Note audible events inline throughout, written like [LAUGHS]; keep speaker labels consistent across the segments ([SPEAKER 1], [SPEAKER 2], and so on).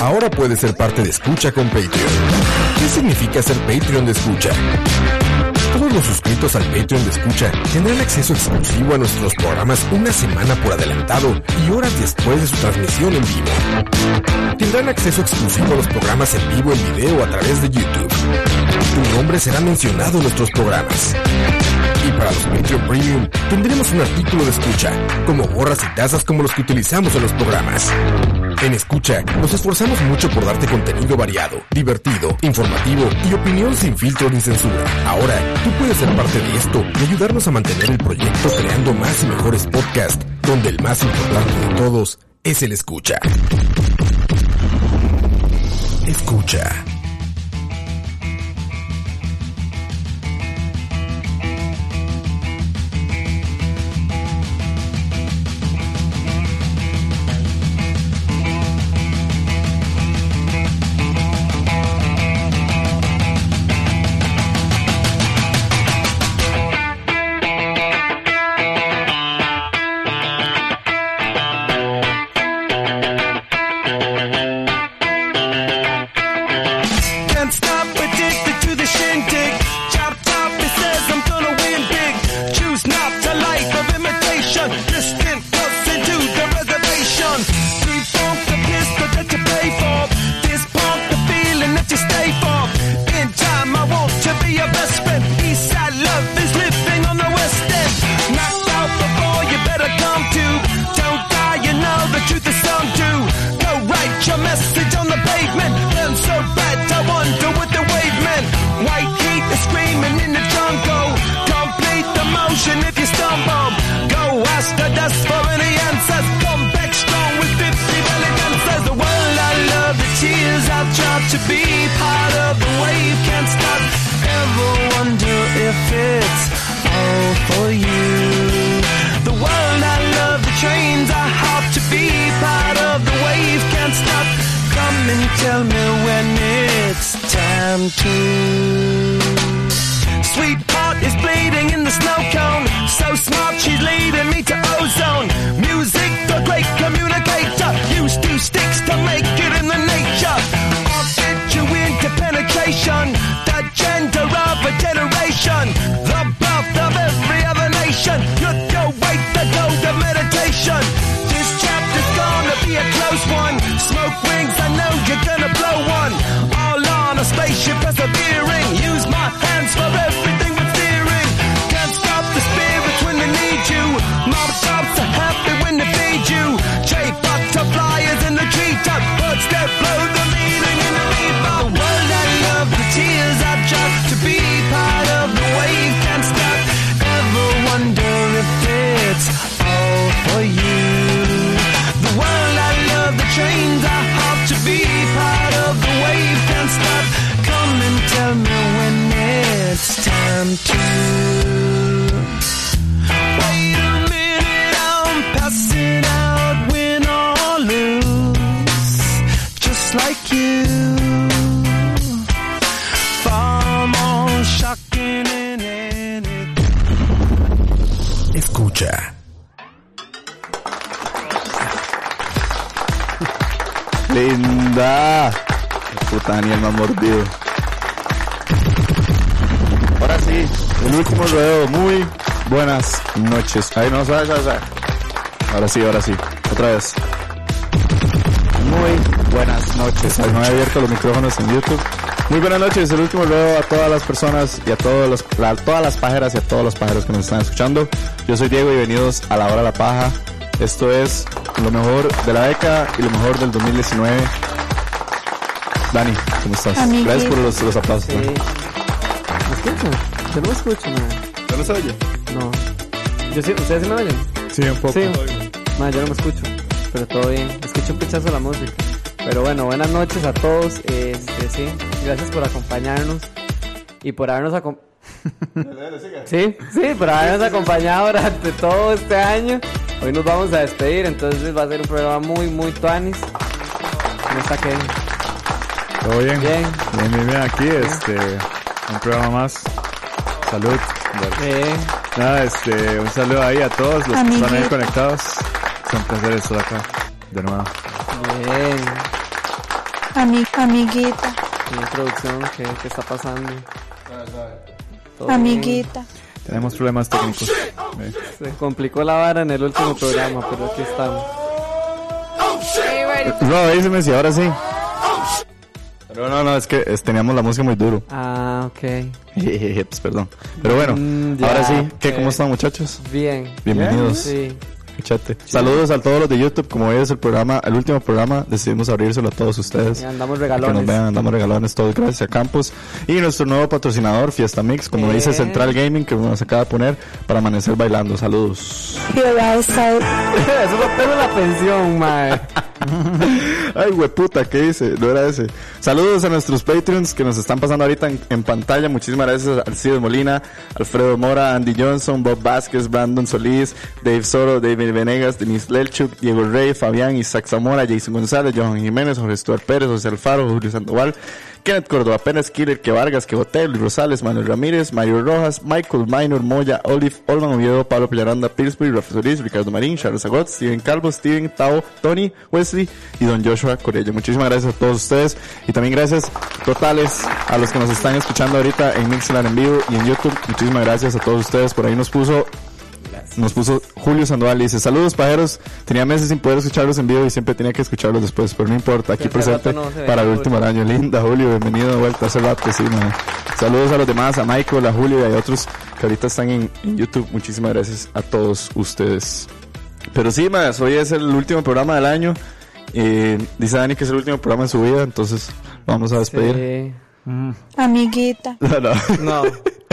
[SPEAKER 1] ahora puedes ser parte de Escucha con Patreon. ¿Qué significa ser Patreon de Escucha? Todos los suscritos al Patreon de Escucha tendrán acceso exclusivo a nuestros programas una semana por adelantado y horas después de su transmisión en vivo. Tendrán acceso exclusivo a los programas en vivo en video a través de YouTube. Tu nombre será mencionado en nuestros programas. Y para los Patreon Premium tendremos un artículo de escucha, como gorras y tazas como los que utilizamos en los programas. En Escucha nos esforzamos mucho por darte contenido variado, divertido, informativo y opinión sin filtro ni censura. Ahora, tú puedes ser parte de esto y ayudarnos a mantener el proyecto creando más y mejores podcasts, donde el más importante de todos es el Escucha. Escucha.
[SPEAKER 2] Can't stop addicted to the shindig. Chop top, it says I'm gonna win big. Choose not to life of imitation. Distant cuts into the reservation. Defunct the pistol that you pay for. This pump the feeling that you stay for. In time, I want to be your best friend. Eastside love is living on the west end. Knocked out before you better come to. Don't die, you know the truth is some do. Go write your message on the pavement. Burn so bad, I wonder what the wave meant. White heat is screaming in the jungle. Complete the motion if you stumble. Go ask the dust for any answers. Come back strong with 50 belly dancers. The world I love, the tears I've tried to be part of the wave can't stop. Ever wonder if it's all for you? The world I love, the trains I hop to be part of the wave can't stop. Come and tell me when it's time to. Sweetheart is bleeding in the snow cone. So smart, she's leading me to ozone. Music, the great communicator. Used two sticks to make it in the nature. I'll get you into penetration. The gender of a generation. The birth of every other nation. Look your way, the gold of meditation. This chapter's gonna be a close one. Smoke rings, I know you're gonna blow one. All on a spaceship persevering. Use my hands for everything we're fearing. Can't stop the spirits when they need you. Mom stops are happy when they feed you. Jay butterflies in the treetop. Birds that blow the meaning in the reverb. The world I love, the tears I just to be part of the wave can't stop. Ever wonder if it's all for you? The world I love, the trains I hop to be part of the wave can't stop. Come and tell me when it's time to. Wait a minute, I'm passing out, win or lose, just like you. Far more shocking than anything.
[SPEAKER 1] Escucha.
[SPEAKER 3] Linda. Puta, Daniel me ha mordido. Ahora sí, el último rodeo. Muy buenas noches. Ay, no, suave, suave, suave. Ahora sí, ahora sí. Otra vez. Muy buenas noches. Ay, no he abierto los micrófonos en YouTube. Muy buenas noches. El último rodeo a todas las personas y a todos los, a todas las pajeras y a todos los pajeros que nos están escuchando. Yo soy Diego y bienvenidos a la hora de la paja. Esto es lo mejor de la década y lo mejor del 2019. Dani, ¿cómo estás?
[SPEAKER 4] Amiguis.
[SPEAKER 3] Gracias por los, los aplausos.
[SPEAKER 5] Sí. ¿Me escuchan? Yo no me escucho, madre.
[SPEAKER 3] ¿Ya nos oye?
[SPEAKER 5] No. Yo sí, ¿Ustedes sí me oyen?
[SPEAKER 3] Sí, un poco.
[SPEAKER 5] Sí. Madre, yo no me escucho. Pero todo bien. Escucho un pechazo de la música. Pero bueno, buenas noches a todos. Este, sí. Gracias por acompañarnos. Y por habernos acompañado. sí, sí, por habernos acompañado durante todo este año. Hoy nos vamos a despedir, entonces va a ser un programa muy, muy tuanis. ¿Cómo está Kevin?
[SPEAKER 3] ¿Todo bien?
[SPEAKER 5] Bien.
[SPEAKER 3] Bien, bien, bien. Aquí, este, un programa más. Salud.
[SPEAKER 5] Eh,
[SPEAKER 3] Nada, este, un saludo ahí a todos los que están ahí
[SPEAKER 4] Amiguitos.
[SPEAKER 3] conectados. Es un placer estar acá, de nuevo.
[SPEAKER 5] bien.
[SPEAKER 4] Ami- amiguita,
[SPEAKER 5] Qué introducción, qué, qué está pasando. Todo bien.
[SPEAKER 4] amiguita.
[SPEAKER 3] Tenemos problemas técnicos. Eh,
[SPEAKER 5] Se complicó la vara en el último programa, pero aquí estamos.
[SPEAKER 3] No, díseme si ahora sí. Pero no, no, es que es- teníamos la música muy duro. [LAUGHS]
[SPEAKER 5] Ah, ok.
[SPEAKER 3] Pues, Perdón. Pero bueno,
[SPEAKER 5] Mm, ya,
[SPEAKER 3] ahora sí. ¿Qué,
[SPEAKER 5] ok.
[SPEAKER 3] ¿Cómo están muchachos?
[SPEAKER 5] Bien.
[SPEAKER 3] Bienvenidos.
[SPEAKER 5] Sí.
[SPEAKER 3] Chate. Saludos a todos los de YouTube. Como hoy es el programa, el último programa, decidimos abrírselo a todos ustedes.
[SPEAKER 5] Y andamos
[SPEAKER 3] Que nos
[SPEAKER 5] regalones.
[SPEAKER 3] vean, andamos regalones todos gracias a Campos. Y nuestro nuevo patrocinador, Fiesta Mix, como
[SPEAKER 5] Bien.
[SPEAKER 3] dice Central Gaming, que nos acaba de poner para amanecer bailando. Saludos.
[SPEAKER 4] Jehová está
[SPEAKER 5] [LAUGHS] Eso fue pelo la pensión, mae.
[SPEAKER 3] Ay, hueputa, ¿qué hice? No era ese. Saludos a nuestros Patreons que nos están pasando ahorita en, en pantalla. Muchísimas gracias a Alcides Molina, Alfredo Mora, Andy Johnson, Bob Vázquez, Brandon Solís, Dave Soro, David Venegas, Denise Lelchuk, Diego Rey, Fabián, Isaac Zamora, Jason González, Johan Jiménez, Jorge Stuart Pérez, José Alfaro, Julio Sandoval, Kenneth Córdoba, Pérez Killer, que Vargas, que Botel, Luis Rosales, Manuel Ramírez, Mario Rojas, Michael Minor, Moya, Olive, Olman Oviedo, Pablo Pillaranda, Pillsbury, Rafa Solís, Ricardo Marín, Charles Agot, Steven Calvo, Steven Tao, Tony, Wesley y Don Joshua Corello. Muchísimas gracias a todos ustedes y también gracias totales a los que nos están escuchando ahorita en Mixlar en vivo y en YouTube. Muchísimas gracias a todos ustedes. Por ahí nos puso nos puso Julio Sandoval y dice, saludos pajeros, tenía meses sin poder escucharlos en vivo y siempre tenía que escucharlos después, pero no importa, aquí
[SPEAKER 5] hace
[SPEAKER 3] presente
[SPEAKER 5] rato no se veía,
[SPEAKER 3] para el
[SPEAKER 5] Julio.
[SPEAKER 3] último año. Linda, Julio, bienvenido de vuelta hace rato, sí, mae. Saludos a los demás, a Michael, a Julio y a otros que ahorita están en, en YouTube. Muchísimas gracias a todos ustedes. Pero sí, más, hoy es el último programa del año. Eh, dice Dani que es el último programa de su vida, entonces vamos a despedir.
[SPEAKER 5] Sí.
[SPEAKER 4] amiguita.
[SPEAKER 3] No, [LAUGHS] no.
[SPEAKER 5] No,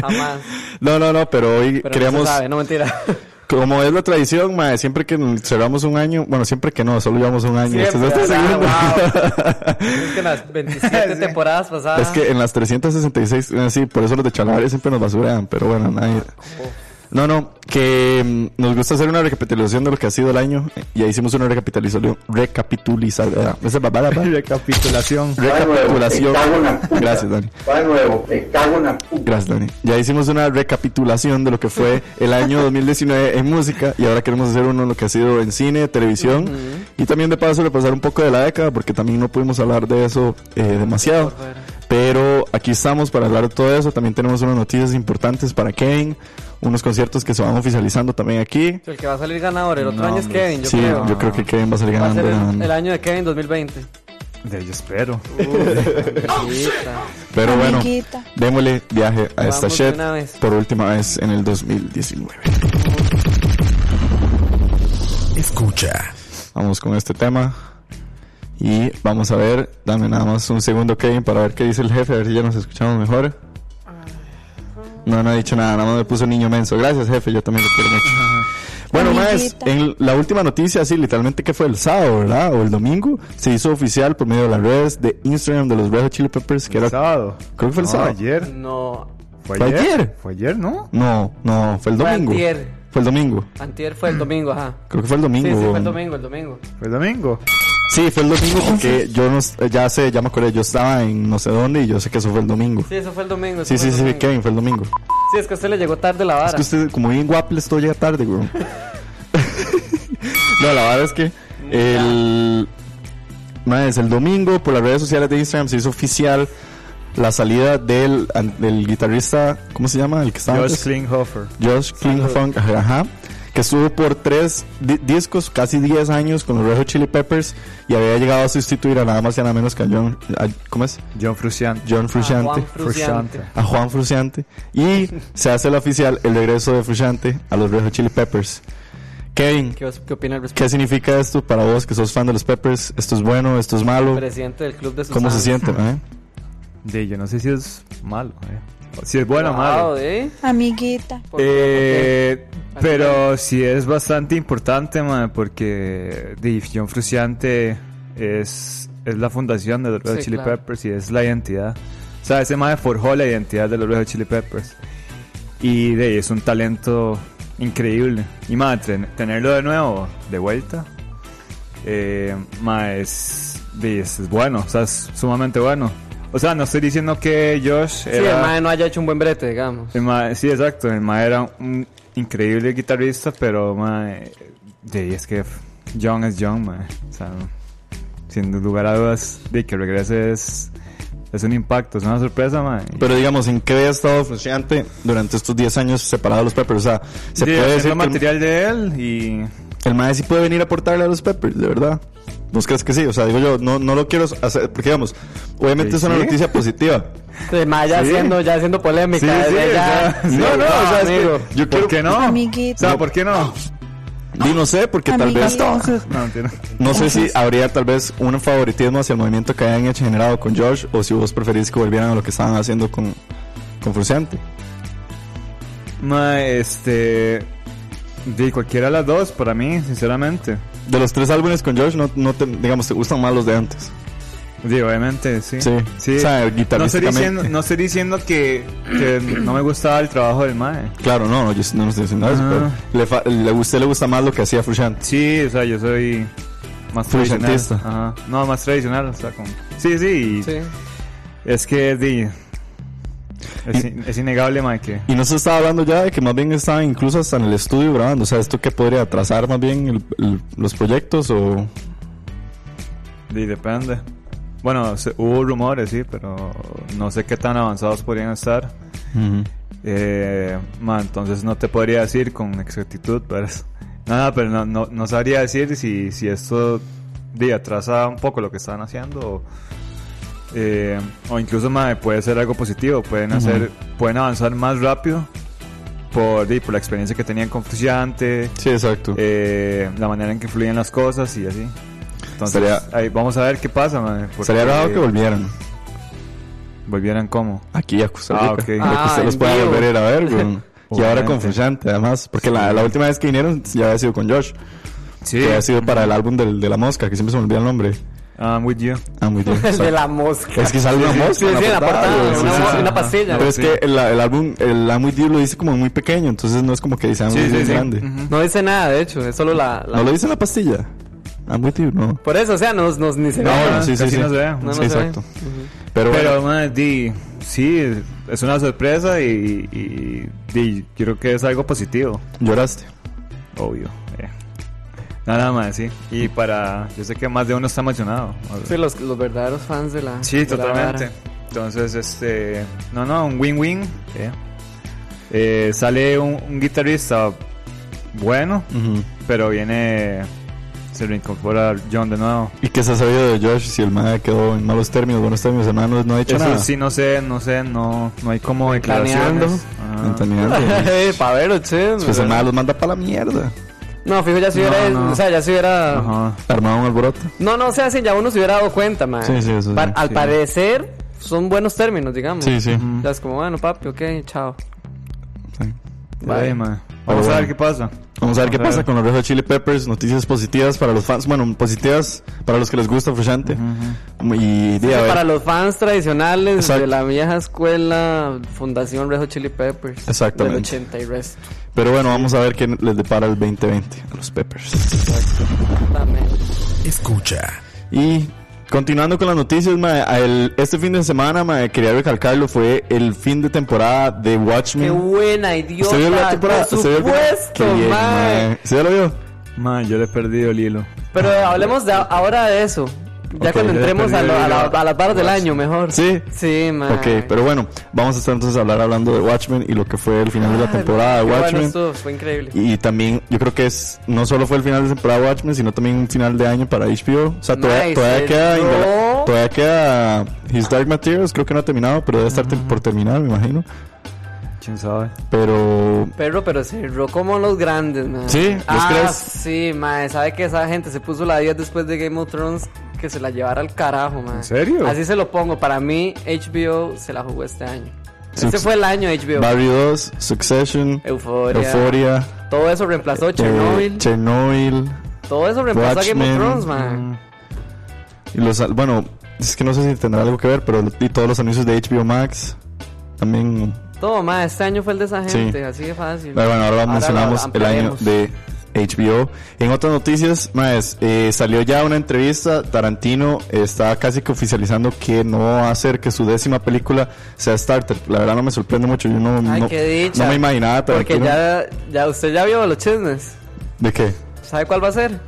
[SPEAKER 5] jamás.
[SPEAKER 3] no, no, no, pero hoy
[SPEAKER 5] Pero
[SPEAKER 3] queríamos...
[SPEAKER 5] no se sabe, no mentira.
[SPEAKER 3] Como es la tradición, mae, siempre que cerramos un año, bueno, siempre que no, solo llevamos un año. Este es
[SPEAKER 5] Siempre, ah,
[SPEAKER 3] nuestro segundo. [LAUGHS]
[SPEAKER 5] ¿verdad? Es que en las 27 temporadas pasadas.
[SPEAKER 3] Es que en las 366, eh, sí, por eso los de Chalabaria siempre nos basurean, pero bueno, nadie. No, no, que mm, nos gusta hacer una recapitulación de lo que ha sido el año eh, y ahí hicimos una recapitulación, recapitulización,
[SPEAKER 6] Recapitulación.
[SPEAKER 3] recapitulación.
[SPEAKER 7] Cago en la puta.
[SPEAKER 3] Gracias, Dani.
[SPEAKER 7] Va de nuevo, te cago en la puta.
[SPEAKER 3] Gracias, Dani. Ya hicimos una recapitulación de lo que fue el año 2019 en música y ahora queremos hacer uno de lo que ha sido en cine, televisión y también de paso repasar un poco de la década porque también no pudimos hablar de eso eh, demasiado. Pero aquí estamos para hablar de todo eso. También tenemos unas noticias importantes para Kevin, unos conciertos que se van oficializando también aquí.
[SPEAKER 5] El que va a salir ganador el otro
[SPEAKER 6] No,
[SPEAKER 5] año es
[SPEAKER 6] hombre.
[SPEAKER 5] Kevin, yo
[SPEAKER 3] sí,
[SPEAKER 5] creo.
[SPEAKER 3] yo creo que Kevin va a salir
[SPEAKER 5] Va a
[SPEAKER 3] ganando.
[SPEAKER 5] ser el,
[SPEAKER 3] ganando.
[SPEAKER 5] el año de Kevin 2020.
[SPEAKER 6] De yo espero.
[SPEAKER 5] [LAUGHS] Amiguita.
[SPEAKER 3] Pero bueno,
[SPEAKER 4] Amiguita.
[SPEAKER 3] démosle viaje a esta
[SPEAKER 5] Vamos de
[SPEAKER 3] shit
[SPEAKER 5] una vez.
[SPEAKER 3] por última vez en el 2019.
[SPEAKER 1] Escucha.
[SPEAKER 3] Vamos con este tema. Y vamos a ver, dame nada más un segundo, Kevin, para ver qué dice el jefe, a ver si ya nos escuchamos mejor. No, no ha dicho nada, nada más me puso niño menso. Gracias, jefe, yo también lo quiero mucho. Bueno, más,
[SPEAKER 4] Amiguita.
[SPEAKER 3] en la última noticia, sí, literalmente que fue el sábado, ¿verdad? O el domingo, se hizo oficial por medio de las redes de Instagram de los Red Hot Chili Peppers, que
[SPEAKER 6] El
[SPEAKER 3] era...
[SPEAKER 6] sábado.
[SPEAKER 3] Creo que fue el
[SPEAKER 6] No,
[SPEAKER 3] sábado.
[SPEAKER 6] Ayer.
[SPEAKER 5] No,
[SPEAKER 6] Fue
[SPEAKER 3] ¿Fue
[SPEAKER 6] ayer.
[SPEAKER 3] ayer?
[SPEAKER 6] Fue ayer, ¿no?
[SPEAKER 3] No, no, fue el
[SPEAKER 5] Fue
[SPEAKER 3] domingo.
[SPEAKER 5] antier.
[SPEAKER 3] Fue el domingo.
[SPEAKER 5] antier fue el domingo, ajá.
[SPEAKER 3] Creo que fue el
[SPEAKER 5] Sí,
[SPEAKER 3] domingo.
[SPEAKER 5] sí, fue
[SPEAKER 3] weón.
[SPEAKER 5] el domingo, el domingo.
[SPEAKER 6] Fue el domingo.
[SPEAKER 3] Sí, fue el domingo porque yo no, eh, ya sé, ya me acuerdo, yo estaba en no sé dónde y yo sé que eso fue el domingo.
[SPEAKER 5] Sí, eso fue el domingo. eso
[SPEAKER 3] Sí,
[SPEAKER 5] fue
[SPEAKER 3] sí,
[SPEAKER 5] el
[SPEAKER 3] sí,
[SPEAKER 5] domingo.
[SPEAKER 3] Kevin, fue el domingo.
[SPEAKER 5] Sí, es que a usted le llegó tarde la
[SPEAKER 3] Es
[SPEAKER 5] vara.
[SPEAKER 3] que usted, como bien guaple, esto llega tarde,
[SPEAKER 5] [LAUGHS]
[SPEAKER 3] güey. no, la verdad es que el... Madre, es el domingo por las redes sociales de Instagram se hizo oficial la salida del, del guitarrista, ¿cómo se llama? El que estaba
[SPEAKER 6] Josh
[SPEAKER 3] antes.
[SPEAKER 6] Klinghoffer.
[SPEAKER 3] Josh Klinghoffer, ajá, que estuvo por tres di- discos, casi 10 años con los Red Hot Chili Peppers y había llegado a sustituir a nada más y nada menos que a John, a- ¿cómo es?
[SPEAKER 6] John Frucian.
[SPEAKER 3] John
[SPEAKER 5] Ah, Juan
[SPEAKER 3] Frusciante,
[SPEAKER 5] Fruciante.
[SPEAKER 6] Fruciante.
[SPEAKER 3] a Juan Frusciante y se hace el oficial el regreso de Frusciante a los Red Hot Chili Peppers. Kevin,
[SPEAKER 5] ¿Qué, os- qué opina al respecto?
[SPEAKER 3] ¿qué significa esto para vos que sos fan de los Peppers? ¿Esto es bueno? ¿Esto es malo?
[SPEAKER 5] Presidente del club de sus
[SPEAKER 3] ¿Cómo se siente? eh? mae?
[SPEAKER 6] De yo no sé si es malo. eh. Si es bueno
[SPEAKER 5] Bueno,
[SPEAKER 6] o malo.
[SPEAKER 5] ¿eh?
[SPEAKER 4] Amiguita.
[SPEAKER 5] Por-
[SPEAKER 6] Eh,
[SPEAKER 5] ok.
[SPEAKER 6] pero sí es bastante importante, man, porque Difusión Fruciante es, es la fundación de los Red Hot
[SPEAKER 5] Sí,
[SPEAKER 6] Chili
[SPEAKER 5] claro.
[SPEAKER 6] Peppers y es la identidad. O sea, ese mae forjó la identidad de los Red Hot Chili Peppers. Y de ahí es un talento increíble. Y más, tenerlo de nuevo, de vuelta, eh, ma, es, de- es, es bueno, o sea, es sumamente bueno. O sea, no estoy diciendo que Josh
[SPEAKER 5] Sí, el mae no haya hecho un buen brete, digamos.
[SPEAKER 6] el mae- sí, exacto. El mae era un increíble guitarrista, pero mae, de ahí es que John es John, mae. O sea, sin lugar a dudas, de que regrese es, es un impacto, es una sorpresa, mae.
[SPEAKER 3] Pero digamos, ¿en qué ha estado Frusciante durante estos 10 años separado de los Peppers? O sea, se
[SPEAKER 6] Sí,
[SPEAKER 3] puede
[SPEAKER 6] haciendo
[SPEAKER 3] decir que
[SPEAKER 6] material de él y
[SPEAKER 3] el maestro sí puede venir a aportarle a los Peppers, de verdad. ¿Vos crees que sí? O sea, digo yo, no, no lo quiero hacer, porque digamos, obviamente
[SPEAKER 6] Sí,
[SPEAKER 3] es una
[SPEAKER 6] sí.
[SPEAKER 3] noticia positiva.
[SPEAKER 5] Sí, ma, ya
[SPEAKER 6] Sí.
[SPEAKER 5] haciendo, ya haciendo polémica.
[SPEAKER 6] Sí, sí,
[SPEAKER 5] desde ya.
[SPEAKER 6] o sea, sí.
[SPEAKER 3] No, no, o sea, es que
[SPEAKER 5] amigo.
[SPEAKER 3] yo
[SPEAKER 6] ¿Por
[SPEAKER 3] quiero...
[SPEAKER 6] qué no?
[SPEAKER 4] Amiguito.
[SPEAKER 6] O sea, ¿por qué no?
[SPEAKER 3] Di no sé, porque tal vez...
[SPEAKER 4] Amiguito.
[SPEAKER 6] No, entiendo.
[SPEAKER 3] No sé si habría tal vez un favoritismo hacia el movimiento que hayan hecho generado con George o si vos preferís que volvieran a lo que estaban haciendo con, con Frusciante.
[SPEAKER 6] Ma, este. De cualquiera de las dos, para mí, sinceramente.
[SPEAKER 3] De los tres álbumes con George, no, no te, digamos, te gustan más los de antes.
[SPEAKER 6] Sí, obviamente, sí.
[SPEAKER 3] Sí. O sea,
[SPEAKER 6] no, estoy
[SPEAKER 3] guitarrísticamente.
[SPEAKER 6] diciendo, no estoy diciendo que, que no me gustaba el trabajo del Mae.
[SPEAKER 3] Claro, no, no, yo no estoy diciendo eso,
[SPEAKER 6] Ajá.
[SPEAKER 3] pero le, fa- le, a usted le gusta más lo que hacía Frusciante.
[SPEAKER 6] Sí, o sea, yo soy más tradicional.
[SPEAKER 3] Fruscientista.
[SPEAKER 6] Ajá. No, más tradicional, o sea, con... Sí, sí,
[SPEAKER 3] [LAUGHS]
[SPEAKER 6] y
[SPEAKER 5] Sí.
[SPEAKER 6] es que di, es, in- es innegable, Mae, que...
[SPEAKER 3] Y no se estaba hablando ya de que más bien estaba incluso hasta en el estudio grabando. O sea, ¿esto que podría atrasar más bien el- el- los proyectos o...?
[SPEAKER 6] di, depende. Bueno, se- hubo rumores, sí, pero no sé qué tan avanzados podrían estar. Eh, ma, entonces no te podría decir con exactitud, pero es- nada, pero no, no, no sabría decir si, si esto de atrasa un poco lo que están haciendo o, eh, o incluso ma, puede ser algo positivo, pueden hacer, pueden avanzar más rápido por, di, por la experiencia que tenían con Frusciante,
[SPEAKER 3] Sí, exacto.
[SPEAKER 6] eh, la manera en que fluyen las cosas y así. Entonces,
[SPEAKER 3] Estaría-
[SPEAKER 6] ahí, vamos a ver qué pasa, ma, porque
[SPEAKER 3] Sería raro que volvieran
[SPEAKER 6] volvieran como.
[SPEAKER 3] aquí a Costa Rica.
[SPEAKER 6] Ah, ok.
[SPEAKER 3] Para que
[SPEAKER 5] Ah,
[SPEAKER 3] usted los
[SPEAKER 5] en
[SPEAKER 3] pueda
[SPEAKER 5] vivo.
[SPEAKER 3] volver a ir a ver,
[SPEAKER 5] [LAUGHS]
[SPEAKER 3] weón. Y ahora con
[SPEAKER 6] Obviamente.
[SPEAKER 3] Frusciante, además. Porque la, la última vez que vinieron ya había sido con Josh.
[SPEAKER 6] Sí,
[SPEAKER 3] Que había sido para el álbum del- de la mosca, que siempre se me olvida el nombre.
[SPEAKER 6] I'm with you.
[SPEAKER 3] Ah, [LAUGHS] muy bien.
[SPEAKER 5] El de [LAUGHS]
[SPEAKER 3] exacto.
[SPEAKER 5] la mosca.
[SPEAKER 3] Es que sale una mosca.
[SPEAKER 5] Sí, sí, en la portada,
[SPEAKER 3] weón.
[SPEAKER 5] una,
[SPEAKER 3] Sí, sí,
[SPEAKER 5] mosca,
[SPEAKER 3] sí.
[SPEAKER 5] una pastilla.
[SPEAKER 3] Pero es que el, el álbum, el I'm With You lo dice como muy pequeño, entonces no es como que dice I'm
[SPEAKER 6] Sí,
[SPEAKER 3] With
[SPEAKER 6] sí,
[SPEAKER 3] You
[SPEAKER 6] sí.
[SPEAKER 3] grande.
[SPEAKER 6] Ujú.
[SPEAKER 5] No dice nada, de hecho, es solo la... la-
[SPEAKER 3] ¿No lo dice en la pastilla? I'm With You, no. Ah,
[SPEAKER 5] Por eso, o sea, nos, nos, ni se
[SPEAKER 3] No,
[SPEAKER 5] ve.
[SPEAKER 3] bueno, sí, sí,
[SPEAKER 6] Casi
[SPEAKER 3] sí.
[SPEAKER 6] no se ve.
[SPEAKER 3] Sí,
[SPEAKER 5] No, no se ve.
[SPEAKER 3] exacto. Pero,
[SPEAKER 6] Pero,
[SPEAKER 3] bueno,
[SPEAKER 6] madre, di, sí, es una sorpresa y, y di, creo que es algo positivo,
[SPEAKER 3] lloraste.
[SPEAKER 6] obvio. eh. Nada más, sí. Y para, yo sé que más de uno está emocionado.
[SPEAKER 5] Sí, los, los verdaderos fans de la...
[SPEAKER 6] Sí,
[SPEAKER 5] de la
[SPEAKER 6] totalmente.
[SPEAKER 5] vara.
[SPEAKER 6] Entonces, este, no, no, un win-win. eh. Eh, sale un, un guitarrista bueno, pero viene, se reincorpora John de nuevo.
[SPEAKER 3] ¿Y qué se ha sabido de Josh si el madre quedó en malos términos, buenos términos, hermanos? No ha dicho
[SPEAKER 6] Eso
[SPEAKER 3] nada.
[SPEAKER 6] sí, no sé, no sé, no, no hay como declaraciones. Ah.
[SPEAKER 3] [LAUGHS] Entendiendo.
[SPEAKER 5] Eh, [LAUGHS] Pavero, che.
[SPEAKER 3] Pues el madre los manda para la mierda.
[SPEAKER 5] No, fijo, ya se
[SPEAKER 6] No,
[SPEAKER 5] hubiera...
[SPEAKER 6] no.
[SPEAKER 5] O sea, ya se hubiera...
[SPEAKER 6] Ajá.
[SPEAKER 3] Armado un alboroto.
[SPEAKER 5] No, no, o sea, sí, ya uno se hubiera dado cuenta, man.
[SPEAKER 3] Sí, sí, eso sí.
[SPEAKER 5] Par- al
[SPEAKER 3] Sí.
[SPEAKER 5] parecer, son buenos términos, digamos.
[SPEAKER 3] Sí, sí.
[SPEAKER 5] Ya es como, bueno, papi, ok, chao.
[SPEAKER 3] Sí.
[SPEAKER 6] Ay, ma.
[SPEAKER 3] Pero
[SPEAKER 6] Vamos a
[SPEAKER 3] bueno.
[SPEAKER 6] ver qué pasa.
[SPEAKER 3] Vamos a ver qué
[SPEAKER 6] Vamos
[SPEAKER 3] pasa
[SPEAKER 6] a ver.
[SPEAKER 3] con los Red Hot Chili Peppers. Noticias positivas para los fans. Bueno, positivas para los que les gusta Frusciante. Y di, a ver.
[SPEAKER 5] Para los fans tradicionales
[SPEAKER 3] Exacto.
[SPEAKER 5] de la vieja escuela Fundación Rejo Chili Peppers.
[SPEAKER 3] Exactamente.
[SPEAKER 5] Del 80 y resto.
[SPEAKER 3] Pero bueno, vamos a ver qué les depara el 2020 a los Peppers.
[SPEAKER 5] También.
[SPEAKER 1] Escucha.
[SPEAKER 3] Y continuando con las noticias, mae, a el- este fin de semana, mae, quería recalcarlo, fue el fin de temporada de
[SPEAKER 5] Qué
[SPEAKER 3] Watchmen.
[SPEAKER 5] buena, idiota.
[SPEAKER 3] ¿Se vio la temporada?
[SPEAKER 5] Por
[SPEAKER 3] ¿Se vio el final?
[SPEAKER 5] supuesto,
[SPEAKER 3] Qué bien,
[SPEAKER 5] mae.
[SPEAKER 3] mae. ¿Se lo vio?
[SPEAKER 6] Ma, yo le he perdido el hilo.
[SPEAKER 5] Pero hablemos de- ahora de eso. Ya
[SPEAKER 3] Ok,
[SPEAKER 5] cuando
[SPEAKER 3] ya
[SPEAKER 5] entremos a, lo- a la-
[SPEAKER 6] perdido.
[SPEAKER 5] a las barras del año, mejor.
[SPEAKER 3] Sí.
[SPEAKER 5] Sí, man.
[SPEAKER 3] Ok, pero bueno, vamos a estar entonces a hablar hablando de Watchmen y lo que fue el final de la temporada de
[SPEAKER 5] Bueno,
[SPEAKER 3] Watchmen.
[SPEAKER 5] esto fue increíble.
[SPEAKER 3] Y también, yo creo que es no solo fue el final de temporada de Watchmen, sino también un final de año para HBO. O sea, todavía,
[SPEAKER 5] Nice,
[SPEAKER 3] todavía
[SPEAKER 5] eh,
[SPEAKER 3] queda.
[SPEAKER 5] no.
[SPEAKER 3] Inglaterra- Todavía queda. His Dark Materials, creo que no ha terminado, pero debe estar tem- por terminar, me imagino.
[SPEAKER 6] ¿Quién sabe?
[SPEAKER 3] Pero.
[SPEAKER 5] Perro, pero cerró como los grandes, man.
[SPEAKER 3] ¿Sí? ¿Vos
[SPEAKER 5] ah,
[SPEAKER 3] crees?
[SPEAKER 5] Sí, man. ¿Sabe que esa gente se puso la 10 después de Game of Thrones? Que se la llevara al carajo, man. ¿En
[SPEAKER 6] serio?
[SPEAKER 5] Así se lo pongo. Para mí, HBO se la jugó este año. Este
[SPEAKER 3] Sucks.
[SPEAKER 5] fue el año HBO.
[SPEAKER 3] Barry 2, Succession,
[SPEAKER 5] Euforia.
[SPEAKER 3] Euphoria,
[SPEAKER 5] Todo eso reemplazó Chernobyl.
[SPEAKER 3] eh, Chernobyl,
[SPEAKER 5] todo eso reemplazó a Game
[SPEAKER 3] Watchmen. Mm.
[SPEAKER 5] of Thrones, man.
[SPEAKER 3] y los. al- Bueno, es que no sé si tendrá algo que ver, pero. Y todos los anuncios de HBO Max. También.
[SPEAKER 5] Todo, man. Este año fue el de esa
[SPEAKER 3] Sí.
[SPEAKER 5] gente. Así de fácil.
[SPEAKER 3] Pero bueno, ahora mencionamos
[SPEAKER 5] lo
[SPEAKER 3] el año
[SPEAKER 5] ampliaremos.
[SPEAKER 3] de HBO. En otras noticias, más, salió ya una entrevista. Tarantino está casi que oficializando que no va a hacer que su décima película sea Starter. La verdad no me sorprende mucho. Yo no,
[SPEAKER 5] Ay,
[SPEAKER 3] no,
[SPEAKER 5] qué dicha.
[SPEAKER 3] no me imaginaba a
[SPEAKER 5] Porque
[SPEAKER 3] Tarantino.
[SPEAKER 5] ya, ya usted ya vio los chismes.
[SPEAKER 3] ¿De qué?
[SPEAKER 5] ¿Sabe cuál va a ser?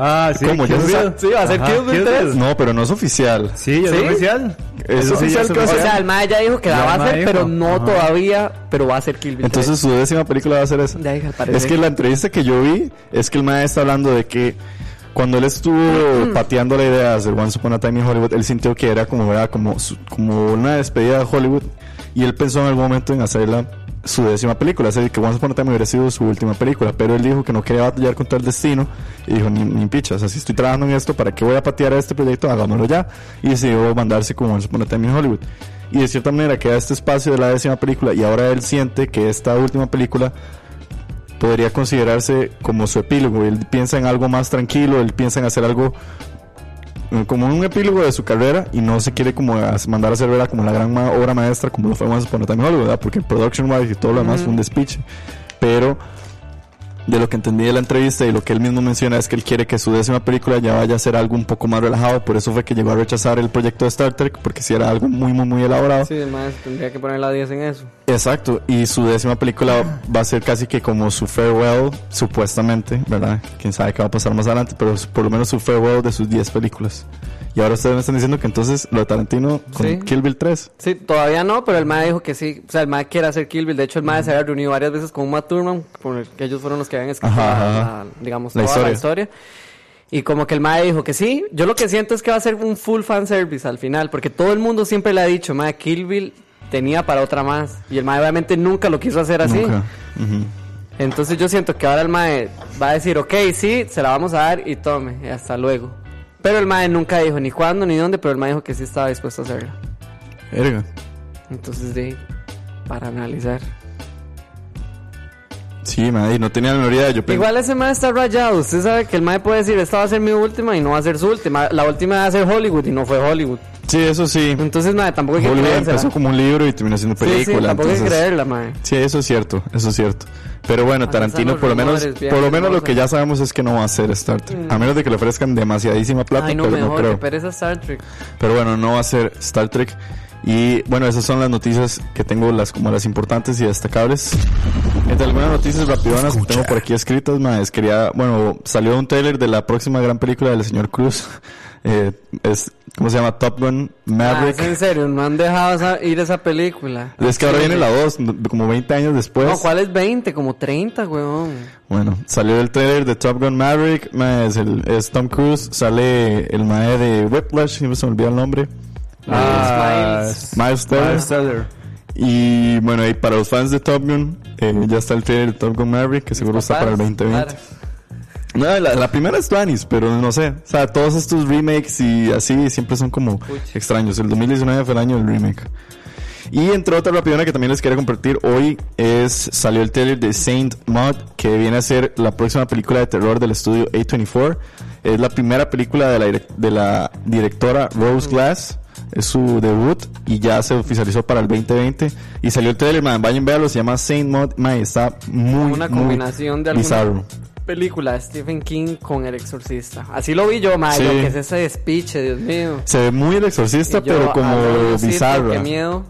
[SPEAKER 6] Ah, sí.
[SPEAKER 3] ¿Cómo? ¿Ya
[SPEAKER 6] Kill
[SPEAKER 3] se
[SPEAKER 6] Bill.
[SPEAKER 3] sabe?
[SPEAKER 5] Sí, va a ser
[SPEAKER 6] Ajá,
[SPEAKER 5] Kill Bill tres.
[SPEAKER 3] No, pero no es oficial.
[SPEAKER 6] Sí, ya es
[SPEAKER 5] ¿Sí?
[SPEAKER 6] oficial.
[SPEAKER 3] Es
[SPEAKER 6] Eso sí,
[SPEAKER 3] oficial
[SPEAKER 6] eso
[SPEAKER 3] que va
[SPEAKER 5] O
[SPEAKER 3] a
[SPEAKER 6] oficial.
[SPEAKER 5] sea, el mae ya dijo que
[SPEAKER 6] Ya
[SPEAKER 5] la va a
[SPEAKER 6] el
[SPEAKER 5] hacer,
[SPEAKER 6] mae
[SPEAKER 5] pero
[SPEAKER 6] dijo.
[SPEAKER 5] no
[SPEAKER 6] Ajá.
[SPEAKER 5] todavía, pero va a ser Kill Bill.
[SPEAKER 3] Entonces su décima película va a ser esa.
[SPEAKER 5] tres. Ya dije, al parecer.
[SPEAKER 3] Es que la entrevista que yo vi es que el maestro está hablando de que cuando él estuvo pateando la idea de hacer Once Upon a Time in Hollywood, él sintió que era como, era como, su- como una despedida de Hollywood y él pensó en algún momento en hacerla su décima película, es decir, que Once Upon a Time hubiera sido su última película, pero él dijo que no quería batallar contra el destino y dijo, ni, ni picha, o sea, si estoy trabajando en esto, ¿para qué voy a patear este proyecto? Hagámoslo ya. Y decidió mandarse con Once Upon a Time in Hollywood. Y de cierta manera queda este espacio de la décima película y ahora él siente que esta última película podría considerarse como su epílogo. Él piensa en algo más tranquilo, él piensa en hacer algo eh, como un epílogo de su carrera y no se quiere como a- mandar a hacer verla como la gran ma- obra maestra como lo fue Once Upon a Time in Hollywood, ¿verdad? Porque el production wise y todo lo demás fue un despiche. Pero de lo que entendí de la entrevista y lo que él mismo menciona es que él quiere que su décima película ya vaya a ser algo un poco más relajado, por eso fue que llegó a rechazar el proyecto de Star Trek porque si era algo muy muy muy elaborado.
[SPEAKER 5] Sí, el mae tendría que poner la 10 en eso.
[SPEAKER 3] Exacto, y su décima película va a ser casi que como su farewell, supuestamente, ¿verdad? Quién sabe qué va a pasar más adelante, pero es por lo menos su farewell de sus 10 películas. Y ahora ustedes me están diciendo que entonces lo de Tarantino con
[SPEAKER 5] Sí.
[SPEAKER 3] Kill Bill 3.
[SPEAKER 5] Sí, todavía no, pero el mae dijo que sí. O sea, el mae quiere hacer Kill Bill. De hecho, el mae se había reunido varias veces con Uma Thurman, por el que ellos fueron los que habían escrito,
[SPEAKER 3] Ajá,
[SPEAKER 5] la-
[SPEAKER 3] ajá.
[SPEAKER 5] la- digamos,
[SPEAKER 3] La
[SPEAKER 5] toda la
[SPEAKER 3] historia.
[SPEAKER 5] historia. Y como que el mae dijo que sí. Yo lo que siento es que va a ser un full fan service al final, porque todo el mundo siempre le ha dicho, mae, Kill Bill tenía para otra más. Y el mae obviamente nunca lo quiso hacer así.
[SPEAKER 3] Nunca. Ujú.
[SPEAKER 5] Entonces yo siento que ahora el mae va a decir, ok, sí, se la vamos a dar y tome, y hasta luego. Pero el mae nunca dijo ni cuándo ni dónde, pero el mae dijo que sí estaba dispuesto a hacerlo.
[SPEAKER 3] Verga.
[SPEAKER 5] Entonces, de para analizar.
[SPEAKER 3] Sí, madre, y no tenía la menor idea, yo pensé.
[SPEAKER 5] Igual ese mae está rayado. Usted sabe que el mae puede decir, esta va a ser mi última y no va a ser su última. La última va a ser Hollywood y no fue Hollywood.
[SPEAKER 3] Sí, eso sí.
[SPEAKER 5] Entonces, mae, tampoco hay que
[SPEAKER 3] Hollywood
[SPEAKER 5] creérsela.
[SPEAKER 3] empezó como un libro y terminó siendo
[SPEAKER 5] Sí, sí,
[SPEAKER 3] película.
[SPEAKER 5] tampoco hay que
[SPEAKER 3] entonces-
[SPEAKER 5] creerla, mae.
[SPEAKER 3] Sí, eso es cierto, eso es cierto. Pero bueno,
[SPEAKER 5] Avanzan
[SPEAKER 3] Tarantino
[SPEAKER 5] los
[SPEAKER 3] por lo menos,
[SPEAKER 5] rumores,
[SPEAKER 3] por lo
[SPEAKER 5] viajes,
[SPEAKER 3] menos lo
[SPEAKER 5] cosas.
[SPEAKER 3] que ya sabemos es que no va a hacer Star Trek. A menos de que le ofrezcan demasiadísima plata,
[SPEAKER 5] Ay, no,
[SPEAKER 3] pero no
[SPEAKER 5] mejor
[SPEAKER 3] creo.
[SPEAKER 5] que pereza Star Trek.
[SPEAKER 3] Pero bueno, no va a ser Star Trek. Y bueno, esas son las noticias que tengo las como las importantes y destacables. Entre algunas noticias rapidonas que tengo por aquí escritas, más quería, bueno, salió un trailer de la próxima gran película del señor Cruz. [LAUGHS] Eh, es, ¿cómo se llama? Top Gun
[SPEAKER 5] Ah,
[SPEAKER 3] Maverick.
[SPEAKER 5] es en serio, no han dejado esa- ir esa película.
[SPEAKER 3] es, que ahora viene la 2, como 20 años después.
[SPEAKER 5] No, ¿cuál es 20? Como 30, weón.
[SPEAKER 3] Bueno, salió el trailer de Top Gun Maverick, mae, es, el, es Tom Cruise, sale el mae de Whiplash, siempre se me olvida el nombre,
[SPEAKER 6] Ah,
[SPEAKER 5] Smiles.
[SPEAKER 3] Miles Teller.
[SPEAKER 6] Miles
[SPEAKER 3] Y bueno, y para los fans de Top Gun, eh, ya está el trailer de Top Gun Maverick, que seguro está para el 2020.
[SPEAKER 5] Claro.
[SPEAKER 3] No, la, la primera es Tuanis, pero no sé. O sea, todos estos remakes y así siempre son como extraños. El 2019 fue el año del remake. Y entre otra rapidona que también les quería compartir hoy es salió el trailer de Saint Maud, que viene a ser la próxima película de terror del estudio A24. Es la primera película de la, direc- de la directora
[SPEAKER 5] Mm.
[SPEAKER 3] Rose Glass. Es su debut y ya se oficializó para el 2020. Y salió el trailer, man. Vayan a verlo. Se llama Saint Maud. Man, está muy,
[SPEAKER 5] Una
[SPEAKER 3] muy
[SPEAKER 5] combinación de alguna-
[SPEAKER 3] bizarro.
[SPEAKER 5] película de Stephen King con El Exorcista. Así lo vi yo,
[SPEAKER 3] Sí.
[SPEAKER 5] Mario, que es ese despiche, Dios mío.
[SPEAKER 3] Se ve muy el exorcista,
[SPEAKER 5] Y yo,
[SPEAKER 3] pero
[SPEAKER 5] ah,
[SPEAKER 3] como
[SPEAKER 5] Diosito,
[SPEAKER 3] bizarro.
[SPEAKER 5] Qué miedo.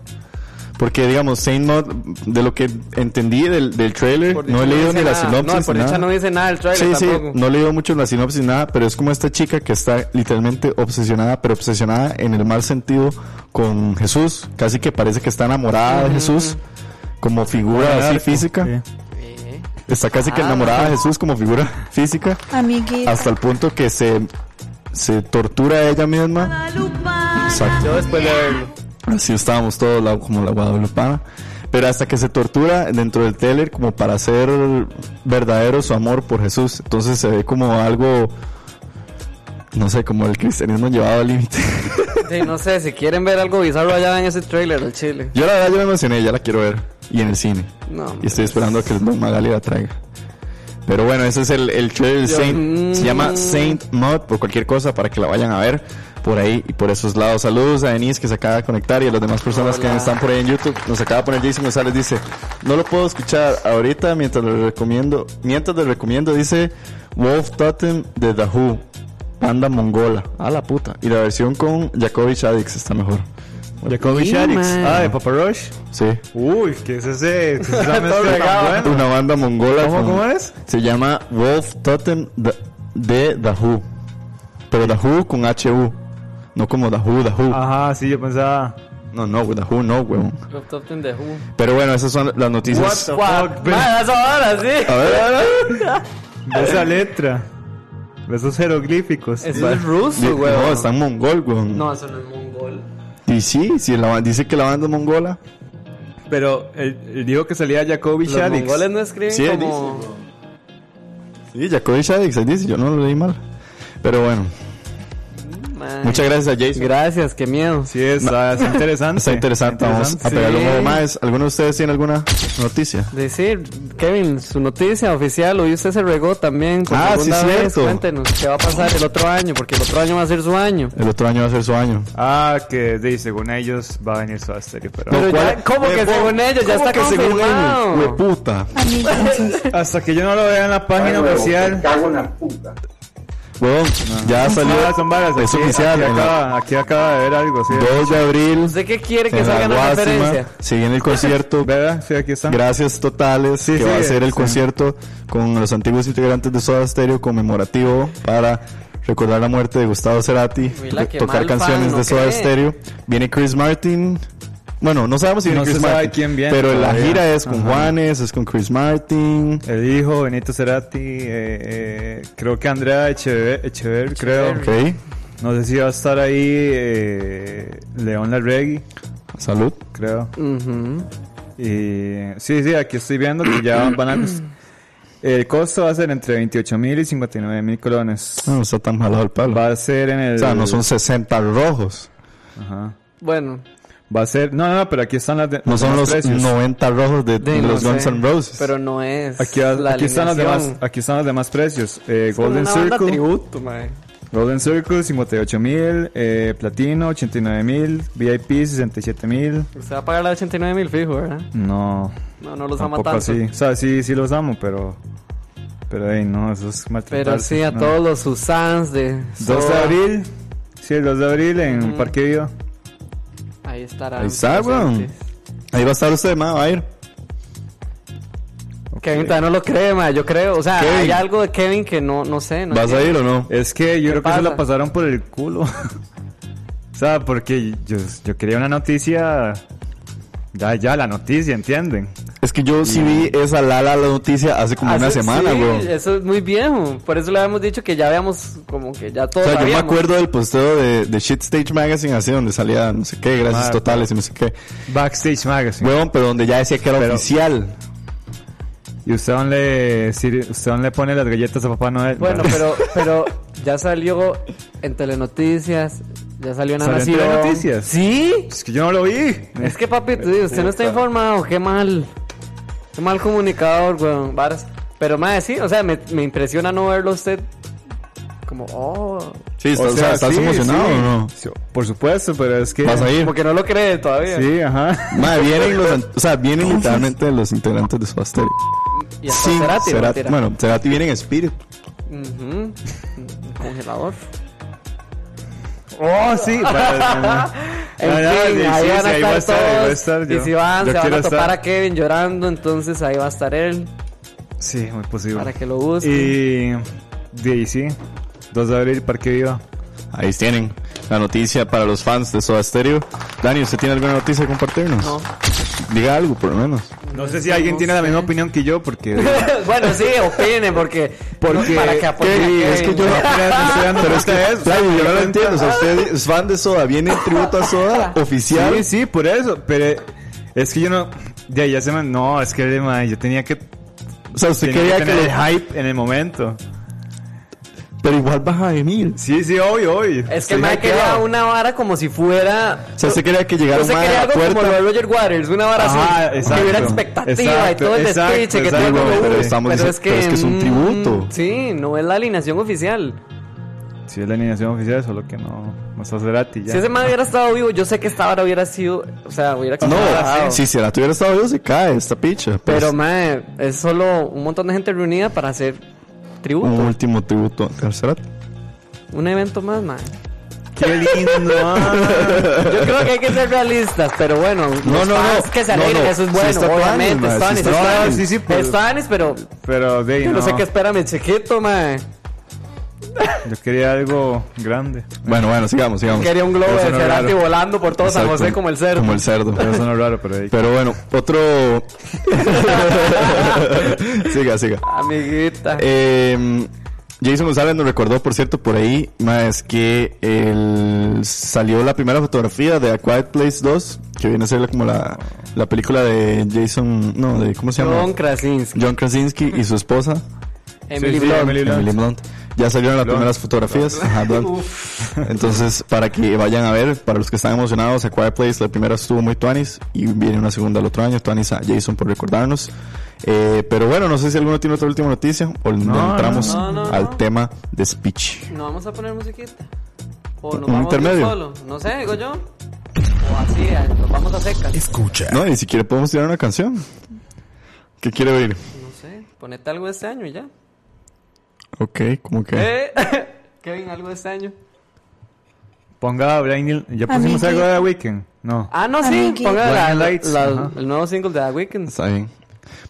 [SPEAKER 3] Porque, digamos, Saint Maud, de lo que entendí del, del trailer,
[SPEAKER 5] Por
[SPEAKER 3] no
[SPEAKER 5] dicha
[SPEAKER 3] he leído ni
[SPEAKER 5] dice
[SPEAKER 3] la
[SPEAKER 5] nada. No,
[SPEAKER 3] sinopsis.
[SPEAKER 5] por
[SPEAKER 3] ni
[SPEAKER 5] dicha
[SPEAKER 3] nada.
[SPEAKER 5] no dice nada el
[SPEAKER 3] Sí,
[SPEAKER 5] trailer
[SPEAKER 3] sí,
[SPEAKER 5] tampoco.
[SPEAKER 3] no he leído mucho la sinopsis nada, pero es como esta chica que está literalmente obsesionada, pero obsesionada en el mal sentido con Jesús. Casi que parece que está enamorada de Jesús como figura así física.
[SPEAKER 5] Eh,
[SPEAKER 3] Está casi que
[SPEAKER 5] Ah.
[SPEAKER 3] enamorada de Jesús como figura física,
[SPEAKER 4] amiguita.
[SPEAKER 3] hasta el punto que se, se tortura a ella misma. Exacto.
[SPEAKER 5] Yo después de verlo.
[SPEAKER 3] Así estábamos todos la- como la guadalupana. Pero hasta que se tortura dentro del trailer como para hacer verdadero su amor por Jesús. Entonces se ve como algo, no sé, como el cristianismo llevado al límite. [LAUGHS]
[SPEAKER 5] Sí, no sé, si quieren ver algo bizarro allá en ese trailer al chile.
[SPEAKER 3] yo la verdad, yo me emocioné, ya la quiero ver. Y en el cine.
[SPEAKER 5] No,
[SPEAKER 3] Y estoy esperando a que el Don Magali la traiga. Pero bueno, ese es el, el trailer de Saint. Se llama Saint Mod por cualquier cosa para que la vayan a ver por ahí y por esos lados. Saludos a Denise que se acaba de conectar y a las demás personas
[SPEAKER 5] Hola.
[SPEAKER 3] que están por ahí en YouTube. Nos acaba de poner Jason González, dice, no lo puedo escuchar ahorita mientras lo recomiendo. Mientras lo recomiendo, dice Wolf Totem de The Who. Panda mongola. A la puta. Y la versión con Jacoby Addicts está mejor.
[SPEAKER 6] Jacoby
[SPEAKER 5] Sí,
[SPEAKER 6] Sharix.
[SPEAKER 5] man.
[SPEAKER 6] Ah, de Papa Roach.
[SPEAKER 3] Sí.
[SPEAKER 6] Uy, ¿qué es ese? Este ¿Qué [LAUGHS] es esa mezcla tan buena?
[SPEAKER 3] Una banda mongola.
[SPEAKER 6] ¿Cómo,
[SPEAKER 3] con-
[SPEAKER 6] cómo es?
[SPEAKER 3] Se llama Wolf Totem the, de The Who. Pero The Who con H-U. No como The Who, The Who.
[SPEAKER 6] Ajá, sí, yo pensaba.
[SPEAKER 3] No, no, The Who, no, huevón.
[SPEAKER 5] Los top 10 de Who.
[SPEAKER 3] Pero bueno, esas son las noticias.
[SPEAKER 5] Fuck, man, esa vara, sí.
[SPEAKER 3] A ver, a ver, a ver.
[SPEAKER 6] Ve esa letra. Ve esos jeroglíficos.
[SPEAKER 5] Eso es
[SPEAKER 3] Di-
[SPEAKER 5] ruso, güey.
[SPEAKER 3] No, está en mongol, huevón.
[SPEAKER 5] No, eso no es mongol.
[SPEAKER 3] Y sí, sí la, ban- dice que la banda es mongola.
[SPEAKER 6] Pero él, él dijo que salía Jacoby
[SPEAKER 5] Los
[SPEAKER 6] Shadix.
[SPEAKER 5] mongoles no escriben
[SPEAKER 3] Sí,
[SPEAKER 5] como...
[SPEAKER 3] Sí, Jacobi Shadix, ahí dice, yo no lo leí mal. Pero bueno,
[SPEAKER 5] Man.
[SPEAKER 3] muchas gracias a Jason.
[SPEAKER 5] Gracias, qué miedo.
[SPEAKER 6] Sí, [LAUGHS] está, es interesante.
[SPEAKER 3] Está interesante, vamos a
[SPEAKER 6] Interesante.
[SPEAKER 3] pegarle un
[SPEAKER 5] Sí.
[SPEAKER 3] poco más. ¿Alguno de ustedes tiene alguna noticia?
[SPEAKER 5] Decir, Kevin, su noticia oficial, hoy usted se regó también. por
[SPEAKER 3] Ah,
[SPEAKER 5] segunda
[SPEAKER 3] sí,
[SPEAKER 5] vez.
[SPEAKER 3] cierto.
[SPEAKER 5] Cuéntenos, ¿qué va a pasar el otro año? Porque el otro año va a ser su año.
[SPEAKER 3] El otro año va a ser su año.
[SPEAKER 6] Ah, que de, según ellos va a venir su serie, pero...
[SPEAKER 5] Pero
[SPEAKER 3] ¿Cuál?
[SPEAKER 5] ya, ¿cómo que
[SPEAKER 3] Huevón,
[SPEAKER 5] según ellos? Ya
[SPEAKER 3] ¿cómo
[SPEAKER 5] está
[SPEAKER 3] que según
[SPEAKER 5] confirmado.
[SPEAKER 3] ellos? Hueputa.
[SPEAKER 4] amiguitos.
[SPEAKER 6] Hasta que yo no lo vea en la página
[SPEAKER 7] Me
[SPEAKER 6] oficial...
[SPEAKER 7] cago en la puta.
[SPEAKER 3] Huevón, ya salió
[SPEAKER 6] Ah, son varas.
[SPEAKER 3] Es
[SPEAKER 6] aquí-
[SPEAKER 3] oficial,
[SPEAKER 6] Aquí
[SPEAKER 3] en la-
[SPEAKER 6] acaba, aquí acaba de ver algo, sí.
[SPEAKER 3] 2 de abril.
[SPEAKER 5] ¿Usted pues, qué quiere que
[SPEAKER 3] en la
[SPEAKER 5] salga en la
[SPEAKER 3] Guasima.
[SPEAKER 5] referencia?
[SPEAKER 3] Se viene el
[SPEAKER 6] [LAUGHS]
[SPEAKER 3] concierto.
[SPEAKER 6] ¿Verdad? Sí, aquí están.
[SPEAKER 3] Gracias totales. que
[SPEAKER 6] sí,
[SPEAKER 3] va a ser el
[SPEAKER 6] sí.
[SPEAKER 3] concierto con los antiguos integrantes de Soda Stereo conmemorativo para recordar la muerte de Gustavo Cerati.
[SPEAKER 5] Mira,
[SPEAKER 3] to-
[SPEAKER 5] qué
[SPEAKER 3] tocar
[SPEAKER 5] mal
[SPEAKER 3] canciones
[SPEAKER 5] fan,
[SPEAKER 3] de
[SPEAKER 5] ¿no
[SPEAKER 3] Soda
[SPEAKER 5] cree?
[SPEAKER 3] Stereo. Viene Chris Martin. Bueno, no sabemos si viene
[SPEAKER 6] No se
[SPEAKER 3] Chris
[SPEAKER 6] sabe
[SPEAKER 3] Martin.
[SPEAKER 6] quién viene
[SPEAKER 3] pero la
[SPEAKER 6] todavía.
[SPEAKER 3] gira es con
[SPEAKER 6] Ajá.
[SPEAKER 3] Juanes, es con Chris Martin.
[SPEAKER 6] El hijo, Benito Cerati, eh, eh, creo que Andrea Echever, Echever, creo.
[SPEAKER 3] Ok,
[SPEAKER 6] No sé si va a estar ahí eh, León Larregui,
[SPEAKER 3] salud.
[SPEAKER 6] creo.
[SPEAKER 5] Ujú.
[SPEAKER 6] Y sí, sí, aquí estoy viendo que ya van a... El costo va a ser entre 28 mil y 59 mil colones.
[SPEAKER 3] No, no está tan jalado el palo.
[SPEAKER 6] Va a ser en el...
[SPEAKER 3] Ah, O sea, no son 60 rojos.
[SPEAKER 6] Ajá.
[SPEAKER 5] Bueno,
[SPEAKER 6] Va a ser... No, no, no, pero aquí están las... de-
[SPEAKER 3] No son
[SPEAKER 6] demás
[SPEAKER 3] los
[SPEAKER 6] precios.
[SPEAKER 3] 90 rojos de,
[SPEAKER 5] de-
[SPEAKER 3] los
[SPEAKER 5] no
[SPEAKER 3] Guns
[SPEAKER 5] sé.
[SPEAKER 3] N' Roses.
[SPEAKER 5] Pero no es.
[SPEAKER 6] Aquí,
[SPEAKER 5] la
[SPEAKER 6] aquí están los demás,
[SPEAKER 5] alineación.
[SPEAKER 6] aquí están los demás precios. Eh,
[SPEAKER 5] Como
[SPEAKER 6] Golden
[SPEAKER 5] una banda
[SPEAKER 6] Circle,
[SPEAKER 5] tributo, mae.
[SPEAKER 6] Golden Circle 58 mil, eh, Platino 89 mil, VIP 67 mil.
[SPEAKER 5] Usted va a pagar la 89 mil fijo, ¿verdad?
[SPEAKER 6] No,
[SPEAKER 5] No, no los ama
[SPEAKER 6] tampoco
[SPEAKER 5] tanto.
[SPEAKER 6] así. O sea, sí, sí los amo, pero, pero ey, no, eso es
[SPEAKER 5] Pero
[SPEAKER 6] maltratarse,
[SPEAKER 5] sí, a
[SPEAKER 6] no.
[SPEAKER 5] todos los Susans de.
[SPEAKER 6] 2 de
[SPEAKER 5] Soda.
[SPEAKER 6] abril, sí, el 2 de abril en
[SPEAKER 5] Ujú.
[SPEAKER 6] Parque Viva.
[SPEAKER 5] Ahí estará.
[SPEAKER 3] Ahí está, weón. Ahí va a estar usted, ma, va a ir.
[SPEAKER 5] Kevin todavía no lo cree, ma, yo creo. O sea,
[SPEAKER 3] Kevin.
[SPEAKER 5] hay algo de Kevin que no, no sé. No
[SPEAKER 3] ¿Vas a
[SPEAKER 5] entiendo.
[SPEAKER 3] ir o no?
[SPEAKER 6] Es que yo
[SPEAKER 5] ¿Qué
[SPEAKER 6] creo que se la
[SPEAKER 5] pasa?
[SPEAKER 6] pasaron por el culo. [LAUGHS] o sea, porque yo, yo quería una noticia. Ya, ya, la noticia, ¿entienden?
[SPEAKER 3] Es que yo sí vi esa Lala la noticia hace como una
[SPEAKER 5] Hace-
[SPEAKER 3] semana,
[SPEAKER 5] sí,
[SPEAKER 3] weón.
[SPEAKER 5] Eso es muy viejo. Por eso le habíamos dicho que ya habíamos, como que ya
[SPEAKER 3] O
[SPEAKER 5] todos.
[SPEAKER 3] sea, yo me
[SPEAKER 5] sabíamos.
[SPEAKER 3] acuerdo del posteo de, de Shit Stage Magazine, así donde salía no sé qué, gracias
[SPEAKER 6] Ah,
[SPEAKER 3] totales y no sé qué.
[SPEAKER 6] Backstage Magazine.
[SPEAKER 3] Weón, pero donde ya decía que era
[SPEAKER 6] Pero-
[SPEAKER 3] oficial.
[SPEAKER 6] ¿Y usted dónde, si- usted dónde pone las galletas a Papá Noel?
[SPEAKER 5] Bueno, pero, pero ya salió en Telenoticias. Ya salió en
[SPEAKER 6] ¿Salió en
[SPEAKER 5] Nación.
[SPEAKER 6] Telenoticias?
[SPEAKER 5] Sí.
[SPEAKER 6] [LAUGHS] Es que yo no lo vi.
[SPEAKER 5] Es que papi, tú, usted no está informado, qué mal. Qué mal comunicador, weón. Varas. Pero más sí, o sea, me, me impresiona no verlo a usted como, oh.
[SPEAKER 3] Sí, está- o sea, ¿estás
[SPEAKER 6] sí,
[SPEAKER 3] emocionado
[SPEAKER 6] sí.
[SPEAKER 3] o no?
[SPEAKER 6] Sí, Por supuesto, pero es que...
[SPEAKER 3] ¿Vas a ir?
[SPEAKER 5] Como que no lo cree todavía.
[SPEAKER 6] Sí, ajá.
[SPEAKER 3] Ma, vienen los, an- o sea, vienen literalmente los integrantes de Soda Stereo.
[SPEAKER 5] Y hasta
[SPEAKER 3] Sin
[SPEAKER 5] Cerati,
[SPEAKER 3] Cerati-
[SPEAKER 5] mentira.
[SPEAKER 3] bueno, Cerati viene en Spirit.
[SPEAKER 5] Ujú. Congelador.
[SPEAKER 6] Oh, [LAUGHS] sí. para-
[SPEAKER 5] En
[SPEAKER 6] Ah, Ya, ya,
[SPEAKER 5] fin, ahí
[SPEAKER 6] sí, sí,
[SPEAKER 5] van a
[SPEAKER 6] ahí voy a
[SPEAKER 5] estar
[SPEAKER 6] estar, ahí voy a
[SPEAKER 5] todos.
[SPEAKER 6] estar yo.
[SPEAKER 5] y si van, se
[SPEAKER 6] Yo
[SPEAKER 5] van
[SPEAKER 6] quiero
[SPEAKER 5] a topar
[SPEAKER 6] estar.
[SPEAKER 5] a Kevin llorando, entonces ahí va a estar él
[SPEAKER 6] sí, muy posible.
[SPEAKER 5] para que lo busquen.
[SPEAKER 6] Y... De ahí sí. 2 de abril, Parque Viva.
[SPEAKER 3] Ahí tienen la noticia para los fans de Soda Stereo. Dani, ¿usted tiene alguna noticia que compartirnos?
[SPEAKER 5] No.
[SPEAKER 3] Diga algo, por lo menos.
[SPEAKER 6] No sé si alguien tiene la misma opinión que
[SPEAKER 3] [LAUGHS]
[SPEAKER 6] yo, porque...
[SPEAKER 5] [LAUGHS] bueno, sí, opinen, porque.
[SPEAKER 6] Porque-
[SPEAKER 5] para que apoyen a
[SPEAKER 3] Sí, es que
[SPEAKER 5] Kevin.
[SPEAKER 3] yo [LAUGHS]
[SPEAKER 6] Pero
[SPEAKER 3] Pero es que, Flavio, yo no lo entiendo. O sea, usted es fan de Soda, viene en tributo a
[SPEAKER 5] [LAUGHS]
[SPEAKER 3] Soda oficial.
[SPEAKER 6] Sí, sí, por eso. Pero es que yo no... Ya, ya se me... No, es que ma, yo tenía que...
[SPEAKER 3] o sea, usted
[SPEAKER 6] tenía
[SPEAKER 3] quería que,
[SPEAKER 6] tener
[SPEAKER 3] le-
[SPEAKER 6] el hype en el momento.
[SPEAKER 3] Pero igual baja de mil.
[SPEAKER 6] Sí, sí, hoy, hoy.
[SPEAKER 5] Es que me quería una vara como si fuera.
[SPEAKER 3] O sea, usted quería que llegara
[SPEAKER 5] Yo
[SPEAKER 3] un
[SPEAKER 5] sé que
[SPEAKER 3] mae
[SPEAKER 5] era
[SPEAKER 3] a la
[SPEAKER 5] algo
[SPEAKER 3] puerta.
[SPEAKER 5] como lo de Roger Waters, una vara
[SPEAKER 6] Ajá,
[SPEAKER 5] así,
[SPEAKER 6] exacto,
[SPEAKER 5] que hubiera expectativa
[SPEAKER 6] exacto,
[SPEAKER 5] y todo el
[SPEAKER 6] exacto,
[SPEAKER 5] despiche que
[SPEAKER 6] exacto,
[SPEAKER 5] todo
[SPEAKER 6] güey,
[SPEAKER 5] el
[SPEAKER 6] pero
[SPEAKER 5] mundo-
[SPEAKER 3] estamos diciendo- pero es que es un
[SPEAKER 5] mm,
[SPEAKER 3] tributo.
[SPEAKER 5] sí, no es la alineación oficial.
[SPEAKER 6] Sí, es la alineación oficial, solo que no, no está Cerati ya.
[SPEAKER 5] Si ese man hubiera estado vivo, yo sé que esta vara hubiera sido, o sea, hubiera
[SPEAKER 3] No,
[SPEAKER 5] explotado.
[SPEAKER 3] si se la tuviera estado yo, se cae esta picha. Pues,
[SPEAKER 5] Ah, Pero mae, es solo un montón de gente reunida para hacer tributo,
[SPEAKER 3] un último tributo. Tercera.
[SPEAKER 5] un evento más, mae.
[SPEAKER 6] ¡Qué lindo!
[SPEAKER 5] [LAUGHS]
[SPEAKER 6] ah.
[SPEAKER 5] Yo creo que hay que ser realistas, pero bueno,
[SPEAKER 3] No,
[SPEAKER 5] los
[SPEAKER 3] no,
[SPEAKER 5] fans
[SPEAKER 3] no.
[SPEAKER 5] que se
[SPEAKER 3] No,
[SPEAKER 5] alegren,
[SPEAKER 3] no.
[SPEAKER 5] eso es
[SPEAKER 3] Sí
[SPEAKER 5] bueno,
[SPEAKER 3] está Tuanis,
[SPEAKER 5] obviamente,
[SPEAKER 3] mae, sí
[SPEAKER 5] es
[SPEAKER 3] pues. está
[SPEAKER 5] Tuanis, es
[SPEAKER 3] Tuanis.
[SPEAKER 5] Tuanis.
[SPEAKER 6] Sí, sí, pero-
[SPEAKER 5] Es Tuanis, pero
[SPEAKER 6] Pero de ahí
[SPEAKER 5] yo
[SPEAKER 6] no.
[SPEAKER 5] no sé qué espera mi chiquito, mae.
[SPEAKER 6] Yo quería algo grande.
[SPEAKER 3] Bueno, bueno, sigamos, sigamos.
[SPEAKER 5] Quería un globo
[SPEAKER 6] Eso
[SPEAKER 5] de
[SPEAKER 6] no
[SPEAKER 5] Cerati
[SPEAKER 6] raro.
[SPEAKER 5] volando por todo San
[SPEAKER 3] Exacto,
[SPEAKER 5] José como el cerdo.
[SPEAKER 3] Como el cerdo.
[SPEAKER 5] [LAUGHS]
[SPEAKER 6] Pero eso no es raro, pero ahí.
[SPEAKER 3] Pero bueno, otro. [LAUGHS] siga, siga.
[SPEAKER 5] Amiguita.
[SPEAKER 3] Eh, Jason González nos recordó, por cierto, por ahí, más que el- salió la primera fotografía de A Quiet Place 2, que viene a ser como la, la película de Jason, no, de, ¿cómo se llama?
[SPEAKER 5] John Krasinski.
[SPEAKER 3] John Krasinski y su esposa,
[SPEAKER 5] Emily
[SPEAKER 6] sí,
[SPEAKER 5] Blunt.
[SPEAKER 6] Emily Blunt.
[SPEAKER 3] Emily Blunt. Ya salieron las primeras fotografías. Ajá, Blunt. Entonces, para que vayan a ver, para los que están emocionados, A Quiet Place, la primera estuvo muy Tuanis y viene una segunda el otro año. Tuanis a Jason por recordarnos. Eh, pero bueno, no sé si alguno tiene otra última noticia o
[SPEAKER 6] no,
[SPEAKER 3] entramos
[SPEAKER 5] no, no,
[SPEAKER 3] al
[SPEAKER 5] no.
[SPEAKER 3] tema de speech.
[SPEAKER 5] ¿No vamos a poner musiquita? ¿O
[SPEAKER 3] ¿Un
[SPEAKER 5] nos vamos
[SPEAKER 3] intermedio?
[SPEAKER 5] a solo? No sé, digo yo. O así, eh, nos vamos a secas.
[SPEAKER 1] Escucha.
[SPEAKER 3] No, ni siquiera podemos tirar una canción. ¿Qué quiere oír?
[SPEAKER 5] No sé, ponete algo de este año y ya.
[SPEAKER 3] Ok, como que.
[SPEAKER 5] ¿Eh? [LAUGHS] Kevin, algo de este año.
[SPEAKER 6] Ponga a Brian Neal. ¿Ya pusimos
[SPEAKER 4] Amiguita.
[SPEAKER 6] algo de The Weeknd? No.
[SPEAKER 5] Ah, no, sí,
[SPEAKER 4] Amiguita.
[SPEAKER 5] ponga la-
[SPEAKER 6] Blinding Lights,
[SPEAKER 5] la-
[SPEAKER 6] ajá.
[SPEAKER 5] el nuevo single de The Weeknd.
[SPEAKER 3] Está bien.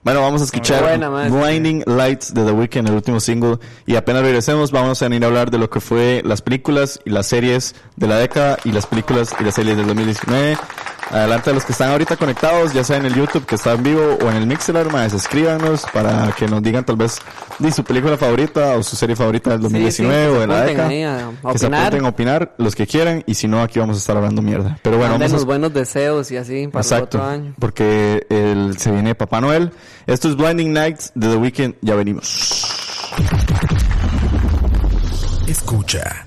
[SPEAKER 3] Bueno, vamos a escuchar
[SPEAKER 5] Buena, maestra.
[SPEAKER 3] Blinding Lights de The Weeknd, el último single. Y apenas regresemos, vamos a venir a hablar de lo que fue las películas y las series de la década y las películas y las series del 2019. Adelante a los que están ahorita conectados, ya sea en el YouTube que está en vivo o en el Mixer, más escríbanos para que nos digan tal vez de su película favorita o su serie favorita del 2019
[SPEAKER 5] sí, que
[SPEAKER 3] o
[SPEAKER 5] se
[SPEAKER 3] de la
[SPEAKER 5] apunten
[SPEAKER 3] década.
[SPEAKER 5] ahí a
[SPEAKER 3] que se
[SPEAKER 5] opinar.
[SPEAKER 3] apunten a opinar, los que quieran, y si no, aquí vamos a estar hablando mierda. Pero bueno,
[SPEAKER 5] Mándenos
[SPEAKER 3] vamos a
[SPEAKER 5] buenos deseos y así para el
[SPEAKER 3] Exacto,
[SPEAKER 5] otro año.
[SPEAKER 3] porque el, se viene Papá Noel. Esto es Blinding Nights de The Weeknd, ya venimos.
[SPEAKER 1] Escucha.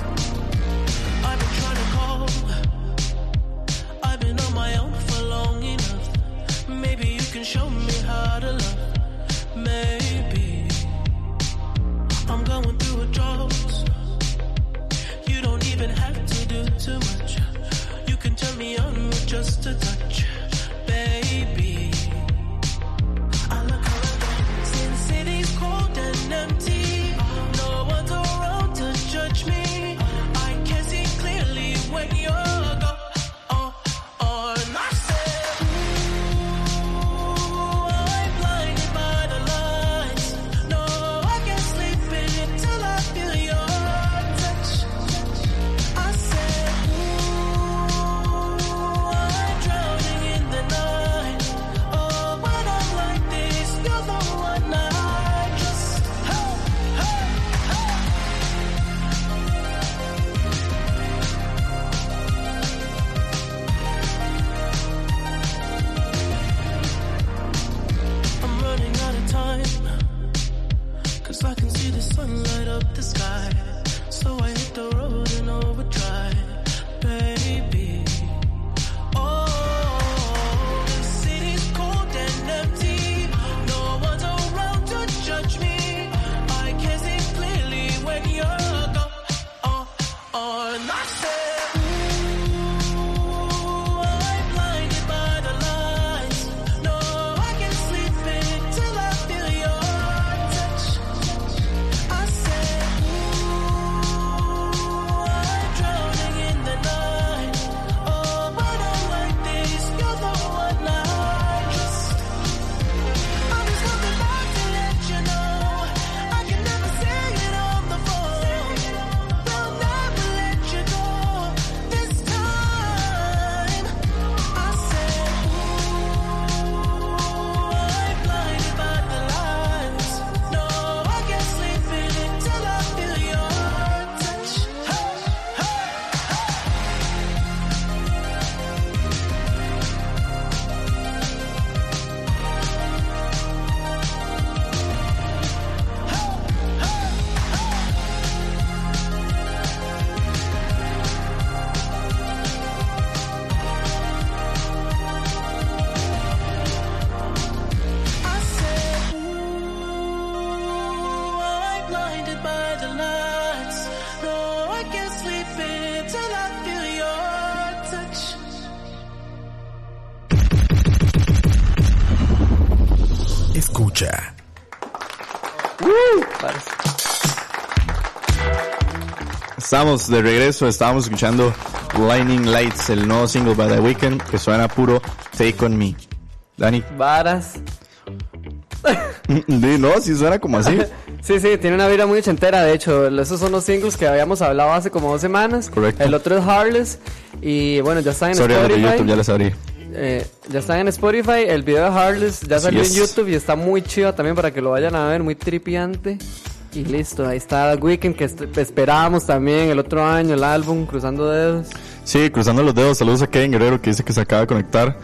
[SPEAKER 8] I've been trying to call. I've been on my own for long enough. Maybe you can show me how to love. Maybe I'm going through a drought. You don't even have to do too much. You can turn me on with just a touch, baby. I look around. Sin City's cold and empty. No one's around to judge me. I can see clearly when you're gone. Oh, And I said, Ooh, I'm blinded by the lights. No, I can't sleep until I feel your touch. I said, Ooh, I'm drowning in Oh, oh, Oh,
[SPEAKER 1] escucha.
[SPEAKER 3] Estamos de regreso, estábamos escuchando Lightning Lights, el nuevo single by The Weeknd, que suena puro Take On Me. Dani, [LAUGHS]
[SPEAKER 5] Varas. [LAUGHS]
[SPEAKER 3] di, no, si suena como así.
[SPEAKER 5] Sí, sí, tiene una vida muy ochentera, de hecho. Esos son los singles que habíamos hablado hace como dos semanas.
[SPEAKER 3] Correcto.
[SPEAKER 5] El otro es Heartless. Y bueno, ya están [LAUGHS] en
[SPEAKER 3] Sorry, a los de
[SPEAKER 5] Spotify.
[SPEAKER 3] YouTube ya les abrí.
[SPEAKER 5] Eh, ya están en Spotify. El video de Heartless ya salió
[SPEAKER 3] Yes.
[SPEAKER 5] en YouTube y está muy chido también para que lo vayan a ver, muy tripiante. Y listo, ahí está el Weekend que est- esperábamos también el otro año, el álbum,
[SPEAKER 3] [LAUGHS]
[SPEAKER 5] cruzando dedos.
[SPEAKER 3] Sí, cruzando los dedos, saludos a Kevin Guerrero que dice que se acaba de conectar.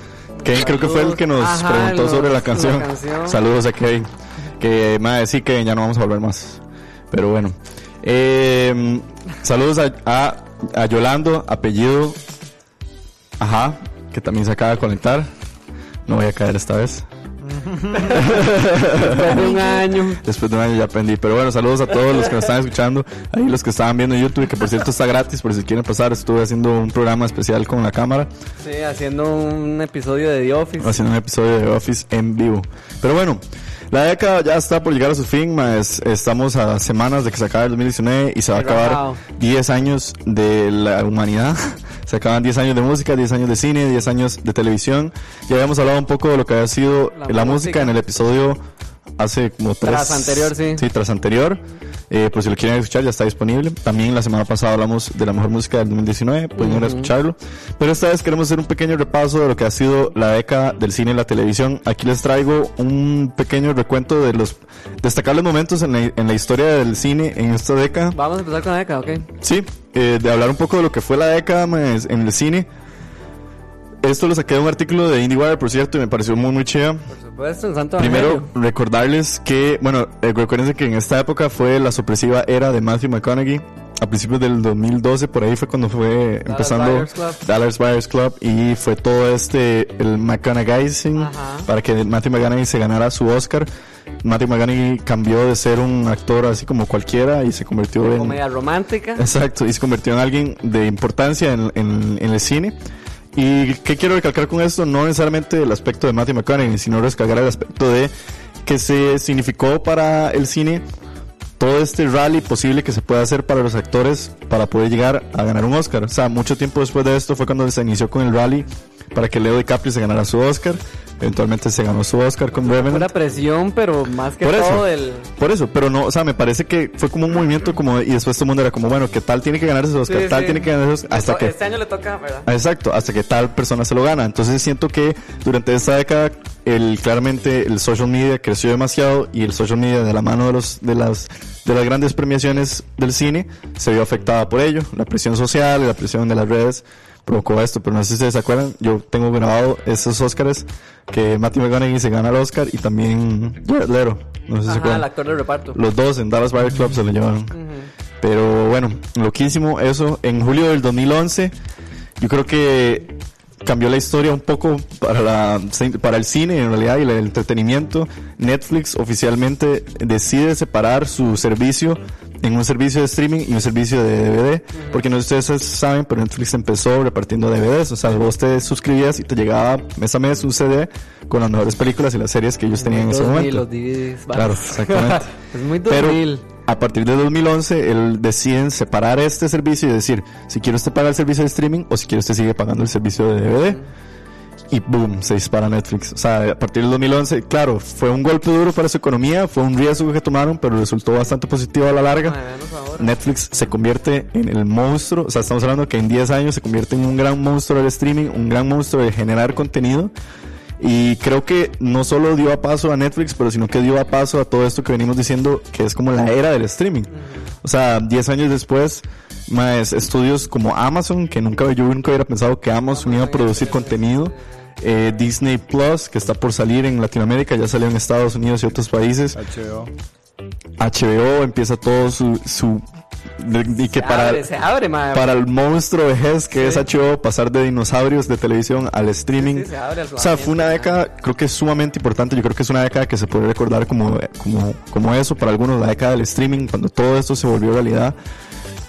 [SPEAKER 3] Kevin creo que fue el que nos
[SPEAKER 5] Ajá,
[SPEAKER 3] preguntó
[SPEAKER 5] los-
[SPEAKER 3] sobre la
[SPEAKER 5] la
[SPEAKER 3] canción.
[SPEAKER 5] canción.
[SPEAKER 3] Saludos a Kevin. Que me va a decir que ya no vamos a volver más. Pero bueno. Eh, saludos a, a, a Yolando, apellido. Ajá, que también se acaba de conectar. No voy a caer esta vez.
[SPEAKER 5] Después de un año.
[SPEAKER 3] Después de un año ya aprendí. Pero bueno, saludos a todos los que nos están escuchando. Ahí los que estaban viendo en YouTube, que por cierto está gratis, por si quieren pasar. Estuve haciendo un programa especial con la cámara.
[SPEAKER 5] Sí, haciendo un episodio de The Office.
[SPEAKER 3] haciendo un episodio de Office en vivo. Pero bueno, la década ya está por llegar a su fin, más estamos a semanas de que se acabe el 2019 y se va a acabar
[SPEAKER 5] Relajado.
[SPEAKER 3] 10 años de la humanidad. [LAUGHS] Se acaban 10 años de música, 10 años de cine, 10 años de televisión. Ya habíamos hablado un poco de lo que había sido la, música.
[SPEAKER 5] La música.
[SPEAKER 3] en el episodio hace como tres.
[SPEAKER 5] Tras anterior, sí.
[SPEAKER 3] Sí, tras anterior. Eh, por si lo quieren escuchar, ya está disponible. También la semana pasada hablamos de la mejor música del 2019, pueden ir a escucharlo. Pero esta vez queremos hacer un pequeño repaso de lo que ha sido la década del cine y la televisión. Aquí les traigo un pequeño recuento de los destacables momentos en la, en la historia del cine en esta década.
[SPEAKER 5] Vamos a empezar con la década, ok.
[SPEAKER 3] Sí, eh, de hablar un poco de lo que fue la década maes, en el cine. Esto lo saqué de un artículo de IndieWire, por cierto, y me pareció muy, muy chido.
[SPEAKER 5] Por supuesto, en Santo
[SPEAKER 3] Primero,
[SPEAKER 5] Evangelio.
[SPEAKER 3] recordarles que, bueno, eh, recuérdense que en esta época fue la sorpresiva era de Matthew McConaughey. A principios del 2012, por ahí fue cuando fue empezando
[SPEAKER 5] Buyers Club.
[SPEAKER 3] Dallas Buyers Club y fue todo este, el McConaugheyism
[SPEAKER 5] Ajá.
[SPEAKER 3] para que Matthew McConaughey se ganara su Oscar. Matthew McConaughey cambió de ser un actor así como cualquiera y se convirtió en...
[SPEAKER 5] Comedia romántica.
[SPEAKER 3] [LAUGHS] Exacto, y se convirtió en alguien de importancia en, en- en el cine. ¿Y qué quiero recalcar con esto? No necesariamente el aspecto de Matthew McConaughey, sino recalcar el aspecto de que se significó para el cine todo este rally posible que se puede hacer para los actores para poder llegar a ganar un Oscar. O sea, mucho tiempo después de esto fue cuando se inició con el rally para que Leo DiCaprio se ganara su Oscar. Eventualmente se ganó su Oscar con Revenant.
[SPEAKER 5] Una presión, pero más que
[SPEAKER 3] Por eso.
[SPEAKER 5] todo el...
[SPEAKER 3] Por eso, pero no, o sea, me parece que fue como un movimiento como y después todo el mundo era como, bueno, que tal tiene que ganar esos Oscar,
[SPEAKER 5] Sí,
[SPEAKER 3] tal
[SPEAKER 5] sí.
[SPEAKER 3] tiene que ganar esos hasta
[SPEAKER 5] Esto-
[SPEAKER 3] que
[SPEAKER 5] Este año le toca, ¿verdad?
[SPEAKER 3] Exacto, hasta que tal persona se lo gana. Entonces siento que durante esta década el claramente el social media creció demasiado y el social media de la mano de los de las de las grandes premiaciones del cine se vio afectada por ello. La presión social, y la presión de las redes provocó esto, pero no sé si ustedes se acuerdan, yo tengo grabado esos Óscares que Matthew McConaughey se gana el Óscar y también Jared Leto, no sé si se
[SPEAKER 5] Ajá, el
[SPEAKER 3] acuerdan.
[SPEAKER 5] actor del reparto.
[SPEAKER 3] Los dos en Dallas Buyers Club se lo llevaron. Pero bueno, loquísimo eso. En julio del 2011, yo creo que cambió la historia un poco para, la, para el cine en realidad y el entretenimiento. Netflix oficialmente decide separar su servicio en un servicio de streaming y un servicio de DVD. Porque no sé si ustedes saben, pero Netflix empezó repartiendo DVDs. O sea, vos te suscribías y te llegaba mes a mes un CD con las mejores películas y las series que ellos tenían en ese
[SPEAKER 5] 2000,
[SPEAKER 3] momento.
[SPEAKER 5] los DVDs. vale.
[SPEAKER 3] Claro, exactamente.
[SPEAKER 5] [LAUGHS] es muy
[SPEAKER 3] Pero
[SPEAKER 5] 2000.
[SPEAKER 3] a partir de 2011, él deciden separar este servicio y decir, si quiere usted pagar el servicio de streaming o si quiere usted sigue pagando el servicio de DVD. Y boom, se dispara Netflix. O sea, a partir del 2011, claro, fue un golpe duro para su economía, fue un riesgo que tomaron, pero resultó bastante positivo a la larga.
[SPEAKER 5] Ay, veamos ahora.
[SPEAKER 3] Netflix se convierte en el monstruo, o sea, estamos hablando que en 10 años se convierte en un gran monstruo del streaming, un gran monstruo de generar contenido. Y creo que no solo dio a paso a Netflix, pero sino que dio a paso a todo esto que venimos diciendo, que es como la era del streaming. O sea, 10 años después, más estudios como Amazon, que nunca yo nunca hubiera pensado que Amazon iba a producir contenido. eh, Disney Plus, que está por salir en Latinoamérica, ya salió en Estados Unidos y otros países.
[SPEAKER 6] HBO.
[SPEAKER 3] HBO empieza todo su... su de- y que
[SPEAKER 5] Se
[SPEAKER 3] para,
[SPEAKER 5] abre, se abre, madre.
[SPEAKER 3] para el monstruo vejez que es HBO, pasar de dinosaurios de televisión al streaming.
[SPEAKER 5] Sí, sí, se abre al
[SPEAKER 3] o sea, fue una década, creo que es sumamente importante. Yo creo que es una década que se puede recordar como, como, como eso. Para algunos, la década del streaming, cuando todo esto se volvió realidad.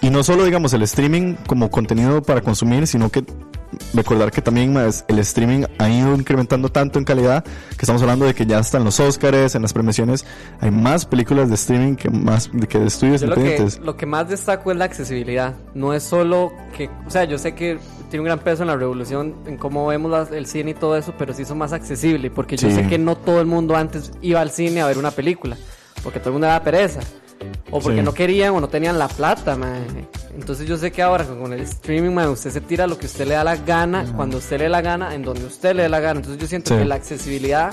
[SPEAKER 3] Y no solo, digamos, el streaming como contenido para consumir, sino que recordar que también más, el streaming ha ido incrementando tanto en calidad que estamos hablando de que ya están los Oscars, en las premiaciones, hay más películas de streaming que más que de estudios
[SPEAKER 5] Yo lo que,
[SPEAKER 3] independientes.
[SPEAKER 5] lo que más destaco es la accesibilidad. No es solo que, o sea, yo sé que tiene un gran peso en la revolución, en cómo vemos las- el cine y todo eso, pero se hizo más accesible, porque yo
[SPEAKER 3] Sí.
[SPEAKER 5] sé que no todo el mundo antes iba al cine a ver una película, porque todo el mundo daba pereza, o porque
[SPEAKER 3] Sí.
[SPEAKER 5] no querían o no tenían la plata, mae. Entonces yo sé que ahora con el streaming, mae, usted se tira lo que usted le da la gana, cuando usted le dé la gana, en donde usted le dé la gana. Entonces yo siento
[SPEAKER 3] Sí.
[SPEAKER 5] que la accesibilidad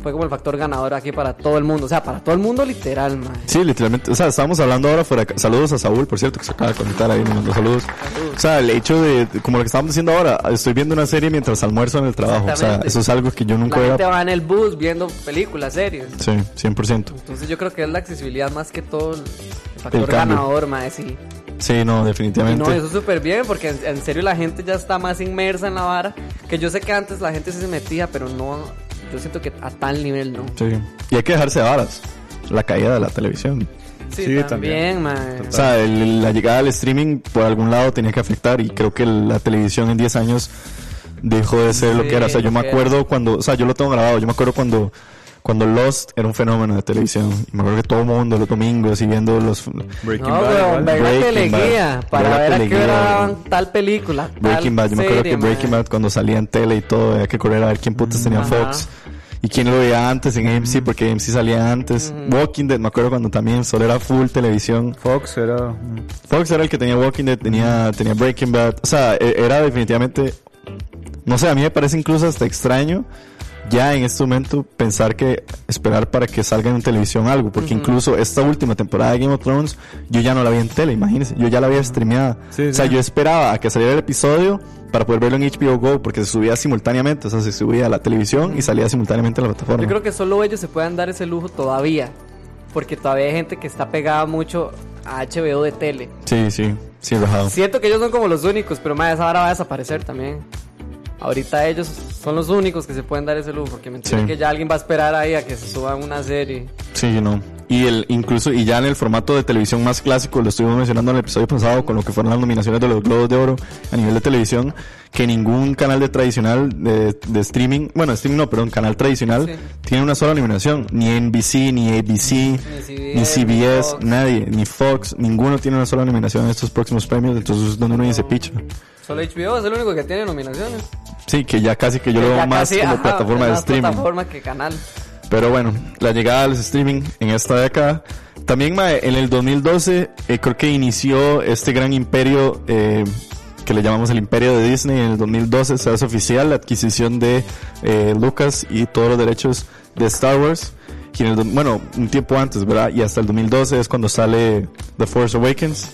[SPEAKER 5] fue como el factor ganador aquí para todo el mundo, o sea, para todo el mundo literal, mae.
[SPEAKER 3] Sí, literalmente. O sea, estábamos hablando ahora fuera. de ca- Saludos a Saúl, por cierto, que se acaba de conectar ahí, me mandó saludos. O sea, el hecho de, de- como lo que estábamos diciendo ahora, estoy viendo una serie mientras almuerzo en el trabajo. O sea,
[SPEAKER 5] Exactamente.
[SPEAKER 3] eso es algo que yo
[SPEAKER 5] La
[SPEAKER 3] nunca
[SPEAKER 5] gente
[SPEAKER 3] era.
[SPEAKER 5] va en el bus viendo películas, series.
[SPEAKER 3] Sí, 100%.
[SPEAKER 5] Entonces yo creo que es la accesibilidad más que todo el factor
[SPEAKER 3] El cambio.
[SPEAKER 5] ganador, mae, sí.
[SPEAKER 3] Sí, no,
[SPEAKER 5] Y
[SPEAKER 3] definitivamente.
[SPEAKER 5] no, eso es súper bien, porque en, en serio la gente ya está más inmersa en la vara. Que yo sé que antes la gente sí se metía, pero no, yo siento que a tal nivel no.
[SPEAKER 3] Sí. Y hay que dejarse de varas. La caída de la televisión.
[SPEAKER 5] Sí,
[SPEAKER 6] Sí,
[SPEAKER 5] también,
[SPEAKER 6] también.
[SPEAKER 5] mae.
[SPEAKER 3] O sea, el- la llegada del streaming por algún lado tenía que afectar y creo que la televisión en 10 años dejó de ser lo
[SPEAKER 5] Sí,
[SPEAKER 3] que era. O sea, yo
[SPEAKER 5] lo
[SPEAKER 3] me
[SPEAKER 5] que
[SPEAKER 3] acuerdo cuando, o sea, yo lo tengo grabado, yo me acuerdo cuando cuando Lost era un fenómeno de televisión. Y me acuerdo que todo el mundo los domingos y viendo los
[SPEAKER 6] Breaking
[SPEAKER 5] No,
[SPEAKER 6] Bad.
[SPEAKER 5] weón,
[SPEAKER 6] igual.
[SPEAKER 5] ver la
[SPEAKER 3] Breaking
[SPEAKER 5] teleguía,
[SPEAKER 3] Bad.
[SPEAKER 5] para
[SPEAKER 3] Ver la
[SPEAKER 5] ver a qué
[SPEAKER 3] teleguía,
[SPEAKER 5] hora daban
[SPEAKER 3] weón.
[SPEAKER 5] tal película. tal
[SPEAKER 3] Breaking Bad, yo me acuerdo
[SPEAKER 5] serie,
[SPEAKER 3] que Breaking
[SPEAKER 5] mae. Mm,
[SPEAKER 3] Bad cuando salía en tele y todo, había que correr a ver quién putas tenía
[SPEAKER 5] Ajá. Mm.
[SPEAKER 3] Fox y quién lo veía antes en AMC porque AMC salía antes. Walking Dead, me acuerdo cuando también solo era full televisión.
[SPEAKER 6] Fox era.
[SPEAKER 3] Fox era el que tenía Walking Dead, tenía, tenía Breaking Bad. O sea, e- era definitivamente. No sé, a mí me parece incluso hasta extraño ya en este momento pensar que esperar para que salga en televisión algo. Porque incluso esta última temporada de Game of Thrones yo ya no la vi en tele, imagínense. Yo ya la había streameada.
[SPEAKER 6] Sí,
[SPEAKER 3] o sea,
[SPEAKER 6] sí.
[SPEAKER 3] yo esperaba a que saliera el episodio para poder verlo en HBO Go porque se subía simultáneamente. O sea, se subía a la televisión y salía simultáneamente a la plataforma.
[SPEAKER 5] Yo creo que solo ellos se pueden dar ese lujo todavía. Porque todavía hay gente que está pegada mucho a HBO de tele.
[SPEAKER 3] Sí, sí, sí, rajado.
[SPEAKER 5] Siento que ellos son como los únicos, pero más esa vara va a desaparecer también. Ahorita ellos son los únicos que se pueden dar ese lujo. Porque me entiende
[SPEAKER 3] Sí.
[SPEAKER 5] que ya alguien va a esperar ahí a que se suba una serie.
[SPEAKER 3] Sí, no. Y el incluso y ya en el formato de televisión más clásico, lo estuvimos mencionando en el episodio pasado con lo que fueron las nominaciones de los Globos de Oro a nivel de televisión, que ningún canal de tradicional de, de streaming, bueno, streaming no, perdón, canal tradicional
[SPEAKER 5] Sí.
[SPEAKER 3] tiene una sola nominación, ni NBC, ni ABC,
[SPEAKER 5] CBS,
[SPEAKER 3] ni CBS,
[SPEAKER 5] Fox.
[SPEAKER 3] nadie, ni Fox, ninguno tiene una sola nominación en estos próximos premios, entonces es donde uno dice picha.
[SPEAKER 5] Solo HBO es el único que tiene nominaciones.
[SPEAKER 3] Sí, que ya casi que yo lo
[SPEAKER 5] Ya
[SPEAKER 3] veo más
[SPEAKER 5] casi,
[SPEAKER 3] como
[SPEAKER 5] ajá,
[SPEAKER 3] plataforma de
[SPEAKER 5] más
[SPEAKER 3] streaming.
[SPEAKER 5] plataforma que canal.
[SPEAKER 3] Pero bueno, la llegada del streaming en esta década. También mae, en el 2012 eh, creo que inició este gran imperio eh, que le llamamos el imperio de Disney. En el 2012 se hace oficial la adquisición de eh, Lucas y todos los derechos de Star Wars. Y en el do- bueno, un tiempo antes, ¿verdad? Y hasta el 2012 es cuando sale The Force Awakens.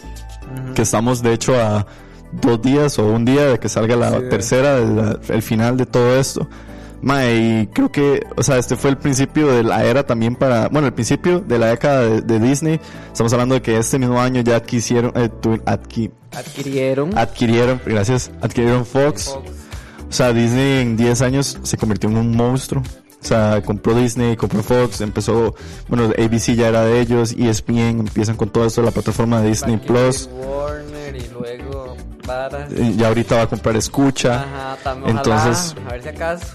[SPEAKER 3] Que estamos de hecho a dos días o un día de que salga la tercera, de la- el final de todo esto. Mae, y creo que, o sea, este fue el principio de la era también para, bueno, el principio de la década de, de Disney. Estamos hablando de que este mismo año ya adquisieron, eh, tu- adqui-
[SPEAKER 5] Adquirieron.
[SPEAKER 3] Ah, adquirieron, gracias, adquirieron Fox.
[SPEAKER 5] Fox.
[SPEAKER 3] O sea, Disney en 10 años se convirtió en un monstruo. O sea, compró Disney, compró Fox, empezó, bueno, ABC ya era de ellos, E ESPN, empiezan con todo esto, la plataforma de Disney
[SPEAKER 5] Adquirió
[SPEAKER 3] Plus.
[SPEAKER 5] Warner y luego varas.
[SPEAKER 3] Y Ya ahorita va a comprar Escucha.
[SPEAKER 5] Ajá, también.
[SPEAKER 3] Entonces-
[SPEAKER 5] a ver
[SPEAKER 3] [LAUGHS]
[SPEAKER 5] si acaso.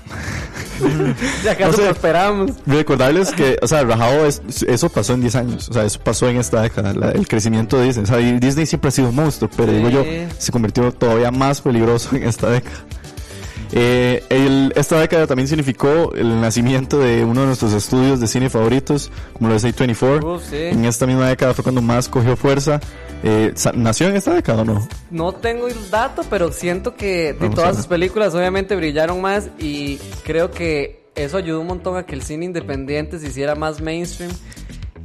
[SPEAKER 5] [LAUGHS] si acaso
[SPEAKER 3] No sé.
[SPEAKER 5] prosperamos.
[SPEAKER 3] Recordarles que, o sea, Rajao, es- eso pasó en 10 años. O sea, eso pasó en esta década. la- el crecimiento de Disney. O sea, y Disney siempre ha sido un monstruo, pero
[SPEAKER 5] Sí.
[SPEAKER 3] digo yo, se convirtió todavía más peligroso en esta década. Eh, el- esta década también significó el nacimiento de uno de nuestros estudios de cine favoritos, como lo es A24.
[SPEAKER 5] Uf, sí.
[SPEAKER 3] En esta misma década fue cuando más cogió fuerza. Eh, sa- ¿Nació en esta década o no?
[SPEAKER 5] No tengo el dato, pero siento que de
[SPEAKER 3] Vamos a
[SPEAKER 5] todas
[SPEAKER 3] ver.
[SPEAKER 5] sus películas obviamente brillaron más y creo que eso ayudó un montón a que el cine independiente se hiciera más mainstream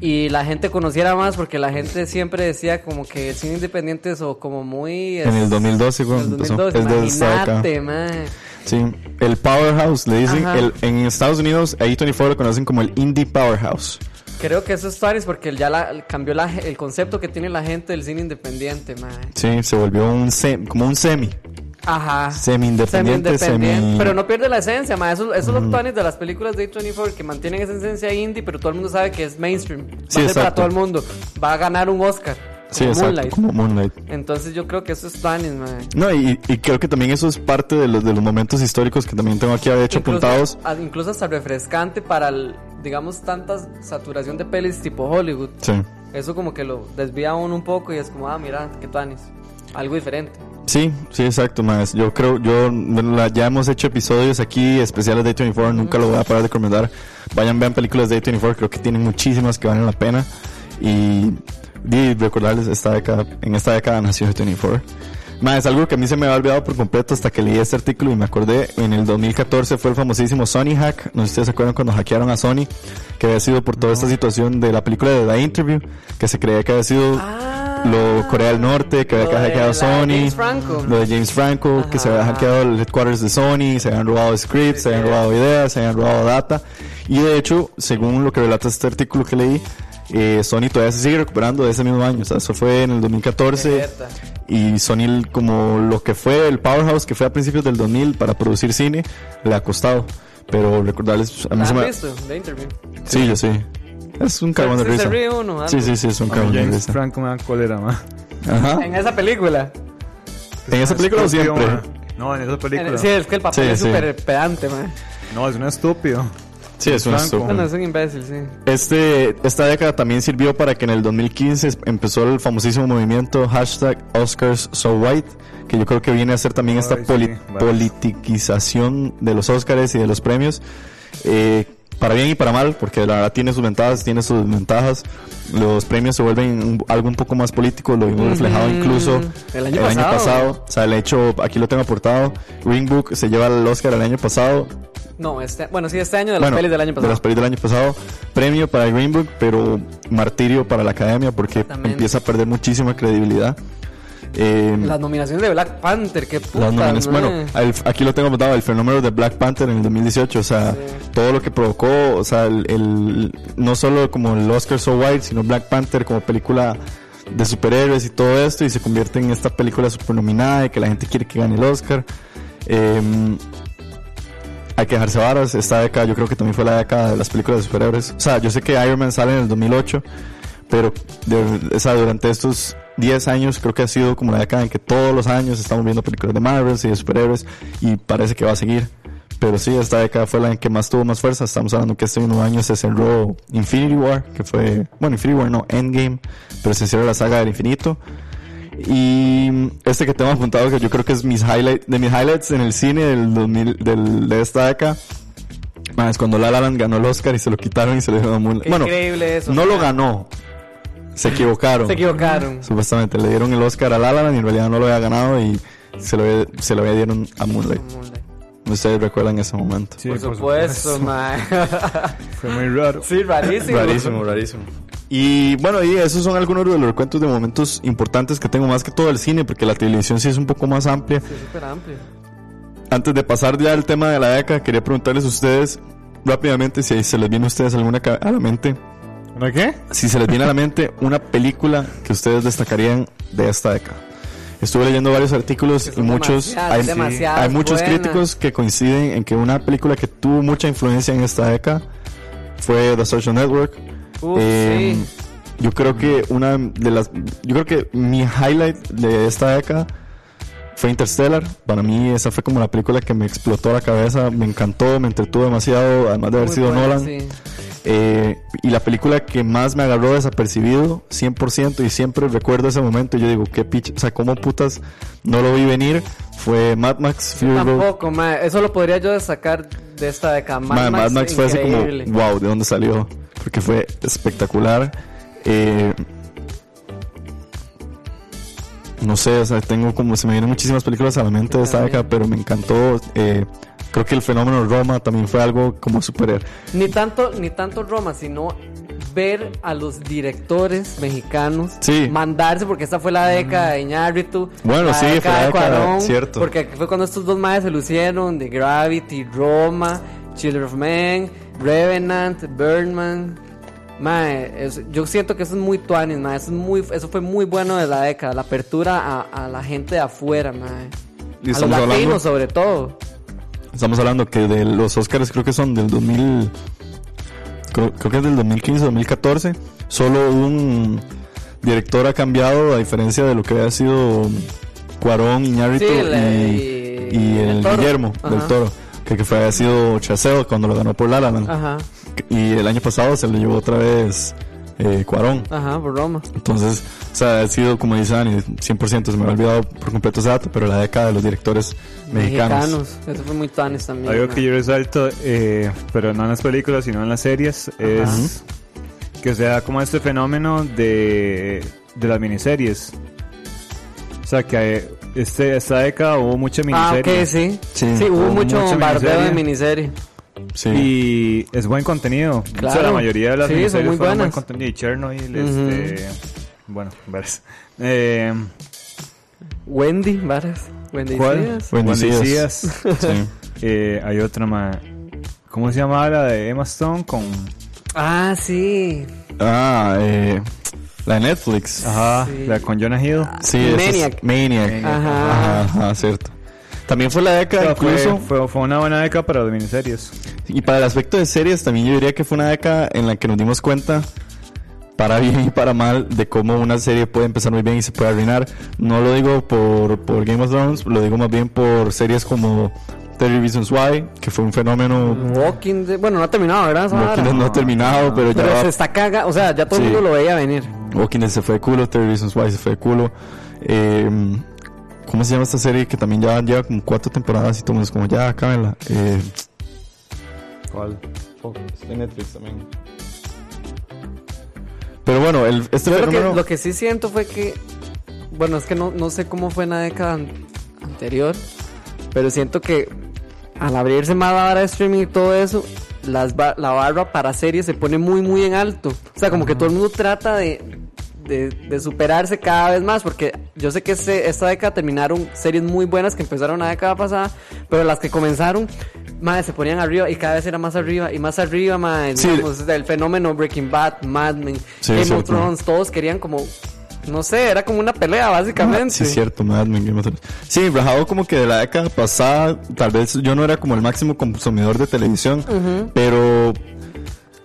[SPEAKER 5] y la gente conociera más porque la gente siempre decía como que el cine independiente es o como muy...
[SPEAKER 3] En el 2012, cuando
[SPEAKER 5] en el
[SPEAKER 3] empezó.
[SPEAKER 5] 2012,
[SPEAKER 3] Es de esta década.
[SPEAKER 5] imagínate, mae.
[SPEAKER 3] Sí, el Powerhouse, le dicen.
[SPEAKER 5] Ajá.
[SPEAKER 3] el- en Estados Unidos, ahí 24 lo conocen como el Indie Powerhouse.
[SPEAKER 5] Creo que eso es Taris porque ya la- cambió la- el concepto que tiene la gente del cine independiente, mae.
[SPEAKER 3] Sí, se volvió un sem- como un semi.
[SPEAKER 5] Ajá.
[SPEAKER 3] Semi-independiente, semi-
[SPEAKER 5] Pero no pierde la esencia, ma. Esos, esos los planes de las películas de A24 que mantienen esa esencia indie, pero todo el mundo sabe que es mainstream. Va
[SPEAKER 3] Sí,
[SPEAKER 5] a ser para
[SPEAKER 3] exacto.
[SPEAKER 5] todo el mundo. Va a ganar un Oscar.
[SPEAKER 3] Sí,
[SPEAKER 5] como
[SPEAKER 3] exacto,
[SPEAKER 5] Moonlight.
[SPEAKER 3] como Moonlight.
[SPEAKER 5] Entonces yo creo que eso es Tannis, mae.
[SPEAKER 3] No, y, y creo que también eso es parte de los, de los momentos históricos que también tengo aquí, de hecho, apuntados.
[SPEAKER 5] a- incluso hasta refrescante para, el- digamos, tanta saturación de pelis tipo Hollywood.
[SPEAKER 3] Sí.
[SPEAKER 5] Eso como que lo desvía a uno un poco y es como, ah, mira, qué tanis. Algo diferente.
[SPEAKER 3] Sí, sí, exacto, más. Yo creo, yo la- ya hemos hecho episodios aquí especiales de A24, nunca lo voy a parar de recomendar. Vayan, vean películas de A24, creo que tienen muchísimas que valen la pena. Y, y recordarles, esta década, en esta década nació A24. Más, es algo que a mí se me había olvidado por completo hasta que leí este artículo y me acordé, en el 2014 fue el famosísimo Sony Hack, no sé si ustedes se acuerdan cuando hackearon a Sony, que había sido por toda esta situación de la película de The Interview, que se creía que había sido lo Corea del Norte, que había
[SPEAKER 5] Lo de
[SPEAKER 3] hackeado
[SPEAKER 5] la
[SPEAKER 3] Sony.
[SPEAKER 5] James Franco.
[SPEAKER 3] Lo de James Franco, que se había hackeado el headquarters de Sony, se habían robado scripts, se habían robado ideas, se habían robado data. Y de hecho, según lo que relata este artículo que leí, eh, Sony todavía se sigue recuperando de ese mismo año. O sea, eso fue en el 2014.
[SPEAKER 5] Berta.
[SPEAKER 3] Y Sony, el- como lo que fue el powerhouse que fue a principios del 2000 para producir cine, le ha costado. Pero recordarles, a mí
[SPEAKER 5] ¿La
[SPEAKER 3] se
[SPEAKER 5] han
[SPEAKER 3] me.
[SPEAKER 5] visto? De interview.
[SPEAKER 3] Sí, yo sí. Es un carbón de
[SPEAKER 5] Sí, se
[SPEAKER 3] risa.
[SPEAKER 5] ríe uno, algo.
[SPEAKER 3] Sí, sí, sí, es un carbón de
[SPEAKER 6] James
[SPEAKER 3] risa.
[SPEAKER 6] Franco me da cólera, ma.
[SPEAKER 3] Ajá.
[SPEAKER 5] En esa película.
[SPEAKER 3] En esa película o
[SPEAKER 6] Estúpido,
[SPEAKER 3] siempre.
[SPEAKER 6] ma. No, en esa película.
[SPEAKER 5] En- sí, es que el papel
[SPEAKER 3] Sí,
[SPEAKER 5] es
[SPEAKER 3] sí.
[SPEAKER 5] súper pedante, mae.
[SPEAKER 6] No, es un estúpido.
[SPEAKER 3] Sí, es un
[SPEAKER 6] Franco.
[SPEAKER 3] estúpido.
[SPEAKER 5] Bueno, es un imbécil, sí.
[SPEAKER 3] Este, esta década también sirvió para que en el 2015 empezó el famosísimo movimiento hashtag Oscars So White, que yo creo que viene a ser también esta
[SPEAKER 6] Ay, sí,
[SPEAKER 3] poli-
[SPEAKER 6] vale.
[SPEAKER 3] politiquización de los Oscars y de los premios, eh, para bien y para mal, porque la verdad tiene sus ventajas, tiene sus desventajas. Los premios se vuelven un- algo un poco más político, lo vimos reflejado
[SPEAKER 5] Ujú.
[SPEAKER 3] incluso
[SPEAKER 5] El año pasado.
[SPEAKER 3] O sea, el hecho, aquí lo tengo aportado, Ring Book se lleva el Oscar el año pasado,
[SPEAKER 5] No, este, bueno, sí, este año de las
[SPEAKER 3] bueno,
[SPEAKER 5] pelis del año
[SPEAKER 3] De
[SPEAKER 5] pasado.
[SPEAKER 3] las pelis del año pasado. Premio para Green Book, pero martirio para la academia porque
[SPEAKER 5] Exactamente.
[SPEAKER 3] empieza a perder muchísima credibilidad. Eh,
[SPEAKER 5] Las nominaciones de Black Panther, qué puta.
[SPEAKER 3] las nominaciones-
[SPEAKER 5] mae.
[SPEAKER 3] bueno, ah, el- aquí lo tengo apuntado, el fenómeno de Black Panther en el 2018, o sea, todo lo que provocó, o sea, el, el- no solo como el Oscar So White, sino Black Panther como película de superhéroes y todo esto, y se convierte en esta película supernominada y que la gente quiere que gane el Oscar. Eh, hay que dejarse varas, esta década yo creo que también fue la década de las películas de superhéroes. O sea, yo sé que Iron Man sale en el 2008, pero de- o sea, durante estos 10 años creo que ha sido como la década en que todos los años estamos viendo películas de Marvel y de superhéroes y parece que va a seguir. Pero sí, esta década fue la en que más tuvo más fuerza. Estamos hablando que este mismo año se cerró Infinity War, que fue, bueno, Infinity War no, Endgame, pero se cierra la saga del infinito. Y este que tengo apuntado, que yo creo que es mis highlight, de mis highlights en el cine del 2000, del, de esta década, ma, es cuando La La Land ganó el Oscar y se lo quitaron y se lo dieron a Moonlight.
[SPEAKER 5] Qué
[SPEAKER 3] Bueno,
[SPEAKER 5] increíble eso.
[SPEAKER 3] no
[SPEAKER 5] mae.
[SPEAKER 3] lo ganó. Se equivocaron.
[SPEAKER 5] Se equivocaron.
[SPEAKER 3] Supuestamente le dieron el Oscar a La La Land y en realidad no lo había ganado y se lo, había- se lo había dieron a Moonlight. Ustedes recuerdan ese momento.
[SPEAKER 6] Sí,
[SPEAKER 5] Por supuesto, mae. [LAUGHS]
[SPEAKER 6] Fue muy raro.
[SPEAKER 5] sí, rarísimo.
[SPEAKER 3] Rarísimo, rarísimo. Y bueno, y esos son algunos de los recuentos de momentos importantes que tengo, más que todo el cine, porque la televisión sí es un poco más amplia.
[SPEAKER 5] Es súper amplio.
[SPEAKER 3] Antes de pasar ya al tema de la década, quería preguntarles a ustedes rápidamente si se les viene a ustedes alguna ca- a la mente,
[SPEAKER 6] ¿Una qué?
[SPEAKER 3] si se les viene a la mente una película que ustedes destacarían de esta década. Estuve leyendo varios artículos y
[SPEAKER 5] son
[SPEAKER 3] muchos
[SPEAKER 5] demasiadas,
[SPEAKER 3] hay,
[SPEAKER 5] demasiadas
[SPEAKER 3] hay muchos
[SPEAKER 5] buenas.
[SPEAKER 3] críticos que coinciden en que una película que tuvo mucha influencia en esta década fue The Social Network.
[SPEAKER 5] Uf,
[SPEAKER 3] Eh,
[SPEAKER 5] sí.
[SPEAKER 3] Yo creo que una de las. Yo creo que mi highlight de esta década fue Interstellar. Para mí, esa fue como la película que me explotó la cabeza. Me encantó, me entretuvo demasiado, además de haber
[SPEAKER 5] Muy
[SPEAKER 3] sido
[SPEAKER 5] buena,
[SPEAKER 3] Nolan.
[SPEAKER 5] sí.
[SPEAKER 3] Eh, y la película que más me agarró desapercibido, 100%, y siempre recuerdo ese momento. y Yo digo, qué pitch, o sea, cómo putas no lo vi venir. Fue Mad Max Fury Road.
[SPEAKER 5] Tampoco, mae. Eso lo podría yo destacar de esta década. Mad,
[SPEAKER 3] Ma- Mad, Max, fue así como,
[SPEAKER 5] increíble.
[SPEAKER 3] wow, ¿de dónde salió? Porque fue espectacular. Eh, no sé, o sea, tengo como, se me vienen muchísimas películas a la mente de esta
[SPEAKER 5] también.
[SPEAKER 3] década, pero me encantó. eh, creo que el fenómeno Roma también fue algo como super...
[SPEAKER 5] Ni tanto, ni tanto Roma, sino ver a los directores mexicanos
[SPEAKER 3] Sí.
[SPEAKER 5] mandarse, porque esta fue la década de Iñárritu.
[SPEAKER 3] Bueno, sí, fue la
[SPEAKER 5] de
[SPEAKER 3] década, cierto.
[SPEAKER 5] Porque fue cuando estos dos madres se lucieron, de Gravity, Roma, Children of Men, Revenant, Birdman. Mae, es- yo siento que eso es muy tuanis, mae, Eso, es muy, eso fue muy bueno de la década, la apertura a, a la gente de afuera, mae.
[SPEAKER 3] Y
[SPEAKER 5] A los
[SPEAKER 3] estamos hablando-
[SPEAKER 5] latinos, sobre todo.
[SPEAKER 3] Estamos hablando que de los Oscars creo que son del 2000... Creo, creo que es del 2015, 2014. Solo un... director ha cambiado a diferencia de lo que había sido Cuarón, Iñárritu
[SPEAKER 5] Sí, la-
[SPEAKER 3] y, y
[SPEAKER 5] el
[SPEAKER 3] el
[SPEAKER 5] Toro.
[SPEAKER 3] Guillermo del
[SPEAKER 5] Ajá.
[SPEAKER 3] Toro. Que, que fue, había sido Chaseo cuando lo ganó por La La Land.
[SPEAKER 5] Ajá,
[SPEAKER 3] Y el año pasado se lo llevó otra vez eh, Cuarón.
[SPEAKER 5] ajá, por Roma.
[SPEAKER 3] Entonces, o sea, ha sido, como dice Dani, 100%, se me ha olvidado por completo ese dato, pero la década de los directores mexicanos.
[SPEAKER 5] Mexicanos. Eso fue muy tanes también.
[SPEAKER 6] Algo
[SPEAKER 5] ma.
[SPEAKER 6] que yo resalto, eh, pero no en las películas, sino en las series, es que se da como este fenómeno de, de las miniseries. O sea, que eh, este, esta década hubo mucha
[SPEAKER 5] Ah,
[SPEAKER 6] miniserie.
[SPEAKER 5] ok, sí. Sí,
[SPEAKER 3] Sí,
[SPEAKER 5] hubo mucho
[SPEAKER 6] mucha
[SPEAKER 5] bombardeo de miniserie.
[SPEAKER 3] Sí.
[SPEAKER 6] Y es buen contenido. O sea,
[SPEAKER 5] Claro.
[SPEAKER 6] la mayoría de las
[SPEAKER 5] Sí, son
[SPEAKER 6] miniseries
[SPEAKER 5] muy
[SPEAKER 6] fueron buen
[SPEAKER 5] buenas.
[SPEAKER 6] contenido. Y Chernobyl,
[SPEAKER 5] Ujú.
[SPEAKER 6] este... Bueno, varias. Eh,
[SPEAKER 5] Wendy, varas. Wendy
[SPEAKER 6] ¿Cuál?
[SPEAKER 5] Díaz.
[SPEAKER 3] Bendecidas.
[SPEAKER 6] Bendecidas.
[SPEAKER 3] [LAUGHS] Sí.
[SPEAKER 6] Eh, hay otra más. ¿Cómo se llama la de Emma Stone con...
[SPEAKER 5] Ah, sí.
[SPEAKER 3] Ah, eh, la de Netflix.
[SPEAKER 6] Ajá,
[SPEAKER 5] Ah. Sí.
[SPEAKER 6] la con Jonah Hill.
[SPEAKER 3] Sí, esa es-
[SPEAKER 5] Maniac.
[SPEAKER 3] Maniac. Ajá.
[SPEAKER 5] Ajá.
[SPEAKER 3] ajá, cierto. También fue la década,
[SPEAKER 6] O sea, fue-
[SPEAKER 3] incluso.
[SPEAKER 6] fue, fue una buena década para las miniseries.
[SPEAKER 3] Y para el aspecto de series, también yo diría que fue una década en la que nos dimos cuenta, para bien y para mal, de cómo una serie puede empezar muy bien y se puede arruinar. No lo digo por, por Game of Thrones, lo digo más bien por series como 30 Reasons Why, que fue un fenómeno
[SPEAKER 5] Walking Dead. Bueno, no ha terminado, ¿verdad? Esa
[SPEAKER 3] Walking
[SPEAKER 5] vara?
[SPEAKER 3] Dead no ha terminado, pero ya
[SPEAKER 5] Pero
[SPEAKER 3] va-
[SPEAKER 5] se está caga. O sea, ya todo el
[SPEAKER 3] Sí.
[SPEAKER 5] mundo lo veía venir.
[SPEAKER 3] Walking Dead se fue de culo, 30 Reasons Why se fue de culo. Eh, ¿Cómo se llama esta serie que también ya lleva como cuatro temporadas y todo el mundo es como ya, cámela? Eh,
[SPEAKER 6] ¿Cuál?
[SPEAKER 3] pero bueno, el, este
[SPEAKER 5] Yo lo que,
[SPEAKER 3] fenómeno-
[SPEAKER 5] lo que sí siento fue que. Bueno, es que no, no sé cómo fue en la década an- anterior. Pero siento que al abrirse más la barra de streaming y todo eso, las ba- la barra para series se pone muy, muy en alto. O sea, como que todo el mundo trata de, de, de superarse cada vez más. Porque yo sé que este- esta década terminaron series muy buenas que empezaron la década pasada. Pero las que comenzaron, madre, se ponían arriba y cada vez era más arriba y más arriba, madre.
[SPEAKER 3] Sí.
[SPEAKER 5] Digamos, del fenómeno Breaking Bad, Mad Men,
[SPEAKER 3] Sí,
[SPEAKER 5] Game
[SPEAKER 3] es
[SPEAKER 5] of
[SPEAKER 3] cierto.
[SPEAKER 5] Thrones, todos querían como, no sé, era como una pelea básicamente.
[SPEAKER 3] Sí, es cierto, Mad Men, Game of Thrones. Sí, Rajado como que de la década pasada, tal vez yo no era como el máximo consumidor de televisión, pero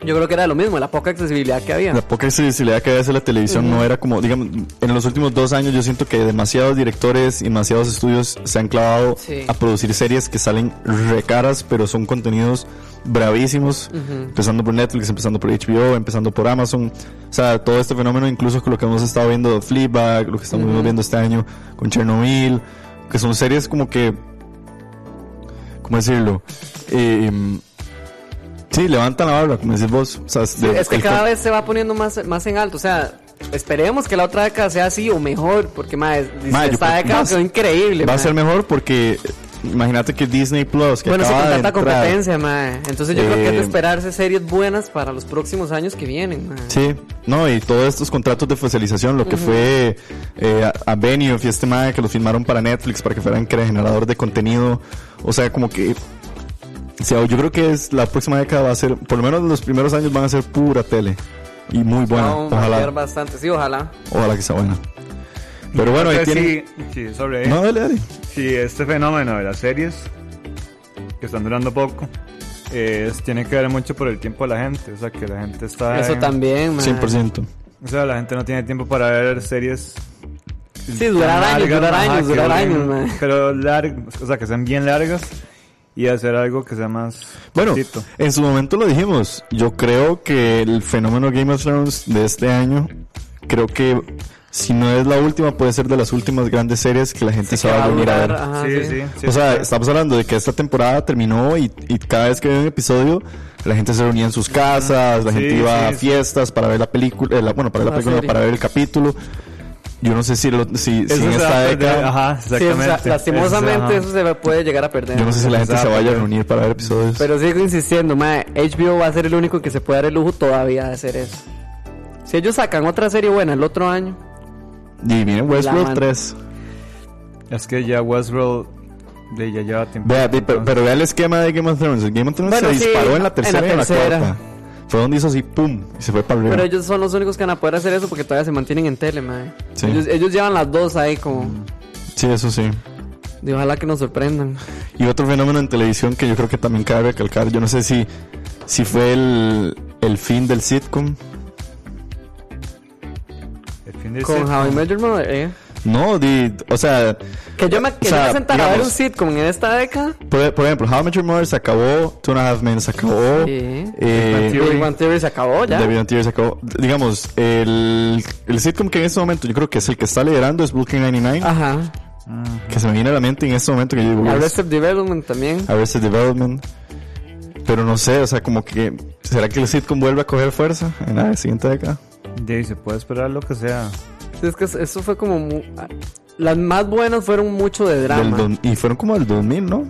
[SPEAKER 5] Yo creo que era lo mismo, la poca accesibilidad que había.
[SPEAKER 3] la poca accesibilidad que había hacia la televisión no era como, digamos, en los últimos dos años yo siento que demasiados directores y demasiados estudios se han clavado
[SPEAKER 5] Sí.
[SPEAKER 3] a producir series que salen recaras, pero son contenidos bravísimos, empezando por Netflix, empezando por HBO, empezando por Amazon, o sea, todo este fenómeno, incluso con lo que hemos estado viendo de Fleabag, lo que estamos viendo este año con Chernobyl, que son series como que, ¿cómo decirlo? Eh, sí, levantan la barba, como decís vos. O sea, de-
[SPEAKER 5] es que
[SPEAKER 3] el-
[SPEAKER 5] cada vez se va poniendo más, más en alto, o sea, esperemos que la otra década sea así o mejor, porque madre,
[SPEAKER 3] Mae, yo
[SPEAKER 5] esta
[SPEAKER 3] creo- va
[SPEAKER 5] década
[SPEAKER 3] a
[SPEAKER 5] quedó
[SPEAKER 3] ser-
[SPEAKER 5] increíble.
[SPEAKER 3] Va a
[SPEAKER 5] mae.
[SPEAKER 3] ser mejor porque eh, imagínate que Disney Plus, que
[SPEAKER 5] bueno, se
[SPEAKER 3] acaba de
[SPEAKER 5] contrata
[SPEAKER 3] entrar-
[SPEAKER 5] competencia, madre. Entonces yo creo que es de
[SPEAKER 3] Eh,
[SPEAKER 5] esperarse series buenas para los próximos años que vienen, mae.
[SPEAKER 3] Sí, no, y todos estos contratos de fosilización, lo que fue eh, a- Benioff y este madre que los firmaron para Netflix para que fueran generador de contenido. O sea, como que. O sea, yo creo que es la próxima década va a ser, por lo menos los primeros años van a ser pura tele. Y muy buena.
[SPEAKER 5] Vamos a ver
[SPEAKER 3] ojalá,
[SPEAKER 5] bastante, sí, ojalá.
[SPEAKER 3] ojalá que sea buena. Pero bueno, ahí
[SPEAKER 6] Entonces,
[SPEAKER 3] tiene.
[SPEAKER 6] sí, eh. sí, sobre
[SPEAKER 3] No, dale, dale.
[SPEAKER 6] sí, este fenómeno de las series que están durando poco eh, es- tiene que ver mucho por el tiempo de la gente. O sea, que la gente está.
[SPEAKER 5] Eso
[SPEAKER 6] en-
[SPEAKER 5] también, mae.
[SPEAKER 3] 100%.
[SPEAKER 6] O sea, la gente no tiene tiempo para ver series.
[SPEAKER 5] Sí, durar
[SPEAKER 6] tan
[SPEAKER 5] años, durar
[SPEAKER 6] ajá,
[SPEAKER 5] años,
[SPEAKER 6] que
[SPEAKER 5] durar
[SPEAKER 6] duren,
[SPEAKER 5] años, mae.
[SPEAKER 6] Pero largas, o sea, que sean bien largas y hacer algo que sea más.
[SPEAKER 3] Bueno,
[SPEAKER 6] cortito.
[SPEAKER 3] en su momento lo dijimos. Yo creo que el fenómeno Game of Thrones de este año, creo que si no es la última, puede ser de las últimas grandes series que la gente se,
[SPEAKER 5] Que
[SPEAKER 3] va a venir a
[SPEAKER 5] durar,
[SPEAKER 3] ver.
[SPEAKER 5] ajá,
[SPEAKER 6] sí,
[SPEAKER 5] sí.
[SPEAKER 6] sí, sí.
[SPEAKER 3] o sea, estamos hablando de que esta temporada terminó y, y cada vez que había un episodio, la gente se reunía en sus casas, la
[SPEAKER 6] Sí,
[SPEAKER 3] gente iba a
[SPEAKER 6] sí, sí.
[SPEAKER 3] fiestas para ver la película, eh, la- bueno, para ver la
[SPEAKER 5] La
[SPEAKER 3] película,
[SPEAKER 5] serie.
[SPEAKER 3] para ver el capítulo. Yo no sé si, lo- si, si
[SPEAKER 6] Eso
[SPEAKER 3] en
[SPEAKER 6] se
[SPEAKER 3] esta
[SPEAKER 6] va a perder,
[SPEAKER 3] década,
[SPEAKER 6] Ajá,
[SPEAKER 5] Sí, o sea,
[SPEAKER 6] exactamente.
[SPEAKER 5] lastimosamente eso se puede llegar a perder.
[SPEAKER 3] yo no sé si la gente
[SPEAKER 6] se
[SPEAKER 3] se
[SPEAKER 6] va a
[SPEAKER 3] vaya a
[SPEAKER 6] perder.
[SPEAKER 3] reunir para ver episodios.
[SPEAKER 5] Pero sigo insistiendo, mae, HBO va a ser el único que se puede dar el lujo todavía de hacer eso. Si ellos sacan otra serie buena el otro año,
[SPEAKER 3] y miren Westworld
[SPEAKER 5] man-
[SPEAKER 3] 3.
[SPEAKER 6] Ajá. Es que ya Westworld de ya lleva tiempo.
[SPEAKER 3] Vea, ve- pero, pero vea el esquema de Game of Thrones. El Game of Thrones
[SPEAKER 5] Bueno,
[SPEAKER 3] se
[SPEAKER 5] sí,
[SPEAKER 3] disparó en la tercera
[SPEAKER 5] en la
[SPEAKER 3] y en la
[SPEAKER 5] tercera.
[SPEAKER 3] cuarta. Fue donde hizo así, pum, y se fue para arriba.
[SPEAKER 5] pero ellos son los únicos que van a poder hacer eso porque todavía se mantienen en tele, mae.
[SPEAKER 3] Sí. Mm.
[SPEAKER 5] Ellos, ellos llevan las dos ahí como...
[SPEAKER 3] Sí, eso sí.
[SPEAKER 5] de ojalá que nos sorprendan.
[SPEAKER 3] Y otro fenómeno en televisión que yo creo que también cabe recalcar. Yo no sé si, si fue el, el fin del sitcom.
[SPEAKER 6] El fin fin de este
[SPEAKER 5] Con How I Met Your Mother, eh.
[SPEAKER 3] No, di, o sea,
[SPEAKER 5] Que yo me, que
[SPEAKER 3] O sea,
[SPEAKER 5] yo me sentara a ver un
[SPEAKER 3] digamos-
[SPEAKER 5] sitcom en esta década.
[SPEAKER 3] por, por ejemplo, How I Met Your Mother se acabó, Two and a Half Men se acabó,
[SPEAKER 5] Sí.
[SPEAKER 3] eh,
[SPEAKER 5] Big Bang Theory se acabó ya.
[SPEAKER 3] The Big Bang Theory se acabó. Digamos, el, el sitcom que en este momento yo creo que es el que está liderando es Brooklyn
[SPEAKER 5] Ah,
[SPEAKER 3] 99,
[SPEAKER 5] Ajá.
[SPEAKER 3] que se me viene a la mente en este momento que yo digo, "Uy, Ah.
[SPEAKER 5] Arrested Development también.
[SPEAKER 3] Arrested Development. Pero no sé, o sea, como que. ¿Será que el sitcom vuelve a coger fuerza en la siguiente década?
[SPEAKER 6] Dave, se puede esperar lo que sea.
[SPEAKER 5] Sí, Es que eso fue como. mu- ah, Las más buenas fueron mucho de
[SPEAKER 3] Del
[SPEAKER 5] drama.
[SPEAKER 3] dos- y fueron como del 2000, ¿no?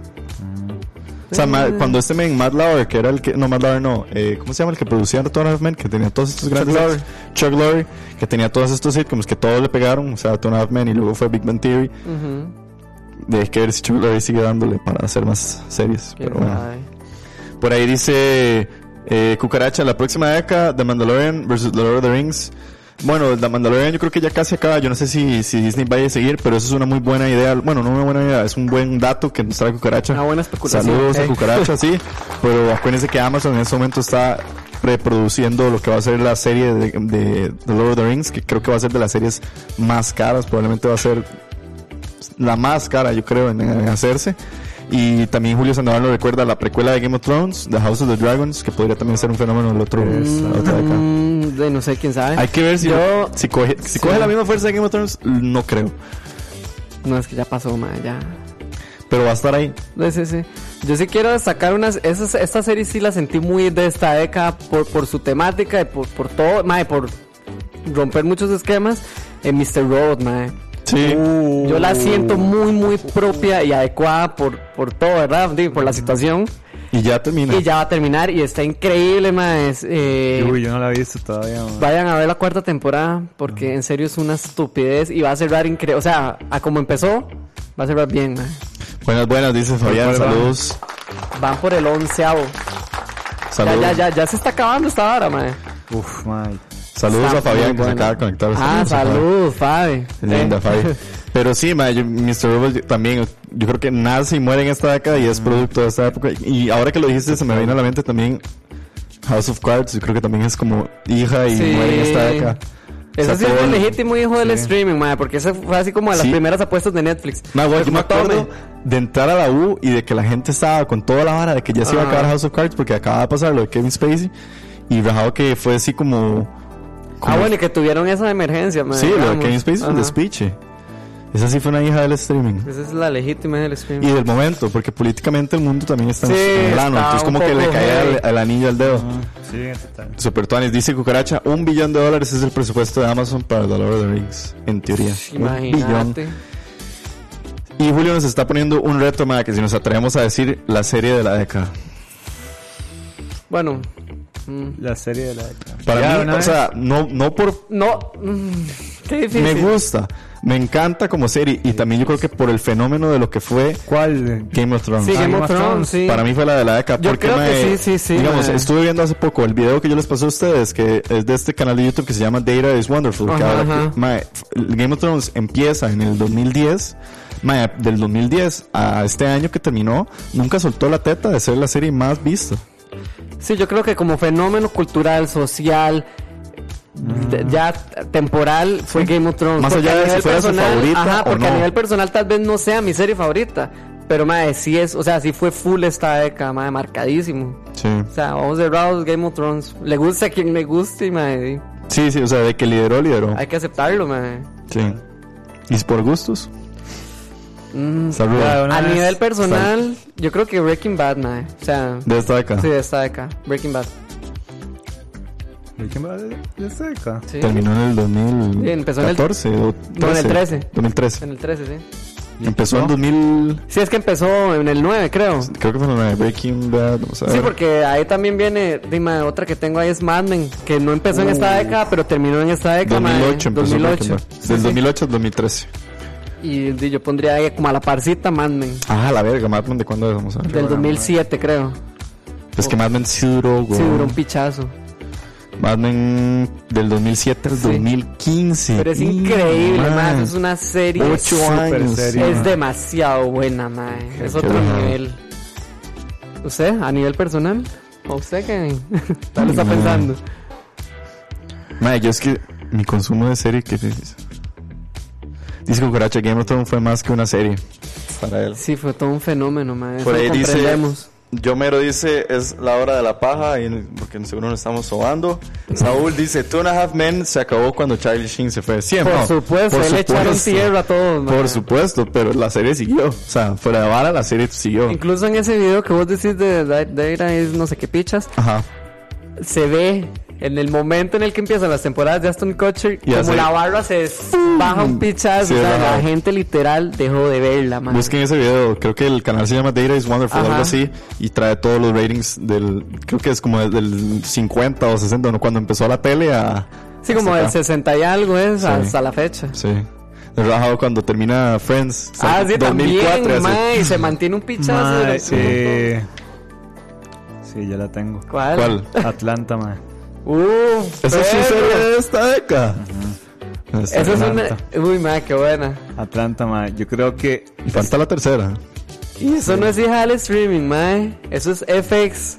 [SPEAKER 3] O sea,
[SPEAKER 5] Mm.
[SPEAKER 3] ma- cuando este men, Matt Lauer, que era el que. No, Matt Lauer no. eh, ¿Cómo se llama el que producía Two and a Half Men? Que tenía todos estos grandes.
[SPEAKER 5] Lauer.
[SPEAKER 3] Chuck Lorre, que tenía todos estos sitcoms que todos le pegaron. O sea, Two and a Half Men y luego fue Big Bang Theory.
[SPEAKER 5] Ujú.
[SPEAKER 3] De que ver si Chuck Lorre sigue dándole para hacer más series.
[SPEAKER 5] Quién
[SPEAKER 3] Pero bueno.
[SPEAKER 5] sabe.
[SPEAKER 3] Por ahí dice eh, Cucaracha, la próxima década, The Mandalorian versus The Lord of the Rings. Bueno, The Mandalorian yo creo que ya casi acaba, yo no sé si, si Disney vaya a seguir, pero eso es una muy buena idea. Bueno, no una buena idea, es un buen dato que nos trae Cucaracha.
[SPEAKER 5] Una buena especulación.
[SPEAKER 3] Saludos a
[SPEAKER 5] Ey.
[SPEAKER 3] Cucaracha, sí. Pero acuérdense que Amazon en este momento está reproduciendo lo que va a ser la serie de, de The Lord of the Rings, que creo que va a ser de las series más caras, probablemente va a ser la más cara, yo creo, en, en hacerse. Y también Julio Sandoval nos recuerda la precuela de Game of Thrones, The House of the Dragons, que podría también ser un fenómeno del otro, la otra década.
[SPEAKER 5] Mm, de no sé quién sabe.
[SPEAKER 3] Hay que ver si,
[SPEAKER 5] Yo-
[SPEAKER 3] si coge, si
[SPEAKER 5] Sí.
[SPEAKER 3] coge la misma fuerza de Game of Thrones, no creo.
[SPEAKER 5] No, es que ya pasó, ma, ya.
[SPEAKER 3] Pero va a estar ahí.
[SPEAKER 5] Sí, sí, sí. Yo sí quiero destacar unas. Esas, esta serie sí la sentí muy de esta década por, por su temática y por, por todo. Mae, por romper muchos esquemas. En Mr. Robot, mae.
[SPEAKER 3] Sí.
[SPEAKER 5] Yo la siento muy, muy propia y adecuada por, por todo, ¿verdad? Digo, Por la situación.
[SPEAKER 3] Y ya termina.
[SPEAKER 5] Y ya va a terminar y está increíble, mae. Es, eh,
[SPEAKER 6] Uy, yo no la he visto todavía, man.
[SPEAKER 5] Vayan a ver la cuarta temporada porque en serio es una estupidez y va a cerrar increíble. O sea, a como empezó, va a cerrar bien, mae.
[SPEAKER 3] Buenas, buenas, dice Fabián.
[SPEAKER 6] cuál va?
[SPEAKER 3] Saludos.
[SPEAKER 5] Van por el onceavo. Ya,
[SPEAKER 3] Saludos.
[SPEAKER 5] ya, ya, ya se está acabando esta hora, mae.
[SPEAKER 6] Uf, man.
[SPEAKER 3] Saludos
[SPEAKER 5] Está
[SPEAKER 3] a Fabián
[SPEAKER 5] muy
[SPEAKER 3] que se
[SPEAKER 5] bueno.
[SPEAKER 3] acaba de conectar.
[SPEAKER 5] Ah,
[SPEAKER 3] a Fabián.
[SPEAKER 5] salud, Fabi.
[SPEAKER 3] Linda,
[SPEAKER 5] Eh,
[SPEAKER 3] Fabi. Pero sí, ma, yo- Mr. Robot yo- también, yo creo que nace y muere en esta década y es producto de esta época. Y ahora que lo dijiste, se me vino a la mente también House of Cards. Yo creo que también es como hija y
[SPEAKER 5] Sí.
[SPEAKER 3] muere en esta década.
[SPEAKER 5] [LAUGHS] Ese
[SPEAKER 3] O sea,
[SPEAKER 5] sí es
[SPEAKER 3] todo-
[SPEAKER 5] el legítimo hijo del streaming, mae, porque ese fue así como de las
[SPEAKER 3] Sí.
[SPEAKER 5] primeras apuestas de Netflix.
[SPEAKER 3] Ma, güey, yo me
[SPEAKER 5] Como todo,
[SPEAKER 3] acuerdo
[SPEAKER 5] mae.
[SPEAKER 3] de entrar a la U y de que la gente estaba con toda la vara de que ya se iba a acabar House of Cards porque acaba de pasar lo de Kevin Spacey. Y rajado que fue así como. como-
[SPEAKER 5] Ah, bueno, y que tuvieron esa emergencia, mae.
[SPEAKER 3] Sí, lo de
[SPEAKER 5] digamos.
[SPEAKER 3] Kevin Spacey, el
[SPEAKER 5] Ajá.
[SPEAKER 3] despiche. Esa sí fue una hija del streaming.
[SPEAKER 5] Esa es la legítima del
[SPEAKER 3] y
[SPEAKER 5] streaming.
[SPEAKER 3] del momento, porque políticamente el mundo también está en-
[SPEAKER 5] Sí,
[SPEAKER 3] en
[SPEAKER 5] está
[SPEAKER 3] plano, entonces como
[SPEAKER 5] un
[SPEAKER 3] que le
[SPEAKER 5] poco
[SPEAKER 3] cae
[SPEAKER 5] heavy.
[SPEAKER 3] al, al anillo al dedo.
[SPEAKER 6] Sí, total.
[SPEAKER 3] Supertuanes dice Cucaracha, un billón de dólares es el presupuesto de Amazon para The Lord of the Rings, en teoría. Un billón.
[SPEAKER 5] Imagínate.
[SPEAKER 3] Y Julio nos está poniendo un reto, más que si nos atrevemos a decir la serie de la década.
[SPEAKER 5] Bueno. mm,
[SPEAKER 6] La serie de la década. Ya,
[SPEAKER 3] Para mí,
[SPEAKER 6] una
[SPEAKER 3] o
[SPEAKER 6] vez.
[SPEAKER 3] sea, no, no por...
[SPEAKER 5] No. mm, Qué difícil.
[SPEAKER 3] Me gusta, me encanta como serie y también yo creo que por el fenómeno de lo que fue
[SPEAKER 6] ¿Cuál?
[SPEAKER 3] Game of Thrones.
[SPEAKER 5] Sí, Game
[SPEAKER 6] Game
[SPEAKER 5] of
[SPEAKER 6] of
[SPEAKER 5] Thrones,
[SPEAKER 6] Thrones,
[SPEAKER 5] sí.
[SPEAKER 3] Para mí fue la de la década.
[SPEAKER 5] Yo
[SPEAKER 3] porque
[SPEAKER 5] creo que
[SPEAKER 3] mae,
[SPEAKER 5] sí, sí, sí,
[SPEAKER 3] Digamos,
[SPEAKER 5] mae.
[SPEAKER 3] estuve viendo hace poco el video que yo les pasé a ustedes, que es de este canal de YouTube que se llama Data is Wonderful. que
[SPEAKER 5] Ajá,
[SPEAKER 3] habla que,
[SPEAKER 5] ajá.
[SPEAKER 3] mae, f- el Game of Thrones empieza en el 2010. mae, del 2010 a este año que terminó, nunca soltó la teta de ser la serie más vista.
[SPEAKER 5] Sí, yo creo que como fenómeno cultural, social, de- ya t- temporal, fue Game of Thrones.
[SPEAKER 3] Más
[SPEAKER 5] Porque
[SPEAKER 3] allá de
[SPEAKER 5] a
[SPEAKER 3] si
[SPEAKER 5] nivel
[SPEAKER 3] fuera su favorita
[SPEAKER 5] Ajá,
[SPEAKER 3] o
[SPEAKER 5] porque a
[SPEAKER 3] no.
[SPEAKER 5] nivel personal tal vez no sea mi serie favorita. Pero, madre, sí es, o sea, sí fue full esta década, madre, marcadísimo.
[SPEAKER 3] Sí.
[SPEAKER 5] O sea, ojos cerrados, Game of Thrones. Le gusta a quien le guste, madre.
[SPEAKER 3] Sí, sí, o sea, de que lideró, lideró.
[SPEAKER 5] Hay que aceptarlo, madre.
[SPEAKER 3] Sí. Y es por gustos.
[SPEAKER 5] Mm,
[SPEAKER 3] Saludos.
[SPEAKER 6] Ya, una
[SPEAKER 5] A
[SPEAKER 6] vez.
[SPEAKER 5] nivel personal, yo creo que Breaking Bad, madre. O sea,
[SPEAKER 3] De esta década.
[SPEAKER 5] sí, esta década. Breaking Bad.
[SPEAKER 6] ¿De quién va? ¿De de esta década?
[SPEAKER 5] Sí.
[SPEAKER 3] Terminó en el
[SPEAKER 5] Sí, empezó en el-
[SPEAKER 3] 2014. o
[SPEAKER 5] No, en el 13.
[SPEAKER 3] 2013.
[SPEAKER 5] En el 13, sí.
[SPEAKER 3] Empezó en 2000.
[SPEAKER 5] Sí, es que empezó en el 9, creo.
[SPEAKER 3] Creo que fue la de Breaking Bad. Vamos a
[SPEAKER 5] Sí,
[SPEAKER 3] ver.
[SPEAKER 5] porque ahí también viene, dime, otra que tengo ahí es Mad Men, que no empezó en esta década, pero terminó en esta década. mae,
[SPEAKER 3] 2008 empezó
[SPEAKER 5] 2008.
[SPEAKER 3] Breaking Bad.
[SPEAKER 5] Sí,
[SPEAKER 3] Del
[SPEAKER 5] sí.
[SPEAKER 3] 2008 al 2013.
[SPEAKER 5] Y, di, yo pondría ahí como a la parcita Mad Men,
[SPEAKER 3] Ah, la verga, Mad Men, ¿de cuándo es? Vamos a ver.
[SPEAKER 5] del 2007 creo.
[SPEAKER 3] Es que Mad Men sí duró, güey.
[SPEAKER 5] Sí, duró un pichazo.
[SPEAKER 3] Mad Men del 2007 al
[SPEAKER 5] Sí.
[SPEAKER 3] 2015.
[SPEAKER 5] Pero es increíble, más es una serie.
[SPEAKER 3] Ocho
[SPEAKER 5] súper-
[SPEAKER 3] años.
[SPEAKER 6] serie.
[SPEAKER 5] Es demasiado buena, mae. Es
[SPEAKER 3] Qué
[SPEAKER 5] otro
[SPEAKER 3] bueno.
[SPEAKER 5] nivel. ¿Usted, a nivel personal? ¿O usted qué tal [LAUGHS] está
[SPEAKER 3] Mae.
[SPEAKER 5] pensando?
[SPEAKER 3] Mae, yo es que Mi consumo de serie, ¿qué dices? Dice Cucaracha, Game of Thrones fue más que una serie. Para él.
[SPEAKER 5] Sí, fue todo un fenómeno, mae.
[SPEAKER 3] Por Pues
[SPEAKER 5] Eso
[SPEAKER 3] ahí
[SPEAKER 5] lo
[SPEAKER 3] dice-
[SPEAKER 5] comprendemos.
[SPEAKER 3] Yomero dice, es la hora de la paja, y porque seguro nos estamos sobando. Saúl dice, Two and a Half Men se acabó cuando Charlie Sheen se fue. Siempre.
[SPEAKER 5] Por supuesto, él le echaron tierra a todos, mae.
[SPEAKER 3] Por supuesto, pero la serie siguió. O sea, fuera de vara, la serie siguió.
[SPEAKER 5] Incluso en ese video que vos decís de Daira es no sé qué pichas,
[SPEAKER 3] Ajá.
[SPEAKER 5] se ve en el momento en el que empiezan las temporadas de Aston Kutcher,
[SPEAKER 3] Ya
[SPEAKER 5] como
[SPEAKER 3] sé.
[SPEAKER 5] la barra se des- baja un pichazo,
[SPEAKER 3] Sí,
[SPEAKER 5] o sea,
[SPEAKER 3] ajá.
[SPEAKER 5] la gente literal dejó de verla, man.
[SPEAKER 3] Busquen ese video, creo que el canal se llama Data is Wonderful,
[SPEAKER 5] Ajá.
[SPEAKER 3] algo así, y trae todos los ratings del, creo que es como del 50 o 60, ¿no? cuando empezó la tele a...
[SPEAKER 5] Sí, como
[SPEAKER 3] hasta
[SPEAKER 5] del
[SPEAKER 3] acá.
[SPEAKER 5] 60 y algo es
[SPEAKER 3] Sí.
[SPEAKER 5] hasta la fecha.
[SPEAKER 3] Sí. De rajado cuando termina Friends. o sea,
[SPEAKER 5] Ah, sí,
[SPEAKER 3] 2004,
[SPEAKER 5] también,
[SPEAKER 3] así.
[SPEAKER 5] mae, y se mantiene un pichazo.
[SPEAKER 6] Mae,
[SPEAKER 5] durante un montón.
[SPEAKER 6] eh, sí, ya la tengo.
[SPEAKER 5] ¿Cuál?
[SPEAKER 3] ¿Cuál?
[SPEAKER 6] Atlanta, mae.
[SPEAKER 5] Uh,
[SPEAKER 3] Esa es su
[SPEAKER 5] perro.
[SPEAKER 3] serie de esta década. Esta
[SPEAKER 5] Esa es
[SPEAKER 3] Atlanta.
[SPEAKER 5] una... Uy, mae, qué buena.
[SPEAKER 6] Atlanta, mae. Yo creo que
[SPEAKER 3] Y falta la tercera.
[SPEAKER 5] Y eso no es hija del streaming, mae. Eso es FX.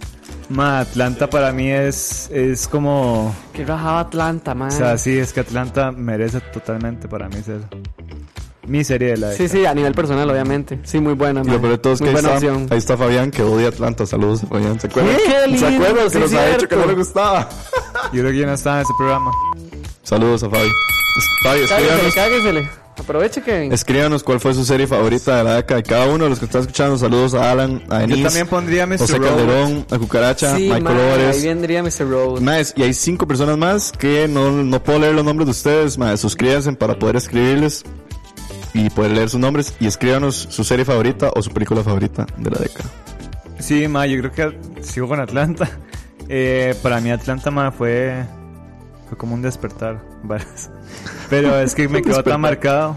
[SPEAKER 6] mae, Atlanta para mí es es como, o
[SPEAKER 5] Que rajaba Atlanta, mae.
[SPEAKER 6] sea, sí, es que Atlanta merece totalmente para mí ser mi serie de la
[SPEAKER 5] Sí, sí, a nivel personal, obviamente. Sí, muy buena.
[SPEAKER 3] Y lo
[SPEAKER 5] mae.
[SPEAKER 3] peor de todo es que
[SPEAKER 5] muy
[SPEAKER 3] ahí
[SPEAKER 5] buena
[SPEAKER 3] está,
[SPEAKER 5] opción.
[SPEAKER 3] ahí está Fabián que odia Atlanta. Saludos, Fabián. ¿Se acuerdan?
[SPEAKER 5] ¿Qué? Qué
[SPEAKER 3] ¿Se
[SPEAKER 5] lindo,
[SPEAKER 3] acuerdan que
[SPEAKER 5] sí,
[SPEAKER 3] nos ha dicho que no
[SPEAKER 5] cierto.
[SPEAKER 3] le gustaba?
[SPEAKER 6] Yo creo que yo no estaba en ese programa.
[SPEAKER 3] Saludos a Fabi. Fabi,
[SPEAKER 5] Cáguesele,
[SPEAKER 3] escríbanos,
[SPEAKER 5] cáguesele. Aproveche, Kevin.
[SPEAKER 3] escríbanos cuál fue su serie favorita de la década. Y cada uno de los que está escuchando, saludos a Alan, a Enis,
[SPEAKER 6] Yo también pondría Mr.
[SPEAKER 3] José
[SPEAKER 6] Robot.
[SPEAKER 3] Calderón, a Cucaracha,
[SPEAKER 5] este sí,
[SPEAKER 3] Michael
[SPEAKER 5] mae, ahí
[SPEAKER 3] Ores,
[SPEAKER 5] vendría Mr. Rose.
[SPEAKER 3] Maes, y hay cinco personas más que no, no puedo leer los nombres de ustedes, maes. Suscríbanse para poder escribirles y poder leer sus nombres y escríbanos su serie favorita o su película favorita de la década.
[SPEAKER 6] Sí, ma, yo creo que sigo con Atlanta. [LAUGHS] Eh, para mí Atlanta, ma, fue, fue como un despertar. [LAUGHS] varas. Pero es que me quedó tan marcado.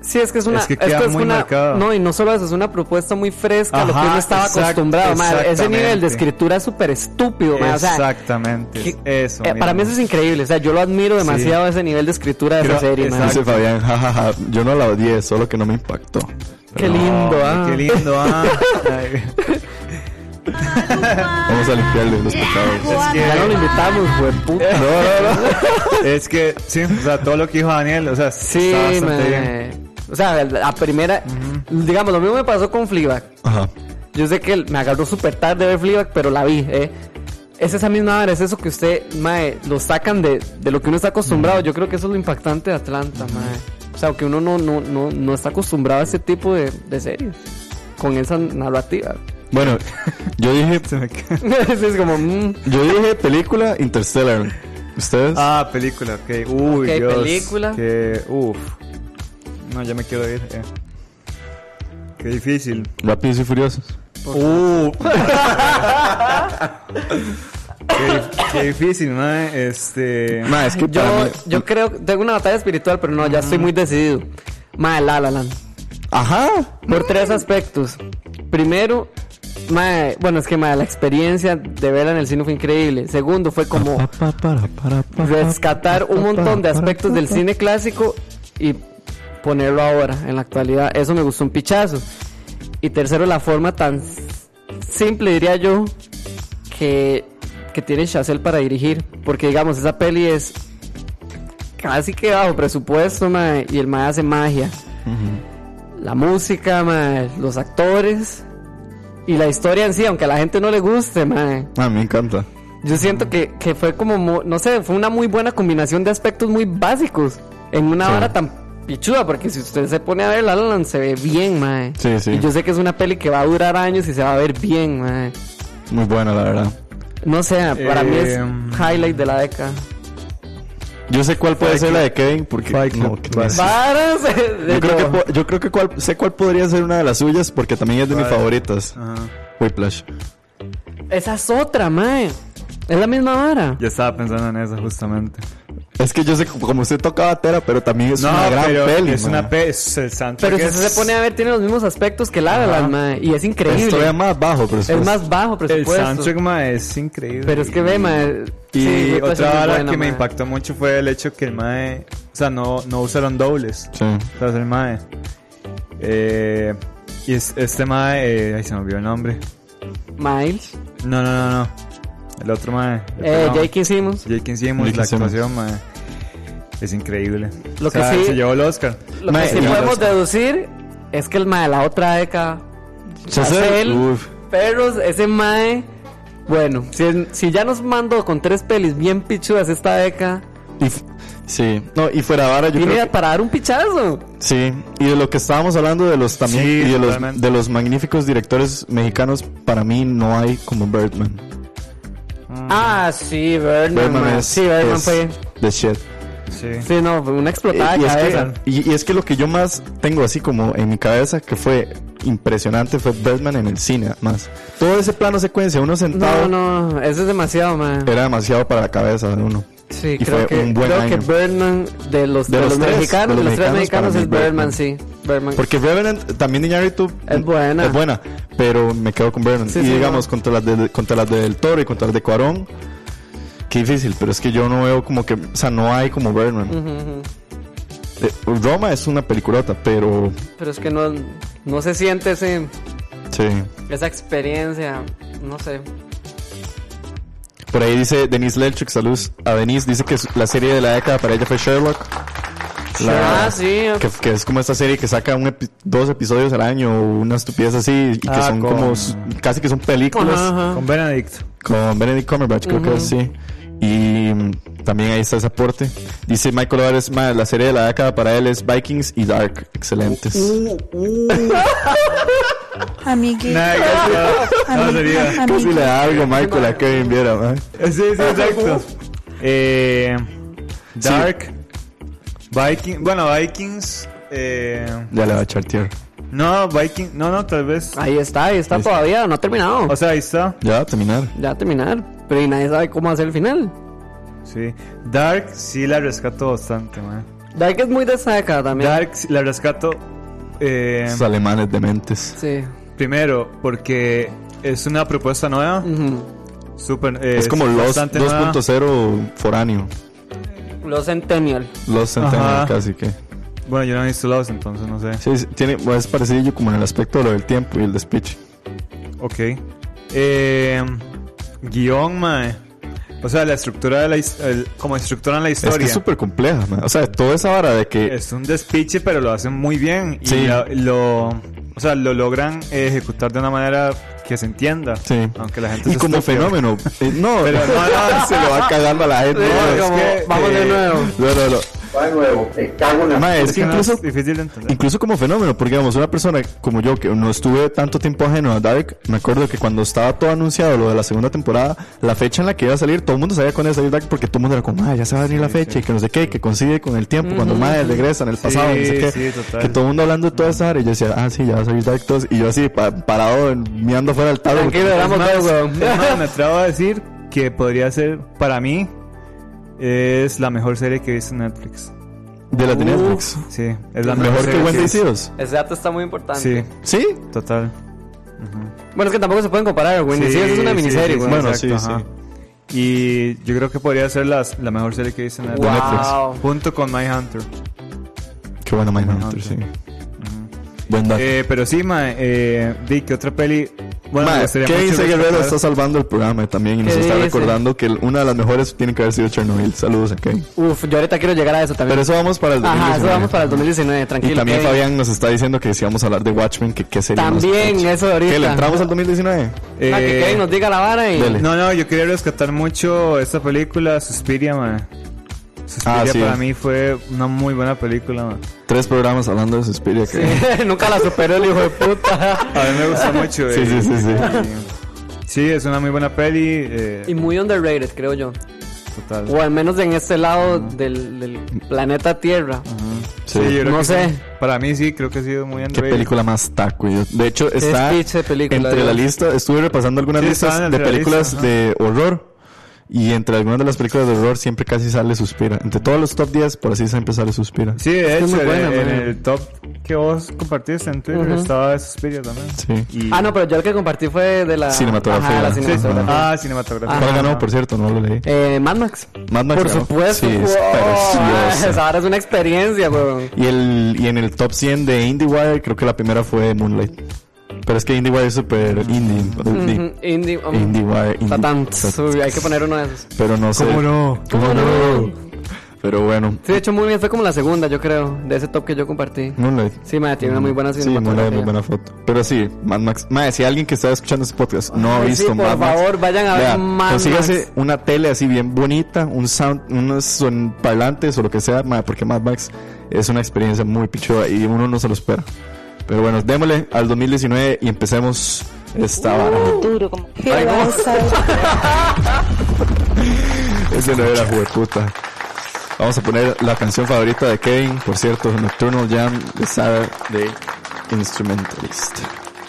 [SPEAKER 5] Sí, es que es una.
[SPEAKER 6] Es que
[SPEAKER 5] esto
[SPEAKER 6] queda
[SPEAKER 5] es
[SPEAKER 6] muy
[SPEAKER 5] una-
[SPEAKER 6] marcado.
[SPEAKER 5] No, y no solo eso, es una propuesta muy fresca a lo que
[SPEAKER 6] Ajá,
[SPEAKER 5] uno estaba
[SPEAKER 6] exact-
[SPEAKER 5] acostumbrado. mae. ese nivel
[SPEAKER 6] exactamente.
[SPEAKER 5] de escritura es súper estúpido, mae, o sea,
[SPEAKER 6] Exactamente.
[SPEAKER 5] que-
[SPEAKER 6] Eso.
[SPEAKER 5] eh, para mí eso
[SPEAKER 6] mismo.
[SPEAKER 5] es increíble. O sea, yo lo admiro demasiado ese nivel de escritura de esa
[SPEAKER 6] Creo-
[SPEAKER 5] serie, mae.
[SPEAKER 6] exacto.
[SPEAKER 3] Dice Fabián, jajaja, yo no la odié, solo que no me impactó.
[SPEAKER 5] Qué lindo, ah.
[SPEAKER 6] Qué lindo,
[SPEAKER 5] [LAUGHS]
[SPEAKER 6] ah. Ay,
[SPEAKER 3] Vamos a limpiarle los pecados.
[SPEAKER 5] Ya no lo invitamos, güey, puta.
[SPEAKER 3] No, no, no.
[SPEAKER 6] es que, sí, o sea, todo lo que dijo Daniel, o sea,
[SPEAKER 5] Sí,
[SPEAKER 6] está bastante bien.
[SPEAKER 5] mae. O sea, la primera. Digamos, lo mismo me pasó con Fleabag.
[SPEAKER 3] Ajá.
[SPEAKER 5] Yo sé que me agarró súper tarde ver Fleabag, pero la vi, ¿eh? Es esa misma hora, es eso que usted, mae, lo sacan de, de lo que uno está acostumbrado. Yo creo que eso es lo impactante de Atlanta, mae. O sea, que uno no, no, no, no está acostumbrado a ese tipo de, de series. Con
[SPEAKER 3] [LAUGHS]
[SPEAKER 5] esa narrativa. [LAUGHS]
[SPEAKER 3] Bueno, yo dije,
[SPEAKER 6] Se me queda-
[SPEAKER 5] es como, mm,
[SPEAKER 3] yo dije película Interstellar. ¿Ustedes?
[SPEAKER 6] Ah, película, ok. Uy,
[SPEAKER 5] Ok,
[SPEAKER 6] Dios,
[SPEAKER 5] película.
[SPEAKER 6] Que, uf. No, ya me quiero ir. eh. Qué difícil.
[SPEAKER 3] Rápidos y Furiosos.
[SPEAKER 6] Uh. [LAUGHS] qué, qué difícil, mae. Este.
[SPEAKER 3] Ma, es que
[SPEAKER 5] yo,
[SPEAKER 3] para mí-
[SPEAKER 5] yo creo, tengo una batalla espiritual, pero no, ya estoy muy decidido. Mae, La La Land.
[SPEAKER 3] Ajá.
[SPEAKER 5] Por tres aspectos. Primero, mae, bueno, es que mae, la experiencia de verla en el cine fue increíble. Segundo, fue como rescatar un montón de aspectos del cine clásico y ponerlo ahora, en la actualidad. Eso me gustó un pichazo. Y tercero, la forma tan simple, diría yo, que, que tiene Chazelle para dirigir. Porque, digamos, esa peli es casi que bajo presupuesto, mae, y el mae hace magia la música, mae, los actores y la historia en sí, aunque a la gente no le guste, mae.
[SPEAKER 3] Ah, me encanta.
[SPEAKER 5] Yo siento que, que fue como, mu- no sé, fue una muy buena combinación de aspectos muy básicos en una hora tan pichuda, porque si usted se pone a ver La La Land se ve bien, mae.
[SPEAKER 3] Sí, sí.
[SPEAKER 5] Y yo sé que es una peli que va a durar años y se va a ver bien, mae.
[SPEAKER 3] Muy buena, la verdad.
[SPEAKER 5] No sé, para mí es
[SPEAKER 6] Em.
[SPEAKER 5] highlight de la década.
[SPEAKER 3] Yo sé cuál puede
[SPEAKER 6] Fight
[SPEAKER 3] ser la
[SPEAKER 6] Club.
[SPEAKER 3] de Kevin porque
[SPEAKER 6] Fight Club.
[SPEAKER 3] que-
[SPEAKER 6] Vas.
[SPEAKER 3] yo,
[SPEAKER 5] Varas, [LAUGHS] de-
[SPEAKER 3] creo que
[SPEAKER 5] yo-
[SPEAKER 3] po- yo creo que cuál- sé cuál podría ser una de las suyas porque también es de mis
[SPEAKER 6] Vale. Ah.
[SPEAKER 3] favoritas.
[SPEAKER 6] Ajá.
[SPEAKER 3] Whiplash.
[SPEAKER 5] Esa es otra, mae. Es la misma vara.
[SPEAKER 6] Ya estaba pensando en eso, justamente.
[SPEAKER 3] Es que yo sé que como usted toca batera, pero también es
[SPEAKER 6] no,
[SPEAKER 3] una gran
[SPEAKER 6] pero
[SPEAKER 3] peli.
[SPEAKER 6] es una
[SPEAKER 3] man.
[SPEAKER 6] peli. Es el santo.
[SPEAKER 5] Pero si usted se pone a ver, tiene los mismos aspectos que La La Land, mae, Y es increíble.
[SPEAKER 3] Es todavía más bajo, pero
[SPEAKER 5] Es más bajo
[SPEAKER 6] El
[SPEAKER 5] presupuesto.
[SPEAKER 6] soundtrack, mae, es increíble.
[SPEAKER 5] pero es que ve, mae.
[SPEAKER 6] Y
[SPEAKER 5] sí, Whiplash es
[SPEAKER 6] otra
[SPEAKER 5] muy
[SPEAKER 6] vara
[SPEAKER 5] buena,
[SPEAKER 6] que me
[SPEAKER 5] mae.
[SPEAKER 6] impactó mucho fue el hecho que el mae. O sea, no, no usaron dobles.
[SPEAKER 3] Sí.
[SPEAKER 6] O sea, es el mae. Eh, y es- este mae. eh, ay, se me olvidó el nombre.
[SPEAKER 5] Miles.
[SPEAKER 6] No, no, no, no. El otro mae. el
[SPEAKER 5] Eh,
[SPEAKER 6] pelado.
[SPEAKER 5] Jake Simmons.
[SPEAKER 6] Jake Simmons,
[SPEAKER 3] Jake
[SPEAKER 6] la
[SPEAKER 3] Simmons.
[SPEAKER 6] actuación, mae. Es increíble.
[SPEAKER 5] Lo
[SPEAKER 6] O sea,
[SPEAKER 5] que sí-
[SPEAKER 6] Se llevó el Oscar.
[SPEAKER 5] Lo
[SPEAKER 3] Mae,
[SPEAKER 5] que sí
[SPEAKER 3] y-
[SPEAKER 5] podemos deducir es que el mae de la otra década, Chazelle,
[SPEAKER 3] Uf.
[SPEAKER 5] perros, ese mae. Bueno, si, es- si ya nos mandó con tres pelis bien pichudas esta década,
[SPEAKER 3] Y f- sí, no, y fuera de vara yo
[SPEAKER 5] tiene
[SPEAKER 3] creo que- Mm.
[SPEAKER 5] para dar un pichazo.
[SPEAKER 3] sí, y de lo que estábamos hablando de los también
[SPEAKER 6] Sí,
[SPEAKER 3] y de los,
[SPEAKER 6] totalmente.
[SPEAKER 3] de los magníficos directores mexicanos, para mí no hay como Birdman.
[SPEAKER 5] Ah, sí, Birdman.
[SPEAKER 3] Birdman
[SPEAKER 5] mae.
[SPEAKER 3] es,
[SPEAKER 5] sí, Birdman
[SPEAKER 3] es
[SPEAKER 5] fue.
[SPEAKER 3] the shit.
[SPEAKER 6] Sí.
[SPEAKER 5] Sí, no, fue una explotada
[SPEAKER 3] Eh, y,
[SPEAKER 5] de
[SPEAKER 3] es
[SPEAKER 5] cabeza.
[SPEAKER 3] que, y- y es que lo que yo más tengo así como en mi cabeza que fue impresionante fue Birdman en el cine, más. Todo ese plano secuencia, uno sentado,
[SPEAKER 5] No, no, eso es demasiado, mae.
[SPEAKER 3] era demasiado para la cabeza de uno.
[SPEAKER 5] Sí,
[SPEAKER 3] y
[SPEAKER 5] creo
[SPEAKER 3] fue
[SPEAKER 5] que,
[SPEAKER 3] un buen
[SPEAKER 5] creo
[SPEAKER 3] año.
[SPEAKER 5] que Birdman, de los,
[SPEAKER 3] De
[SPEAKER 5] de
[SPEAKER 3] los
[SPEAKER 5] los,
[SPEAKER 3] tres,
[SPEAKER 5] mexicanos,
[SPEAKER 3] de
[SPEAKER 5] de
[SPEAKER 3] los
[SPEAKER 5] los
[SPEAKER 3] mexicanos,
[SPEAKER 5] tres
[SPEAKER 3] para
[SPEAKER 5] mexicanos, es
[SPEAKER 3] mí Birdman.
[SPEAKER 5] Birdman, sí. Birdman.
[SPEAKER 3] Porque Revenant también Iñárritu mm,
[SPEAKER 5] Es buena.
[SPEAKER 3] Es buena, pero me quedo con Revenant.
[SPEAKER 5] Sí,
[SPEAKER 3] y
[SPEAKER 5] sí,
[SPEAKER 3] digamos
[SPEAKER 5] no.
[SPEAKER 3] contra las de, contra las del Toro y contra las de Cuarón. Qué difícil, pero es que yo no veo como que, o sea, no hay como Birdman. Eh, Roma es una peliculota, pero
[SPEAKER 5] Pero es que no, no se siente ese,
[SPEAKER 3] sí.
[SPEAKER 5] esa experiencia, no sé.
[SPEAKER 3] Por ahí dice Denise Lelchuk, saludos a Denise, dice que su- la serie de la década para ella fue Sherlock. La-
[SPEAKER 5] ah, sí.
[SPEAKER 3] Que, que es como esta serie que saca un epi- dos episodios al año o una estupidez así y que
[SPEAKER 6] Ah,
[SPEAKER 3] son
[SPEAKER 6] con-
[SPEAKER 3] como s- casi que son películas.
[SPEAKER 5] Ajá, ajá.
[SPEAKER 6] Con Benedict.
[SPEAKER 3] Con Benedict Cumberbatch, creo que sí. Y mm, también ahí está ese aporte. Dice Michael Álvarez, "Ma, la serie de la década para él es Vikings y Dark. Excelentes.
[SPEAKER 4] amiguita,
[SPEAKER 3] Casi
[SPEAKER 4] amiguita,
[SPEAKER 6] no sería.
[SPEAKER 3] le da
[SPEAKER 4] amiguita.
[SPEAKER 3] Pues algo Michael a Kevin Viera, ¿eh? ma.
[SPEAKER 6] Sí, sí, exacto. Eh, Dark. Viking. Bueno, Vikings. Eh,
[SPEAKER 3] Ya le va a echar tierra.
[SPEAKER 6] no, Viking. No, no, tal vez.
[SPEAKER 5] Ahí está, ahí está todavía, no ha terminado.
[SPEAKER 6] O sea, ahí está.
[SPEAKER 3] Ya va a terminar.
[SPEAKER 6] Em.
[SPEAKER 5] ya va a terminar, pero y nadie sabe cómo hacer el final.
[SPEAKER 6] Sí. Dark sí la rescato bastante, man.
[SPEAKER 5] Dark es muy de esa década también.
[SPEAKER 6] Dark sí la rescato. eh,
[SPEAKER 3] Esos alemanes dementes.
[SPEAKER 5] Sí.
[SPEAKER 6] primero, porque es una propuesta nueva.
[SPEAKER 5] Ujú.
[SPEAKER 6] Super, eh,
[SPEAKER 3] Es como los
[SPEAKER 6] bastante nueva.
[SPEAKER 3] 2.0 foráneo.
[SPEAKER 5] Los Centennial.
[SPEAKER 3] Los
[SPEAKER 6] Ajá.
[SPEAKER 3] Centennial casi que.
[SPEAKER 6] Bueno, yo no he visto Lost, entonces no sé.
[SPEAKER 3] Sí, sí, tiene, es parecido como en el aspecto de lo del tiempo y el speech.
[SPEAKER 6] Ok. Eh, guión, mae. O sea, la estructura de la his- el- como estructuran la
[SPEAKER 3] Es
[SPEAKER 6] historia.
[SPEAKER 3] que es súper compleja, ma. O sea, toda esa vara de que
[SPEAKER 6] Es un despiche, pero lo hacen muy bien. Y
[SPEAKER 3] Sí.
[SPEAKER 6] la- lo, o sea, lo logran eh, ejecutar de una manera que se entienda.
[SPEAKER 3] Sí.
[SPEAKER 6] Aunque la gente
[SPEAKER 3] Y
[SPEAKER 6] sea
[SPEAKER 3] como
[SPEAKER 6] estúpida.
[SPEAKER 3] fenómeno. eh, no,
[SPEAKER 6] [LAUGHS] Pero no, no,
[SPEAKER 3] [LAUGHS] se lo va cagando a la gente.
[SPEAKER 6] No,
[SPEAKER 3] No,
[SPEAKER 6] es que,
[SPEAKER 5] vamos de
[SPEAKER 6] eh,
[SPEAKER 5] nuevo.
[SPEAKER 3] no, no. no.
[SPEAKER 7] Va de nuevo, te cago en la
[SPEAKER 3] Ma, es
[SPEAKER 6] Es
[SPEAKER 3] que
[SPEAKER 6] que no
[SPEAKER 3] incluso,
[SPEAKER 6] es difícil de entender.
[SPEAKER 3] incluso como fenómeno, porque digamos, una persona como yo que no estuve tanto tiempo ajeno a Dark, me acuerdo que cuando estaba todo anunciado lo de la segunda temporada, la fecha en la que iba a salir, todo el mundo sabía cuándo iba a salir Dark, porque todo el mundo era como, "Ma, ya se va a venir la fecha y que no sé qué, que coincide con el tiempo, cuando madre regresa en el pasado, no sé qué.
[SPEAKER 6] sí, total.
[SPEAKER 3] Que todo el mundo hablando de toda esa área y yo decía, ah, sí, ya va a salir Dark todos", Y yo así, pa- parado, mirando fuera del tablo.
[SPEAKER 5] Tranquilo, éramos
[SPEAKER 6] más,
[SPEAKER 5] dos, weón.
[SPEAKER 6] es más, me atrevo a decir que podría ser, para mí, es la mejor serie que he visto en Netflix.
[SPEAKER 3] De las de
[SPEAKER 5] Uf.
[SPEAKER 3] Netflix.
[SPEAKER 6] Sí, es la mejor,
[SPEAKER 3] Mejor que
[SPEAKER 6] serie he
[SPEAKER 3] Wendy
[SPEAKER 6] visto.
[SPEAKER 3] Seals.
[SPEAKER 5] Ese dato está muy importante.
[SPEAKER 6] Sí,
[SPEAKER 3] ¿Sí?
[SPEAKER 6] total.
[SPEAKER 5] Bueno, es que tampoco se pueden comparar, güey. Sí, es una miniserie,
[SPEAKER 6] sí,
[SPEAKER 5] güey.
[SPEAKER 3] Bueno,
[SPEAKER 6] exacto,
[SPEAKER 3] sí,
[SPEAKER 6] ajá. Y yo creo que podría ser las- la mejor serie que hice en
[SPEAKER 5] Wow.
[SPEAKER 6] Netflix. Junto con My Hunter.
[SPEAKER 3] Qué buena Mindhunter, sí. Buen dato.
[SPEAKER 6] Eh, pero sí, ma, eh, Dick, ¿qué otra peli? Bueno, me
[SPEAKER 3] Ma,
[SPEAKER 6] gustaría
[SPEAKER 3] Kevin
[SPEAKER 6] mucho
[SPEAKER 3] C. Guerrero
[SPEAKER 6] rescatar-
[SPEAKER 3] está salvando el programa también y nos
[SPEAKER 5] ¿Qué
[SPEAKER 3] está
[SPEAKER 5] dice?
[SPEAKER 3] recordando que el- una de las mejores tiene que haber sido Chernobyl. Saludos a Kevin.
[SPEAKER 5] Uf, yo ahorita quiero llegar a eso también.
[SPEAKER 3] Pero eso vamos para el
[SPEAKER 5] Ajá,
[SPEAKER 3] 2019.
[SPEAKER 5] eso vamos para el 2019, tranquilo.
[SPEAKER 3] Y también
[SPEAKER 5] que-
[SPEAKER 3] Fabián nos está diciendo que si vamos a hablar de Watchmen, que qué sería.
[SPEAKER 5] También, eso ahorita.
[SPEAKER 3] ¿Que le entramos al 2019?
[SPEAKER 5] Ah, que
[SPEAKER 6] Eh,
[SPEAKER 5] Kevin nos diga la vara y...
[SPEAKER 3] Dele.
[SPEAKER 6] No, no, yo quería rescatar mucho esta película, Suspiria, man. Suspiria
[SPEAKER 3] Ah, sí.
[SPEAKER 6] para mí fue una muy buena película, man.
[SPEAKER 3] Tres programas hablando de Suspiria.
[SPEAKER 5] Sí,
[SPEAKER 3] Kevin.
[SPEAKER 5] [LAUGHS] Nunca la superó el hijo de
[SPEAKER 3] [LAUGHS]
[SPEAKER 5] puta.
[SPEAKER 6] A mí me gustó mucho.
[SPEAKER 3] Sí,
[SPEAKER 6] eh,
[SPEAKER 3] sí, sí, sí.
[SPEAKER 6] y- sí, es una muy buena peli. eh,
[SPEAKER 5] Y muy underrated, creo yo.
[SPEAKER 6] total.
[SPEAKER 5] O al menos en este lado del, del planeta Tierra.
[SPEAKER 3] Sí.
[SPEAKER 6] Sí, yo creo
[SPEAKER 5] No
[SPEAKER 6] que
[SPEAKER 5] sé.
[SPEAKER 6] sí. Para mí sí, creo que ha sido muy
[SPEAKER 3] Qué
[SPEAKER 6] underrated.
[SPEAKER 3] película más taco. yo- De hecho, está
[SPEAKER 5] speech de película,
[SPEAKER 3] entre
[SPEAKER 5] ¿no?
[SPEAKER 3] la lista. Estuve repasando algunas
[SPEAKER 6] Sí,
[SPEAKER 3] listas
[SPEAKER 6] estaba
[SPEAKER 3] de
[SPEAKER 6] entre la
[SPEAKER 3] películas
[SPEAKER 6] lista, ajá.
[SPEAKER 3] de horror. Y entre algunas de las películas de horror siempre casi sale Suspira. Entre todos los top 10, por así siempre sale Suspira.
[SPEAKER 6] Sí, de
[SPEAKER 5] que es
[SPEAKER 6] hecho,
[SPEAKER 5] muy buena,
[SPEAKER 6] en, en
[SPEAKER 5] man.
[SPEAKER 6] el top que vos compartiste en Twitter
[SPEAKER 5] Ujú.
[SPEAKER 6] estaba Suspiria también.
[SPEAKER 3] Sí.
[SPEAKER 6] Y-
[SPEAKER 5] Ah, no, pero yo el que compartí fue de la...
[SPEAKER 3] Cinematografía.
[SPEAKER 5] Ajá, la
[SPEAKER 3] Sí,
[SPEAKER 5] cinematografía.
[SPEAKER 6] Ah, cinematográfica.
[SPEAKER 3] ¿Cuál ganó, por cierto? No lo leí.
[SPEAKER 5] Eh, Mad Max.
[SPEAKER 3] Mad Max
[SPEAKER 5] Por
[SPEAKER 3] ganó.
[SPEAKER 5] supuesto.
[SPEAKER 3] Sí, es
[SPEAKER 5] wow,
[SPEAKER 3] preciosa.
[SPEAKER 5] Esa vara es una experiencia, weón.
[SPEAKER 3] Y, el, y en el top 100 de IndieWire, creo que la primera fue Moonlight. Pero es que IndieWire es súper indie.
[SPEAKER 5] Ujú, Indie. um,
[SPEAKER 3] IndieWire. indie.
[SPEAKER 5] Tatán. Uy, Hay que poner uno de esos.
[SPEAKER 3] Pero no sé.
[SPEAKER 6] no?
[SPEAKER 3] ¿Cómo no? Pero bueno.
[SPEAKER 5] Sí, de hecho, muy bien. Fue como la segunda, yo creo, de ese top que yo compartí.
[SPEAKER 3] Moonlight.
[SPEAKER 5] Sí, madre, tiene una muy buena
[SPEAKER 3] Sí, Moonlight, muy
[SPEAKER 5] cinematografía.
[SPEAKER 3] buena foto. Pero sí, Mad Max. Madre, si alguien que está escuchando este podcast no ha
[SPEAKER 5] Ay,
[SPEAKER 3] visto
[SPEAKER 5] Pues sí,
[SPEAKER 3] Mad
[SPEAKER 5] por
[SPEAKER 3] Max.
[SPEAKER 5] favor, vayan a ver Mad
[SPEAKER 3] consígase
[SPEAKER 5] Max.
[SPEAKER 3] una tele así bien bonita, un sound, unos son parlantes o lo que sea, madre, porque Mad Max es una experiencia muy pichuda y uno no se lo espera. Pero bueno, démosle al 2019 y empecemos esta
[SPEAKER 5] Uh.
[SPEAKER 3] vara.
[SPEAKER 9] Duro como.
[SPEAKER 4] Qué basado.
[SPEAKER 3] Ese no era jueputa. Vamos a poner la canción favorita de Kevin, por cierto, Nocturnal Jam de Sarah de Instrumentalist.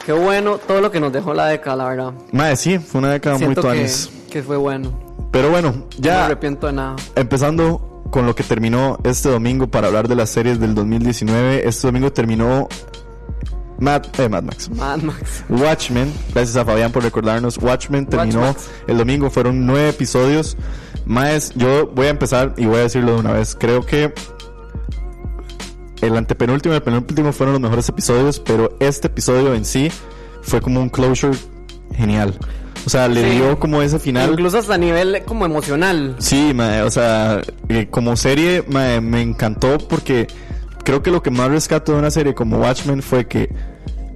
[SPEAKER 5] Qué bueno todo lo que nos dejó la década, la verdad.
[SPEAKER 3] Madre, sí, fue una década
[SPEAKER 5] Siento
[SPEAKER 3] muy
[SPEAKER 5] que,
[SPEAKER 3] tuanis.
[SPEAKER 5] que fue bueno.
[SPEAKER 3] Pero bueno,
[SPEAKER 5] No me
[SPEAKER 3] ya
[SPEAKER 5] arrepiento de nada.
[SPEAKER 3] empezando con lo que terminó este domingo para hablar de las series del 2019. Este domingo terminó Mad, eh, Mad Max.
[SPEAKER 5] Mad Max.
[SPEAKER 3] Watchmen, gracias a Fabián por recordarnos. Watchmen terminó
[SPEAKER 5] Max.
[SPEAKER 3] el domingo, fueron nueve episodios. Más, yo voy a empezar y voy a decirlo de una vez. Creo que el antepenúltimo y el penúltimo fueron los mejores episodios, pero este episodio en sí fue como un closure genial. O sea, le
[SPEAKER 5] Sí.
[SPEAKER 3] dio como ese final.
[SPEAKER 5] Incluso hasta a nivel como emocional.
[SPEAKER 3] Sí, mae, o sea, eh, como serie mae, me encantó porque creo que lo que más rescato de una serie como Watchmen fue que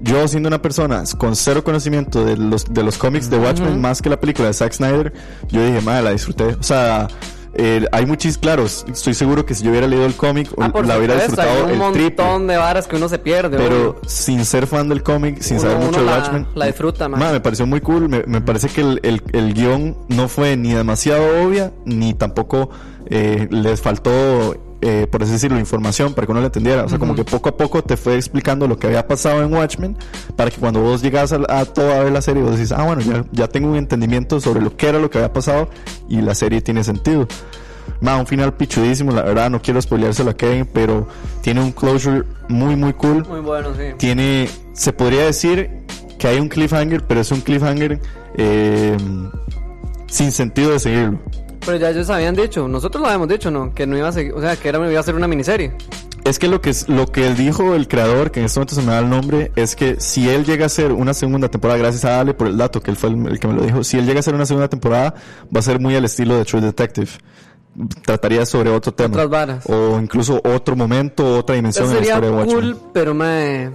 [SPEAKER 3] yo siendo una persona con cero conocimiento de los, de los cómics de Watchmen más que la película de Zack Snyder, yo dije, madre, la disfruté. O sea, eh, hay muchis claros. Estoy seguro que si yo hubiera leído el cómic,
[SPEAKER 5] Ah, por
[SPEAKER 3] la hubiera
[SPEAKER 5] supuesto, hay
[SPEAKER 3] disfrutado
[SPEAKER 5] un
[SPEAKER 3] el triple.
[SPEAKER 5] montón de varas que uno se pierde.
[SPEAKER 3] Pero
[SPEAKER 5] obvio.
[SPEAKER 3] sin ser fan del cómic, sin
[SPEAKER 5] Uno-
[SPEAKER 3] saber
[SPEAKER 5] uno
[SPEAKER 3] mucho de
[SPEAKER 5] la-
[SPEAKER 3] Watchmen.
[SPEAKER 5] la disfruta, man.
[SPEAKER 3] Ma, me pareció muy cool. Me, me parece que el, el, el guión no fue ni demasiado obvia, ni tampoco eh, les faltó, eh, por así decirlo, información para que uno la entendiera. O sea, como que poco a poco te fue explicando lo que había pasado en Watchmen para que cuando vos llegas a, a toda ver la serie, vos decís, ah, bueno, ya, ya tengo un entendimiento sobre lo que era lo que había pasado y la serie tiene sentido. Ma, un final pichudísimo, la verdad, no quiero spoileárselo a Kevin, pero tiene un closure muy, muy cool
[SPEAKER 5] Muy bueno, sí.
[SPEAKER 3] tiene, se podría decir que hay un cliffhanger, pero es un cliffhanger eh, sin sentido de seguirlo.
[SPEAKER 5] Pero ya ellos habían dicho, nosotros lo habíamos dicho, ¿no? Que no iba a seguir, o sea, que era, iba a ser una miniserie.
[SPEAKER 3] Es que lo que es- lo que él dijo el creador, que en este momento se me da el nombre, es que si él llega a ser una segunda temporada, gracias a Ale por el dato que él fue el, el que me lo dijo, si él llega a ser una segunda temporada, va a ser muy al estilo de True Detective. Trataría sobre otro tema.
[SPEAKER 5] Otras varas.
[SPEAKER 3] O incluso otro momento, otra dimensión
[SPEAKER 5] Eso
[SPEAKER 3] en la
[SPEAKER 5] sería
[SPEAKER 3] historia de Watchmen.
[SPEAKER 5] cool, pero me...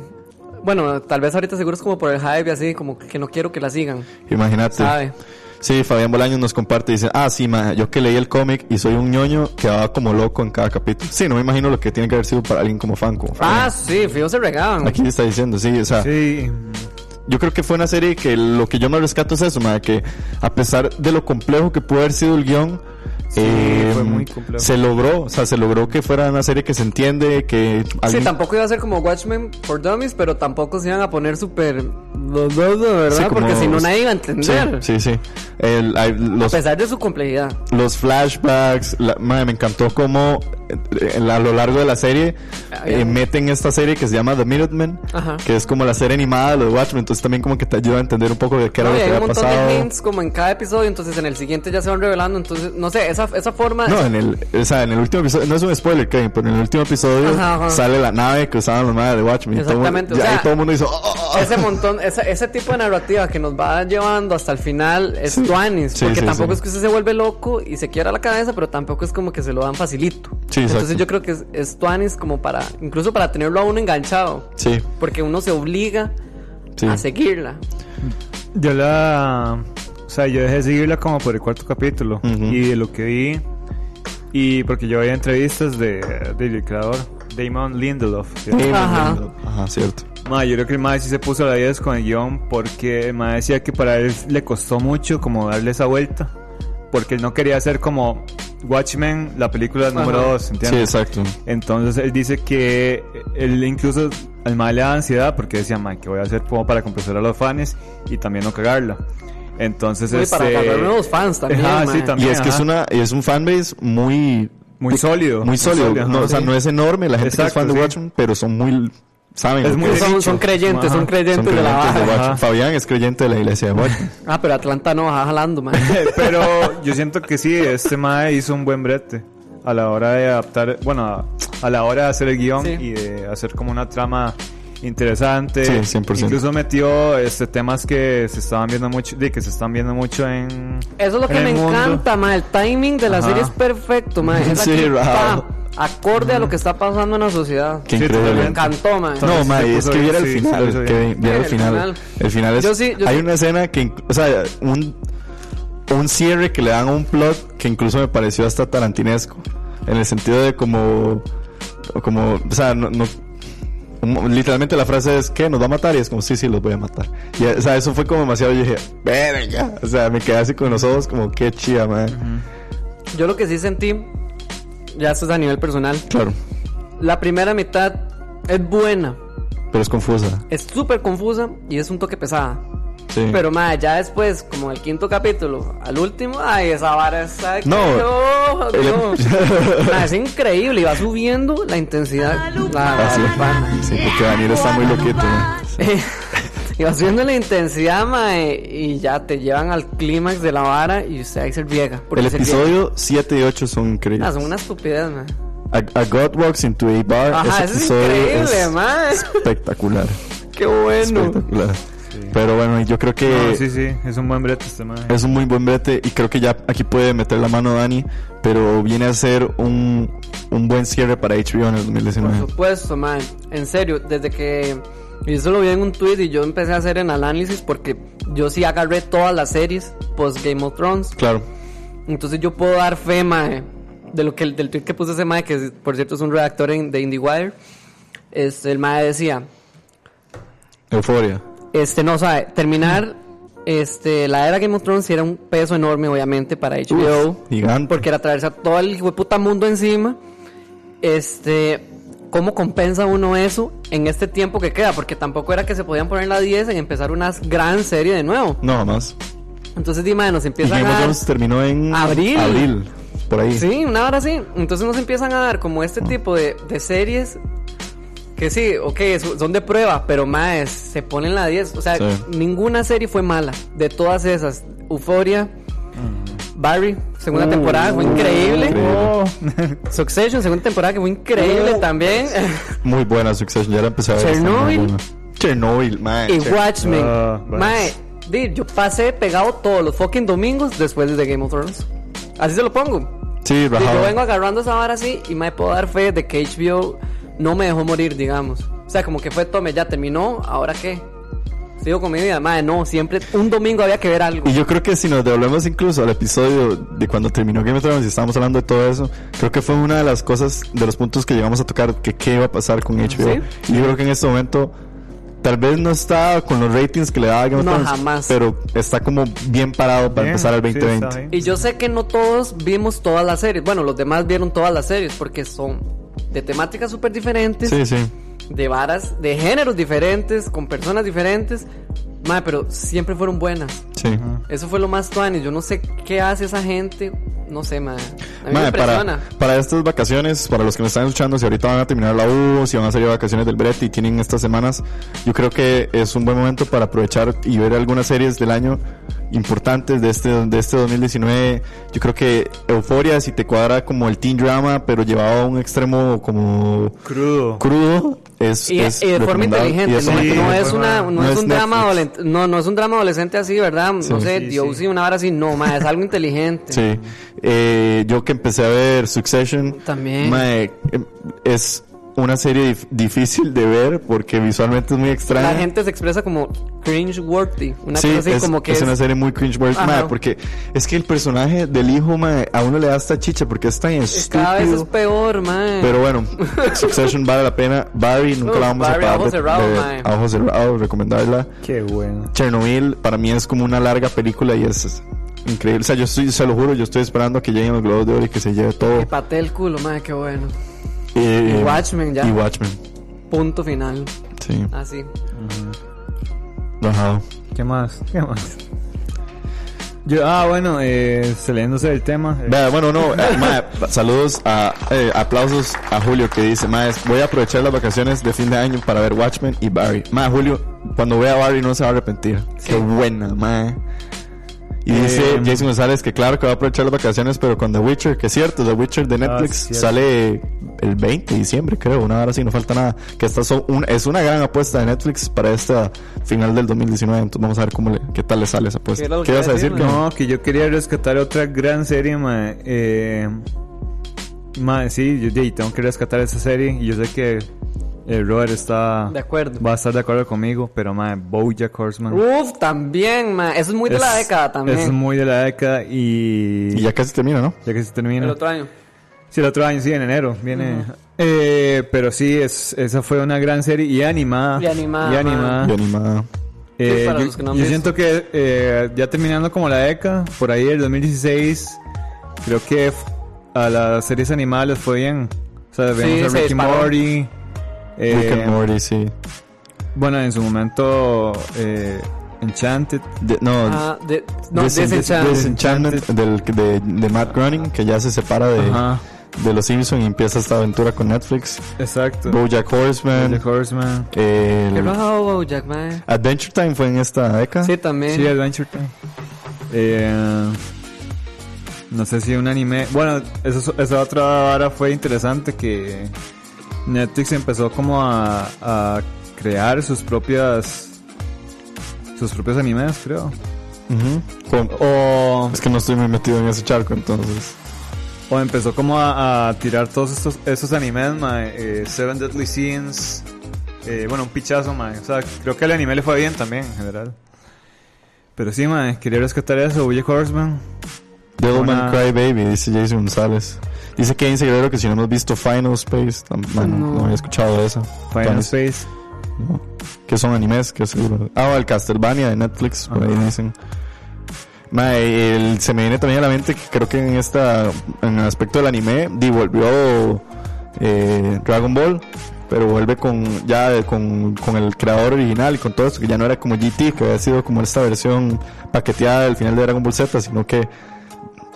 [SPEAKER 5] Bueno, tal vez ahorita seguro es como por el hype y así, como que no quiero que la sigan.
[SPEAKER 3] Imagínate.
[SPEAKER 5] ¿Sabe?
[SPEAKER 3] Sí, Fabián Bolaños nos comparte y dice, ah, sí, ma, yo que leí el cómic y soy un ñoño que va como loco en cada capítulo. Sí, no me imagino lo que tiene que haber sido para alguien como fan. Como
[SPEAKER 5] Ah,
[SPEAKER 3] Fabián.
[SPEAKER 5] sí, fijo se regaban.
[SPEAKER 3] Aquí está diciendo, sí, o sea,
[SPEAKER 6] Sí,
[SPEAKER 3] yo creo que fue una serie que lo que yo me rescato es eso, ma, que a pesar de lo complejo que pudo haber sido el guión, eh,
[SPEAKER 6] fue muy complejo.
[SPEAKER 3] se logró, o sea, se logró que fuera una serie que se entiende, que
[SPEAKER 5] Sí,
[SPEAKER 3] alguien-
[SPEAKER 5] tampoco iba a ser como Watchmen for Dummies, pero tampoco se iban a poner súper... Los dos, de verdad,
[SPEAKER 3] sí, como-
[SPEAKER 5] porque si no nadie iba a entender.
[SPEAKER 3] Sí, sí, sí. El- hay-
[SPEAKER 5] A
[SPEAKER 3] los,
[SPEAKER 5] pesar de su complejidad.
[SPEAKER 3] los flashbacks, la- madre, me encantó cómo eh, en la- a lo largo de la serie
[SPEAKER 5] Ah,
[SPEAKER 3] eh,
[SPEAKER 5] bien.
[SPEAKER 3] meten esta serie que se llama The Minutemen,
[SPEAKER 5] Ajá.
[SPEAKER 3] que es como la serie animada de los Watchmen, entonces también como que te ayuda a entender un poco de qué era
[SPEAKER 5] No,
[SPEAKER 3] lo
[SPEAKER 5] y
[SPEAKER 3] que
[SPEAKER 5] hay un
[SPEAKER 3] había
[SPEAKER 5] montón
[SPEAKER 3] pasado.
[SPEAKER 5] de hints como en cada episodio, entonces en el siguiente ya se van revelando, entonces, no sé, esa, esa forma...
[SPEAKER 3] No, en el, o sea, en el último episodio, no es un spoiler, Kevin, pero en el último episodio
[SPEAKER 5] Ajá, ajá.
[SPEAKER 3] sale la nave que usaban los madres de Watchmen. y todo el mundo-
[SPEAKER 5] Exactamente, o
[SPEAKER 3] ya ahí
[SPEAKER 5] sea,
[SPEAKER 3] todo el mundo hizo. "Oh, oh, oh".
[SPEAKER 5] [LAUGHS] ese montón, esa- ese tipo de narrativa que nos va llevando hasta el final es
[SPEAKER 3] Sí.
[SPEAKER 5] Tuanis,
[SPEAKER 3] Sí,
[SPEAKER 5] porque
[SPEAKER 3] sí,
[SPEAKER 5] tampoco
[SPEAKER 3] sí.
[SPEAKER 5] es que usted se vuelve loco y se quiera la cabeza, pero tampoco es como que se lo dan facilito.
[SPEAKER 3] Sí, exacto.
[SPEAKER 5] Entonces yo creo que es, es Tuanis como para, incluso para tenerlo a uno enganchado,
[SPEAKER 3] Sí,
[SPEAKER 5] porque uno se obliga
[SPEAKER 3] sí.
[SPEAKER 5] a seguirla.
[SPEAKER 6] yo la. O sea, yo dejé de seguirla como por el cuarto capítulo.
[SPEAKER 3] Ujú.
[SPEAKER 6] Y de lo que vi. Y porque yo veía entrevistas de, del creador, Damon Lindelof. ¿sí?
[SPEAKER 5] Ajá.
[SPEAKER 3] Ajá, cierto.
[SPEAKER 6] Ma, yo creo que el mae sí se puso a la 10 con el guión porque el mae decía que para él le costó mucho como darle esa vuelta. Porque él no quería hacer como Watchmen, la película número
[SPEAKER 5] Ajá.
[SPEAKER 6] 2,
[SPEAKER 3] Sí,
[SPEAKER 6] ¿entiendes?
[SPEAKER 3] exacto.
[SPEAKER 6] Entonces él dice que él incluso al mal le da ansiedad porque decía, mae, ¿qué voy a hacer como para complacer a los fans y también no cagarla? Entonces,
[SPEAKER 5] Uy,
[SPEAKER 6] este...
[SPEAKER 5] para agarrar nuevos fans también,
[SPEAKER 6] Ajá,
[SPEAKER 5] mae.
[SPEAKER 6] sí,
[SPEAKER 3] Y
[SPEAKER 6] también,
[SPEAKER 3] es que es
[SPEAKER 6] ajá.
[SPEAKER 3] una, es un fanbase muy
[SPEAKER 6] Muy sólido.
[SPEAKER 3] Muy sólido.
[SPEAKER 6] ajá.
[SPEAKER 3] no, O sea,
[SPEAKER 6] Sí.
[SPEAKER 3] no es enorme. La gente que es
[SPEAKER 6] Exacto,
[SPEAKER 3] fan de
[SPEAKER 6] sí.
[SPEAKER 3] Watchmen, pero son muy. Saben.
[SPEAKER 6] Es
[SPEAKER 3] lo
[SPEAKER 6] muy
[SPEAKER 3] que
[SPEAKER 6] de
[SPEAKER 5] Son,
[SPEAKER 6] nicho.
[SPEAKER 5] son creyentes,
[SPEAKER 6] Ajá.
[SPEAKER 5] son creyentes
[SPEAKER 3] Son
[SPEAKER 5] de la
[SPEAKER 3] creyentes de
[SPEAKER 5] baja.
[SPEAKER 3] Watchmen.
[SPEAKER 6] Ajá.
[SPEAKER 3] Fabián es creyente de la iglesia de
[SPEAKER 6] [LAUGHS]
[SPEAKER 3] Watchmen.
[SPEAKER 5] Ah, pero Atlanta no va
[SPEAKER 3] [LAUGHS]
[SPEAKER 5] jalando, man.
[SPEAKER 6] [LAUGHS] Pero yo siento que sí, este Mae hizo un buen brete a la hora de adaptar, bueno, a, a la hora de hacer el guión
[SPEAKER 5] Sí.
[SPEAKER 6] y de hacer como una trama interesante.
[SPEAKER 3] Sí, 100%.
[SPEAKER 6] Incluso metió este, temas que se estaban viendo mucho, de que se están viendo mucho en.
[SPEAKER 5] Eso es lo que
[SPEAKER 6] en
[SPEAKER 5] me
[SPEAKER 6] el mundo.
[SPEAKER 5] encanta, ma. El timing de la
[SPEAKER 6] Ajá.
[SPEAKER 5] serie es perfecto, ma. Es
[SPEAKER 3] Sí,
[SPEAKER 5] aquí,
[SPEAKER 3] Raúl.
[SPEAKER 5] pa, acorde a lo que está pasando en la sociedad.
[SPEAKER 3] Qué
[SPEAKER 6] Sí,
[SPEAKER 5] Me
[SPEAKER 3] increíble.
[SPEAKER 6] totalmente.
[SPEAKER 5] encantó, ma.
[SPEAKER 3] No, ma, y es
[SPEAKER 6] puso
[SPEAKER 3] que
[SPEAKER 6] bien,
[SPEAKER 3] viera el
[SPEAKER 6] sí, se
[SPEAKER 3] final.
[SPEAKER 6] puso
[SPEAKER 3] que
[SPEAKER 6] bien.
[SPEAKER 3] viera el
[SPEAKER 5] El
[SPEAKER 3] final.
[SPEAKER 5] final.
[SPEAKER 3] El final es.
[SPEAKER 5] Yo sí- yo
[SPEAKER 3] hay
[SPEAKER 5] sí-
[SPEAKER 3] una escena que. inc- O sea, un, un cierre que le dan a un plot que incluso me pareció hasta tarantinesco. En el sentido de como. Como. O sea, no. no- un- literalmente la frase es que nos va a matar y es como sí sí los voy a matar y, o sea eso fue como demasiado yo dije verga o sea me quedé así con los ojos como qué chida man
[SPEAKER 5] Yo lo que sí sentí, ya esto es a nivel personal,
[SPEAKER 3] claro
[SPEAKER 5] la primera mitad es buena,
[SPEAKER 3] pero es confusa
[SPEAKER 5] es súper confusa y es un toque pesada.
[SPEAKER 3] sí
[SPEAKER 5] Pero ma, ya después, como el quinto capítulo, al último, ay, esa vara está...
[SPEAKER 3] No.
[SPEAKER 5] no,
[SPEAKER 3] El-
[SPEAKER 5] no.
[SPEAKER 3] [LAUGHS]
[SPEAKER 5] Ma, es increíble y va subiendo la intensidad. La,
[SPEAKER 3] Ah, sí.
[SPEAKER 5] la- la-
[SPEAKER 3] sí porque Daniel está muy loquito man.
[SPEAKER 5] [LAUGHS] y va subiendo la intensidad, ma, y ya te llevan al clímax de la vara y usted ahí se riega. porque
[SPEAKER 3] El
[SPEAKER 5] se
[SPEAKER 3] episodio 7 y 8 son
[SPEAKER 5] riega.
[SPEAKER 3] increíbles.
[SPEAKER 5] Ah, son una estupidez, ma.
[SPEAKER 3] A, a God Walks into a Bar.
[SPEAKER 5] Ajá,
[SPEAKER 3] ese
[SPEAKER 5] eso es
[SPEAKER 3] episodio
[SPEAKER 5] increíble,
[SPEAKER 3] es [LAUGHS]
[SPEAKER 5] ma. [LAUGHS]
[SPEAKER 3] espectacular.
[SPEAKER 5] Qué bueno.
[SPEAKER 3] Espectacular. Pero bueno, yo creo que
[SPEAKER 6] No, sí, sí, es un buen brete este man.
[SPEAKER 3] es un muy buen brete y creo que ya aquí puede meter la mano Dani, pero viene a ser un, un buen cierre para HBO en el
[SPEAKER 5] Por
[SPEAKER 3] 2019.
[SPEAKER 5] supuesto, man. En serio, desde que. Y eso lo vi en un tweet y yo empecé a hacer el análisis porque yo sí agarré todas las series post Game of Thrones.
[SPEAKER 3] Claro.
[SPEAKER 5] Entonces yo puedo dar fe, mae, de lo que del tweet que puso ese mae, que por cierto es un redactor en- de IndieWire. Este, el mae decía,
[SPEAKER 3] Euforia.
[SPEAKER 5] este, no, sabe, terminar este, la era Game of Thrones sí era un peso enorme, obviamente, para HBO.
[SPEAKER 3] Gigante.
[SPEAKER 5] porque era atravesar todo el puta mundo encima. Este, ¿cómo compensa uno eso en este tiempo que queda? Porque tampoco era que se podían poner la 10 en empezar una gran serie de nuevo.
[SPEAKER 3] No, más.
[SPEAKER 5] Entonces, Dima, nos
[SPEAKER 3] Y
[SPEAKER 5] empiezan
[SPEAKER 3] Game
[SPEAKER 5] a
[SPEAKER 3] of
[SPEAKER 5] dar.
[SPEAKER 3] Thrones terminó en
[SPEAKER 5] Abril.
[SPEAKER 3] abril, por ahí.
[SPEAKER 5] Sí, una hora sí. Entonces nos empiezan a dar como este tipo de, de series que sí, ok, es- son de prueba, pero más, se ponen la 10. O sea,
[SPEAKER 3] Sí.
[SPEAKER 5] ninguna serie fue mala. De todas esas, Euforia, Barry, segunda temporada, fue increíble.
[SPEAKER 3] Mm, increíble.
[SPEAKER 5] Succession, segunda temporada, que fue increíble también.
[SPEAKER 3] Muy buena Succession, ya la empecé a ver. está muy
[SPEAKER 5] Chernobyl.
[SPEAKER 3] buena. Chernobyl, man.
[SPEAKER 5] [LAUGHS] y
[SPEAKER 3] Cher-
[SPEAKER 5] Watchmen.
[SPEAKER 6] Ah, bueno.
[SPEAKER 5] Mae, di, yo pasé pegado todos los fucking domingos después de Game of Thrones. Así se lo pongo.
[SPEAKER 3] Sí,
[SPEAKER 5] Sí,
[SPEAKER 3] rajado.
[SPEAKER 5] yo vengo agarrando esa vara así y me puedo dar fe de que HBO no me dejó morir, digamos. O sea, como que fue tome, ya terminó, ¿ahora qué? Sigo con mi vida, madre, no, siempre un domingo había que ver algo.
[SPEAKER 3] Y yo creo que si nos devolvemos incluso al episodio de cuando terminó Game of Thrones y estábamos hablando de todo eso, creo que fue una de las cosas, de los puntos que llegamos a tocar, que qué iba a pasar con HBO. Y yo creo que en este momento tal vez no está con los ratings que le daba Game of
[SPEAKER 5] No,
[SPEAKER 3] Thrones,
[SPEAKER 5] jamás.
[SPEAKER 3] pero está como bien parado para
[SPEAKER 6] Bien,
[SPEAKER 3] empezar al
[SPEAKER 6] sí, está
[SPEAKER 3] 2020.
[SPEAKER 6] bien.
[SPEAKER 5] Y yo sé que no todos vimos todas las series. Bueno, los demás vieron todas las series porque son de temáticas súper diferentes,
[SPEAKER 3] sí, sí.
[SPEAKER 5] de varas, de géneros diferentes, con personas diferentes. Madre, pero siempre fueron buenas.
[SPEAKER 3] Sí.
[SPEAKER 5] Eso fue lo más tuanis. Yo no sé qué hace esa gente. No sé, madre. A mí me
[SPEAKER 3] Mae, para,
[SPEAKER 5] impresiona.
[SPEAKER 3] para estas vacaciones, para los que me están escuchando, si ahorita van a terminar la U, si van a salir de vacaciones del brete y tienen estas semanas, yo creo que es un buen momento para aprovechar y ver algunas series del año importantes de este, de este 2019. Yo creo que Euforia, si te cuadra como el teen drama, pero llevado a un extremo como
[SPEAKER 6] Crudo.
[SPEAKER 3] crudo, es.
[SPEAKER 5] Y,
[SPEAKER 3] es
[SPEAKER 5] y de forma
[SPEAKER 3] recomendable.
[SPEAKER 5] inteligente,
[SPEAKER 3] Y es
[SPEAKER 5] ¿no?
[SPEAKER 3] una-
[SPEAKER 6] sí,
[SPEAKER 5] no
[SPEAKER 6] de
[SPEAKER 5] es
[SPEAKER 6] forma-
[SPEAKER 5] una, no,
[SPEAKER 3] no
[SPEAKER 5] es,
[SPEAKER 3] es
[SPEAKER 5] un drama
[SPEAKER 3] Netflix.
[SPEAKER 5] adolescente, no, no es un drama adolescente así, ¿verdad? No
[SPEAKER 3] Sí.
[SPEAKER 5] sé,
[SPEAKER 6] Sí,
[SPEAKER 5] Dios
[SPEAKER 6] sí.
[SPEAKER 5] una hora así, no, ma, es algo inteligente.
[SPEAKER 3] Sí. Eh, yo que empecé a ver Succession.
[SPEAKER 5] También.
[SPEAKER 3] mae, eh, es una serie dif- difícil de ver porque visualmente es muy extraña.
[SPEAKER 5] La gente se expresa como cringe worthy, una
[SPEAKER 3] Sí,
[SPEAKER 5] cosa así
[SPEAKER 3] es,
[SPEAKER 5] como que
[SPEAKER 3] es
[SPEAKER 5] es-
[SPEAKER 3] una serie muy cringe
[SPEAKER 5] Ajá.
[SPEAKER 3] porque es que el personaje del hijo mae, a uno le da esta chicha porque es tan estúpido.
[SPEAKER 5] cada vez es peor, man.
[SPEAKER 3] Pero bueno, Succession vale la pena. Barry nunca
[SPEAKER 5] Uh,
[SPEAKER 3] la vamos
[SPEAKER 5] Barry,
[SPEAKER 3] a
[SPEAKER 5] a
[SPEAKER 3] parar
[SPEAKER 5] ojo
[SPEAKER 3] de-
[SPEAKER 5] cerrado,
[SPEAKER 3] de-
[SPEAKER 5] mae.
[SPEAKER 3] a ojo cerrado, recomendarla.
[SPEAKER 6] Qué bueno.
[SPEAKER 3] Chernobyl para mí es como una larga película y es, es increíble. O sea, yo estoy, se lo juro, yo estoy esperando a que lleguen los globos de oro y que se lleve todo.
[SPEAKER 5] Que pateé el culo, man, qué bueno.
[SPEAKER 3] Eh,
[SPEAKER 5] Y Watchmen, ya.
[SPEAKER 3] Y Watchmen.
[SPEAKER 5] Punto final,
[SPEAKER 3] Sí.
[SPEAKER 5] así.
[SPEAKER 3] Ajá.
[SPEAKER 6] ¿Qué más? ¿Qué más? Yo, ah, bueno, eh, saliéndose del tema. eh,
[SPEAKER 3] Vea, bueno, no. eh, mae, saludos a. eh, aplausos a Julio que dice: Mae, voy a aprovechar las vacaciones de fin de año para ver Watchmen y Barry. Mae, Julio, cuando vea a Barry no se va a arrepentir. Qué buena, mae. Y
[SPEAKER 5] Em.
[SPEAKER 3] dice Jason González que claro que va a aprovechar las vacaciones, pero con The Witcher, que es cierto, The Witcher
[SPEAKER 5] Ah,
[SPEAKER 3] de Netflix
[SPEAKER 6] cierto.
[SPEAKER 3] sale el 20 de diciembre, creo, una hora así, no falta nada. Que esta son un- es una gran apuesta de Netflix para esta final del 2019, entonces vamos a ver cómo le- qué tal le sale esa apuesta.
[SPEAKER 5] ¿Qué era lo
[SPEAKER 3] ¿Qué,
[SPEAKER 5] que
[SPEAKER 3] ibas a
[SPEAKER 5] iba a
[SPEAKER 3] decir?
[SPEAKER 5] decir,
[SPEAKER 3] que
[SPEAKER 6] No, que yo quería rescatar otra gran serie, ma. Eh, ma, sí, yo y tengo que rescatar esa serie. Y yo sé que eh, Robert está.
[SPEAKER 5] De acuerdo.
[SPEAKER 6] Va a estar de acuerdo conmigo, pero, ma, Bojack Horseman.
[SPEAKER 5] Uf, también, man. Eso es muy de la
[SPEAKER 6] Es-
[SPEAKER 5] década también.
[SPEAKER 6] Es muy de la década y.
[SPEAKER 3] Y ya casi termina, ¿no?
[SPEAKER 6] ya que se termina.
[SPEAKER 5] El otro año.
[SPEAKER 6] Sí, el otro año, sí, en enero viene. Eh, pero sí, es, esa fue una gran serie y animada.
[SPEAKER 5] Y animada,
[SPEAKER 6] Y
[SPEAKER 5] Ah.
[SPEAKER 6] animada.
[SPEAKER 3] Y animada.
[SPEAKER 6] Eh,
[SPEAKER 5] Sí, para
[SPEAKER 6] yo
[SPEAKER 5] los que no han
[SPEAKER 6] yo
[SPEAKER 5] visto.
[SPEAKER 6] siento que eh, ya terminando como la década, por ahí el 2016, creo que f- a las series animales fue bien. O sea, vemos
[SPEAKER 5] se
[SPEAKER 6] a Ricky
[SPEAKER 5] disparó.
[SPEAKER 6] Morty. eh,
[SPEAKER 3] Rick and Morty, sí.
[SPEAKER 6] Bueno, en su momento, eh, Enchanted.
[SPEAKER 3] De- no,
[SPEAKER 5] Ah, de, no,
[SPEAKER 3] Desen-
[SPEAKER 5] Desenchant.
[SPEAKER 3] Disenchantment del, de, de Matt Groening, que ya se separa de,
[SPEAKER 6] Ajá,
[SPEAKER 3] de los Simpsons y empieza esta aventura con Netflix.
[SPEAKER 6] exacto.
[SPEAKER 3] Bojack Horseman.
[SPEAKER 6] The Horseman.
[SPEAKER 3] el-
[SPEAKER 5] Qué raro, Bojack, man.
[SPEAKER 3] Adventure Time fue en esta década.
[SPEAKER 5] Sí, también.
[SPEAKER 6] Sí, Adventure Time. Eh, no sé si un anime. Bueno, eso- esa otra vara fue interesante que Netflix empezó como a, a crear sus propias. Sus propios animes, creo.
[SPEAKER 3] Ujú. Con-
[SPEAKER 6] Oh.
[SPEAKER 3] oh,
[SPEAKER 6] O,
[SPEAKER 3] Es que no estoy muy metido en ese charco, entonces.
[SPEAKER 6] o empezó como a, a tirar todos estos esos animes, mae, eh, Seven Deadly Sins. eh, bueno, un pichazo, mae. O sea, creo que al anime le fue bien también, en general. Pero sí, mae, quería rescatar eso. Bojack Horseman,
[SPEAKER 3] Devilman
[SPEAKER 6] Una-
[SPEAKER 3] Cry Baby, dice Jason González. Dice Kevin Segredo que si no hemos visto Final Space, tam- man, no.
[SPEAKER 5] No.
[SPEAKER 3] había escuchado de eso.
[SPEAKER 6] Final
[SPEAKER 3] Entonces,
[SPEAKER 6] Space.
[SPEAKER 3] no. Que son animes, que seguro. Ah, el Castlevania de Netflix, por ahí
[SPEAKER 6] Ajá.
[SPEAKER 3] dicen. Mae, el- se me viene también a la mente que creo que en esta en el aspecto del anime di, volvió eh, Dragon Ball, pero vuelve con ya de- con, con el creador original y con todo esto, que ya no era como GT, que había sido como esta versión paqueteada del final de Dragon Ball Z, sino que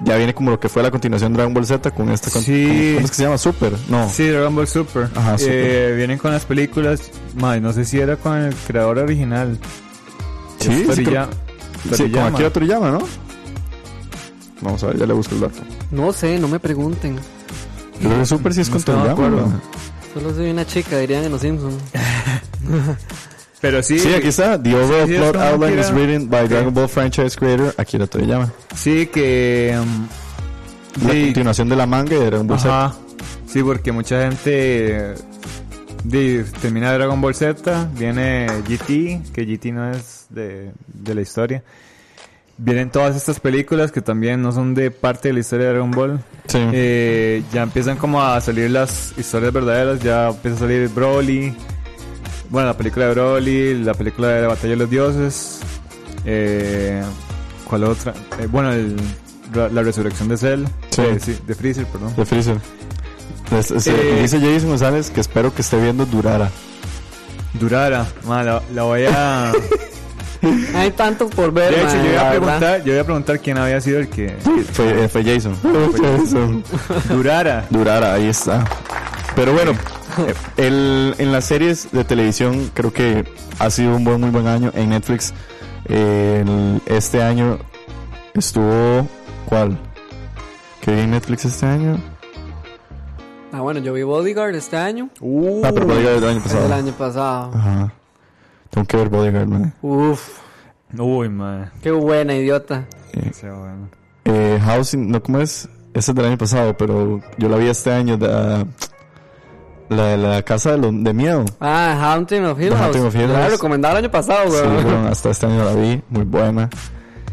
[SPEAKER 3] ya viene como lo que fue la continuación de Dragon Ball Z con esta con-
[SPEAKER 6] Sí.
[SPEAKER 3] ¿cómo es que se llama? Super, no.
[SPEAKER 6] Sí, Dragon Ball Super.
[SPEAKER 3] Ajá, Super.
[SPEAKER 6] Eh, vienen con las películas. Madre, no sé si era con el creador original.
[SPEAKER 3] Sí, sí, creo-
[SPEAKER 6] Toriyama.
[SPEAKER 3] Sí, con
[SPEAKER 6] Toriyama.
[SPEAKER 3] Akira Toriyama, ¿no? Vamos a ver, ya le busco el dato.
[SPEAKER 5] No sé, no me pregunten.
[SPEAKER 3] Yo creo que Super sí es
[SPEAKER 6] No
[SPEAKER 3] con
[SPEAKER 6] estoy de
[SPEAKER 3] Toriyama.
[SPEAKER 6] acuerdo.
[SPEAKER 3] ¿no?
[SPEAKER 5] Solo soy una chica, dirían en los Simpsons.
[SPEAKER 6] Pero sí,
[SPEAKER 3] Sí, aquí está. The overall
[SPEAKER 6] sí, es
[SPEAKER 3] plot
[SPEAKER 6] con
[SPEAKER 3] outline
[SPEAKER 6] Akira.
[SPEAKER 3] is written by
[SPEAKER 6] Sí.
[SPEAKER 3] Dragon Ball franchise creator Akira Toriyama.
[SPEAKER 6] sí que. um,
[SPEAKER 3] La
[SPEAKER 6] sí,
[SPEAKER 3] continuación de la manga y de Dragon Ball Z.
[SPEAKER 6] ajá. Sí, porque mucha gente. eh, di- termina Dragon Ball Z, viene GT, que GT no es de, de la historia. Vienen todas estas películas que también no son de parte de la historia de Dragon Ball.
[SPEAKER 3] Sí.
[SPEAKER 6] Eh, ya empiezan como a salir las historias verdaderas, ya empieza a salir Broly, bueno, la película de Broly, la película de la Batalla de los Dioses, eh, ¿cuál otra? Eh, bueno, el- la la resurrección de Cell,
[SPEAKER 3] Sí.
[SPEAKER 6] eh, sí, de Freezer, perdón.
[SPEAKER 3] de Freezer. Es- es-
[SPEAKER 6] Eh.
[SPEAKER 3] dice Jason González que espero que esté viendo Durara.
[SPEAKER 6] Durara, ma, la, la voy a...
[SPEAKER 5] Hay tanto por ver,
[SPEAKER 6] De hecho,
[SPEAKER 5] man,
[SPEAKER 6] yo voy
[SPEAKER 5] la
[SPEAKER 6] a,
[SPEAKER 5] verdad.
[SPEAKER 6] preguntar, yo voy a preguntar quién había sido el que...
[SPEAKER 3] Fue, eh, fue
[SPEAKER 6] [LAUGHS]
[SPEAKER 3] Jason.
[SPEAKER 6] Durara.
[SPEAKER 3] Durara, ahí está. Pero bueno, eh, el, en las series de televisión creo que ha sido un buen, muy buen año en Netflix. eh, el- este año estuvo... ¿Cuál? ¿Qué vi en Netflix este año?
[SPEAKER 5] Ah, bueno, yo vi Bodyguard este año.
[SPEAKER 3] ah, pero Bodyguard del año
[SPEAKER 5] Es del
[SPEAKER 3] pasado.
[SPEAKER 5] año pasado.
[SPEAKER 3] Ajá. Tengo que ver Bodyguard, man.
[SPEAKER 5] Uf,
[SPEAKER 6] Uy, madre.
[SPEAKER 5] qué buena, idiota.
[SPEAKER 3] Eh, Housing, ¿no cómo es? Esa es del año pasado, pero yo la vi este año. La, la de la casa de, lo- de miedo.
[SPEAKER 5] Ah, Haunting of Hill
[SPEAKER 3] The
[SPEAKER 5] House.
[SPEAKER 3] Haunting of Hill
[SPEAKER 5] Yo la
[SPEAKER 3] House.
[SPEAKER 5] recomendaba el año pasado,
[SPEAKER 3] Sí,
[SPEAKER 5] weón.
[SPEAKER 3] bueno, hasta este año la vi, muy buena.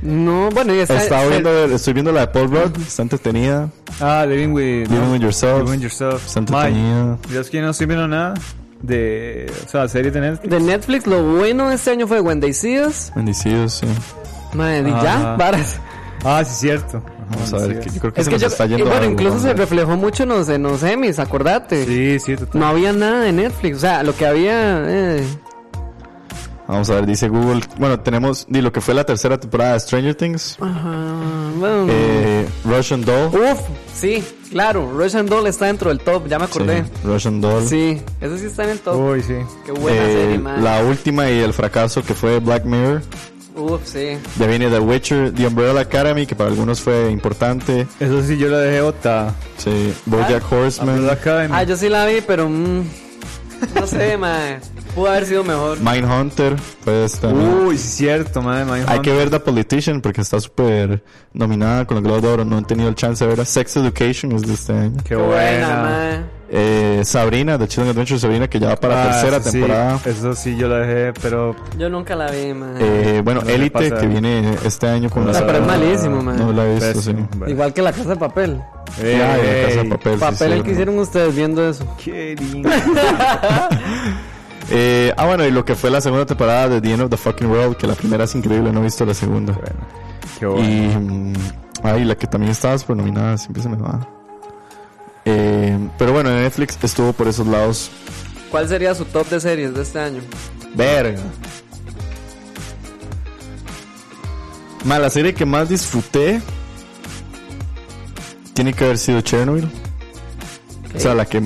[SPEAKER 5] No, bueno, y esta-
[SPEAKER 3] Estaba
[SPEAKER 5] se-
[SPEAKER 3] viendo, estoy viendo la de Paul Rudd, está entretenida.
[SPEAKER 6] Ah, Living with...
[SPEAKER 3] Living with Yourself,
[SPEAKER 6] Living with Yourself.
[SPEAKER 3] está
[SPEAKER 6] Mae,
[SPEAKER 3] entretenida.
[SPEAKER 6] Yo es que no estoy viendo nada de. O sea, series de Netflix.
[SPEAKER 5] De Netflix, lo bueno de este año fue When They See Us.
[SPEAKER 3] Bendecidos, sí.
[SPEAKER 5] Madre, y
[SPEAKER 6] Ah.
[SPEAKER 5] ya, varas.
[SPEAKER 6] Ah, sí, cierto.
[SPEAKER 3] Vamos a ver, que yo creo que
[SPEAKER 5] Es
[SPEAKER 3] se
[SPEAKER 5] que
[SPEAKER 3] nos
[SPEAKER 5] yo,
[SPEAKER 3] está
[SPEAKER 5] y
[SPEAKER 3] yendo.
[SPEAKER 5] bueno,
[SPEAKER 3] algo,
[SPEAKER 5] incluso
[SPEAKER 3] vamos
[SPEAKER 5] se
[SPEAKER 3] a ver.
[SPEAKER 5] reflejó mucho en los, en los Emmys, acordate.
[SPEAKER 6] Sí, sí, total.
[SPEAKER 5] No había nada de Netflix, o sea, lo que había... eh,
[SPEAKER 3] Vamos a ver, dice Google. Bueno, tenemos di, lo que fue la tercera temporada de Stranger Things,
[SPEAKER 5] Ah. ajá, bueno.
[SPEAKER 3] eh, Russian Doll.
[SPEAKER 5] Uf, sí, claro, Russian Doll está dentro del top, ya me acordé.
[SPEAKER 3] Sí, Russian Doll.
[SPEAKER 5] Sí, eso sí está en el top.
[SPEAKER 6] Uy, sí.
[SPEAKER 5] Qué buena
[SPEAKER 3] Eh,
[SPEAKER 5] serie, man.
[SPEAKER 3] la última y el fracaso que fue Black Mirror.
[SPEAKER 5] Uf, sí.
[SPEAKER 3] Ya viene The Witcher, The Umbrella Academy, que para algunos fue importante.
[SPEAKER 6] Eso sí, yo la dejé botada.
[SPEAKER 3] Sí, Bojack Horseman,
[SPEAKER 6] Umbrella Academy.
[SPEAKER 5] Ah, yo sí la vi, pero mm,
[SPEAKER 3] [LAUGHS]
[SPEAKER 5] no sé, mae. Pudo haber sido mejor.
[SPEAKER 3] Mindhunter, pues también.
[SPEAKER 5] Uh,
[SPEAKER 6] Uy, cierto, madre, Mindhunter.
[SPEAKER 3] Hay que ver The Politician porque está súper nominada con el Globo de Oro. No he tenido el chance de verla. Sex Education es de este año.
[SPEAKER 6] Qué
[SPEAKER 5] Qué buena,
[SPEAKER 6] buena.
[SPEAKER 5] mae.
[SPEAKER 3] Eh, Sabrina, The Chilling Adventures Sabrina, que ya va para la
[SPEAKER 6] Ah,
[SPEAKER 3] tercera
[SPEAKER 6] eso sí,
[SPEAKER 3] temporada.
[SPEAKER 6] eso sí, yo la dejé, pero
[SPEAKER 5] Yo nunca la vi, mae.
[SPEAKER 3] Eh, bueno,
[SPEAKER 6] No le
[SPEAKER 3] Elite,
[SPEAKER 6] pasa.
[SPEAKER 3] que viene este año con
[SPEAKER 6] No,
[SPEAKER 5] O
[SPEAKER 3] la
[SPEAKER 5] sea, pero es
[SPEAKER 6] ah,
[SPEAKER 5] malísimo, mae.
[SPEAKER 3] No la he visto, sí.
[SPEAKER 6] pésimo, bueno.
[SPEAKER 5] Igual que la casa de papel.
[SPEAKER 6] Ey,
[SPEAKER 3] Ah, de la Casa de Papel, sí,
[SPEAKER 5] papel el
[SPEAKER 3] sí.
[SPEAKER 5] que hicieron ustedes viendo eso.
[SPEAKER 6] Qué lindo.
[SPEAKER 3] Eh, ah, bueno, y lo que fue la segunda temporada de The End of the Fucking World, que la primera es increíble, no he visto la segunda.
[SPEAKER 6] Qué
[SPEAKER 3] [LAUGHS]
[SPEAKER 6] bueno.
[SPEAKER 3] Y. mm, Ay, la que también estaba súper nominada, siempre se me va. Eh, pero bueno, en Netflix estuvo por esos lados.
[SPEAKER 5] ¿Cuál sería su top de series de este año?
[SPEAKER 3] Verga. Ma, la serie que más disfruté tiene que haber sido Chernobyl. O sea, la que.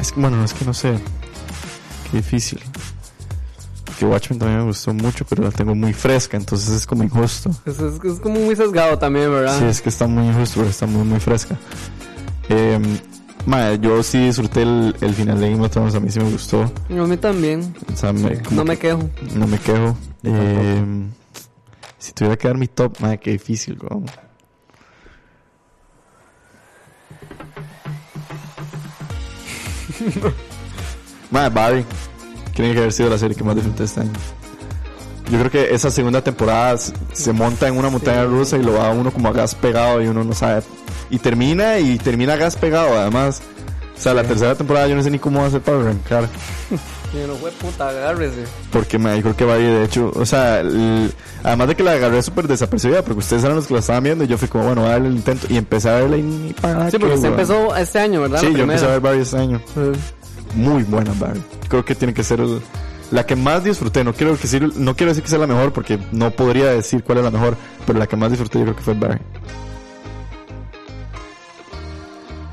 [SPEAKER 3] Es que, bueno, es que no sé. Qué difícil. Que Watchmen también me gustó mucho, pero la tengo muy fresca, entonces es como injusto.
[SPEAKER 5] Es, es- es como muy sesgado también, ¿verdad?
[SPEAKER 3] Sí, es que está muy injusto, pero está muy, muy fresca. Eh, ma, yo sí disfruté el, el final de Game of Thrones, a mí sí me gustó.
[SPEAKER 5] A mí también.
[SPEAKER 3] O sea, me- como
[SPEAKER 5] No me quejo.
[SPEAKER 3] no me quejo. Eh, si tuviera que dar mi top, madre, qué difícil, weón. [LAUGHS] madre, Barry. Tiene que haber sido la serie que más disfruté este año. Yo creo que esa segunda temporada se- se monta en una montaña rusa y lo va uno como a gas pegado y uno no sabe. Y termina y termina a gas pegado, además. O sea, la tercera temporada yo no sé ni cómo va a ser para arrancar.
[SPEAKER 5] Yo no fue puta, agárrese.
[SPEAKER 3] Porque me dijo que Barry, de hecho, o sea, el- además de que la agarré súper desapercibida, porque ustedes eran los que la estaban viendo, y yo fui como, bueno, voy a darle el intento, y empecé a verla y ni para
[SPEAKER 5] Sí, porque usted empezó este año, ¿verdad?
[SPEAKER 3] Sí,
[SPEAKER 5] La
[SPEAKER 3] yo empecé a
[SPEAKER 5] primera.
[SPEAKER 3] ver Barry este año. Muy buena Barry. Creo que tiene que ser el- la que más disfruté. No quiero, decir, no quiero decir que sea la mejor, porque no podría decir cuál es la mejor, pero la que más disfruté yo creo que fue Barry.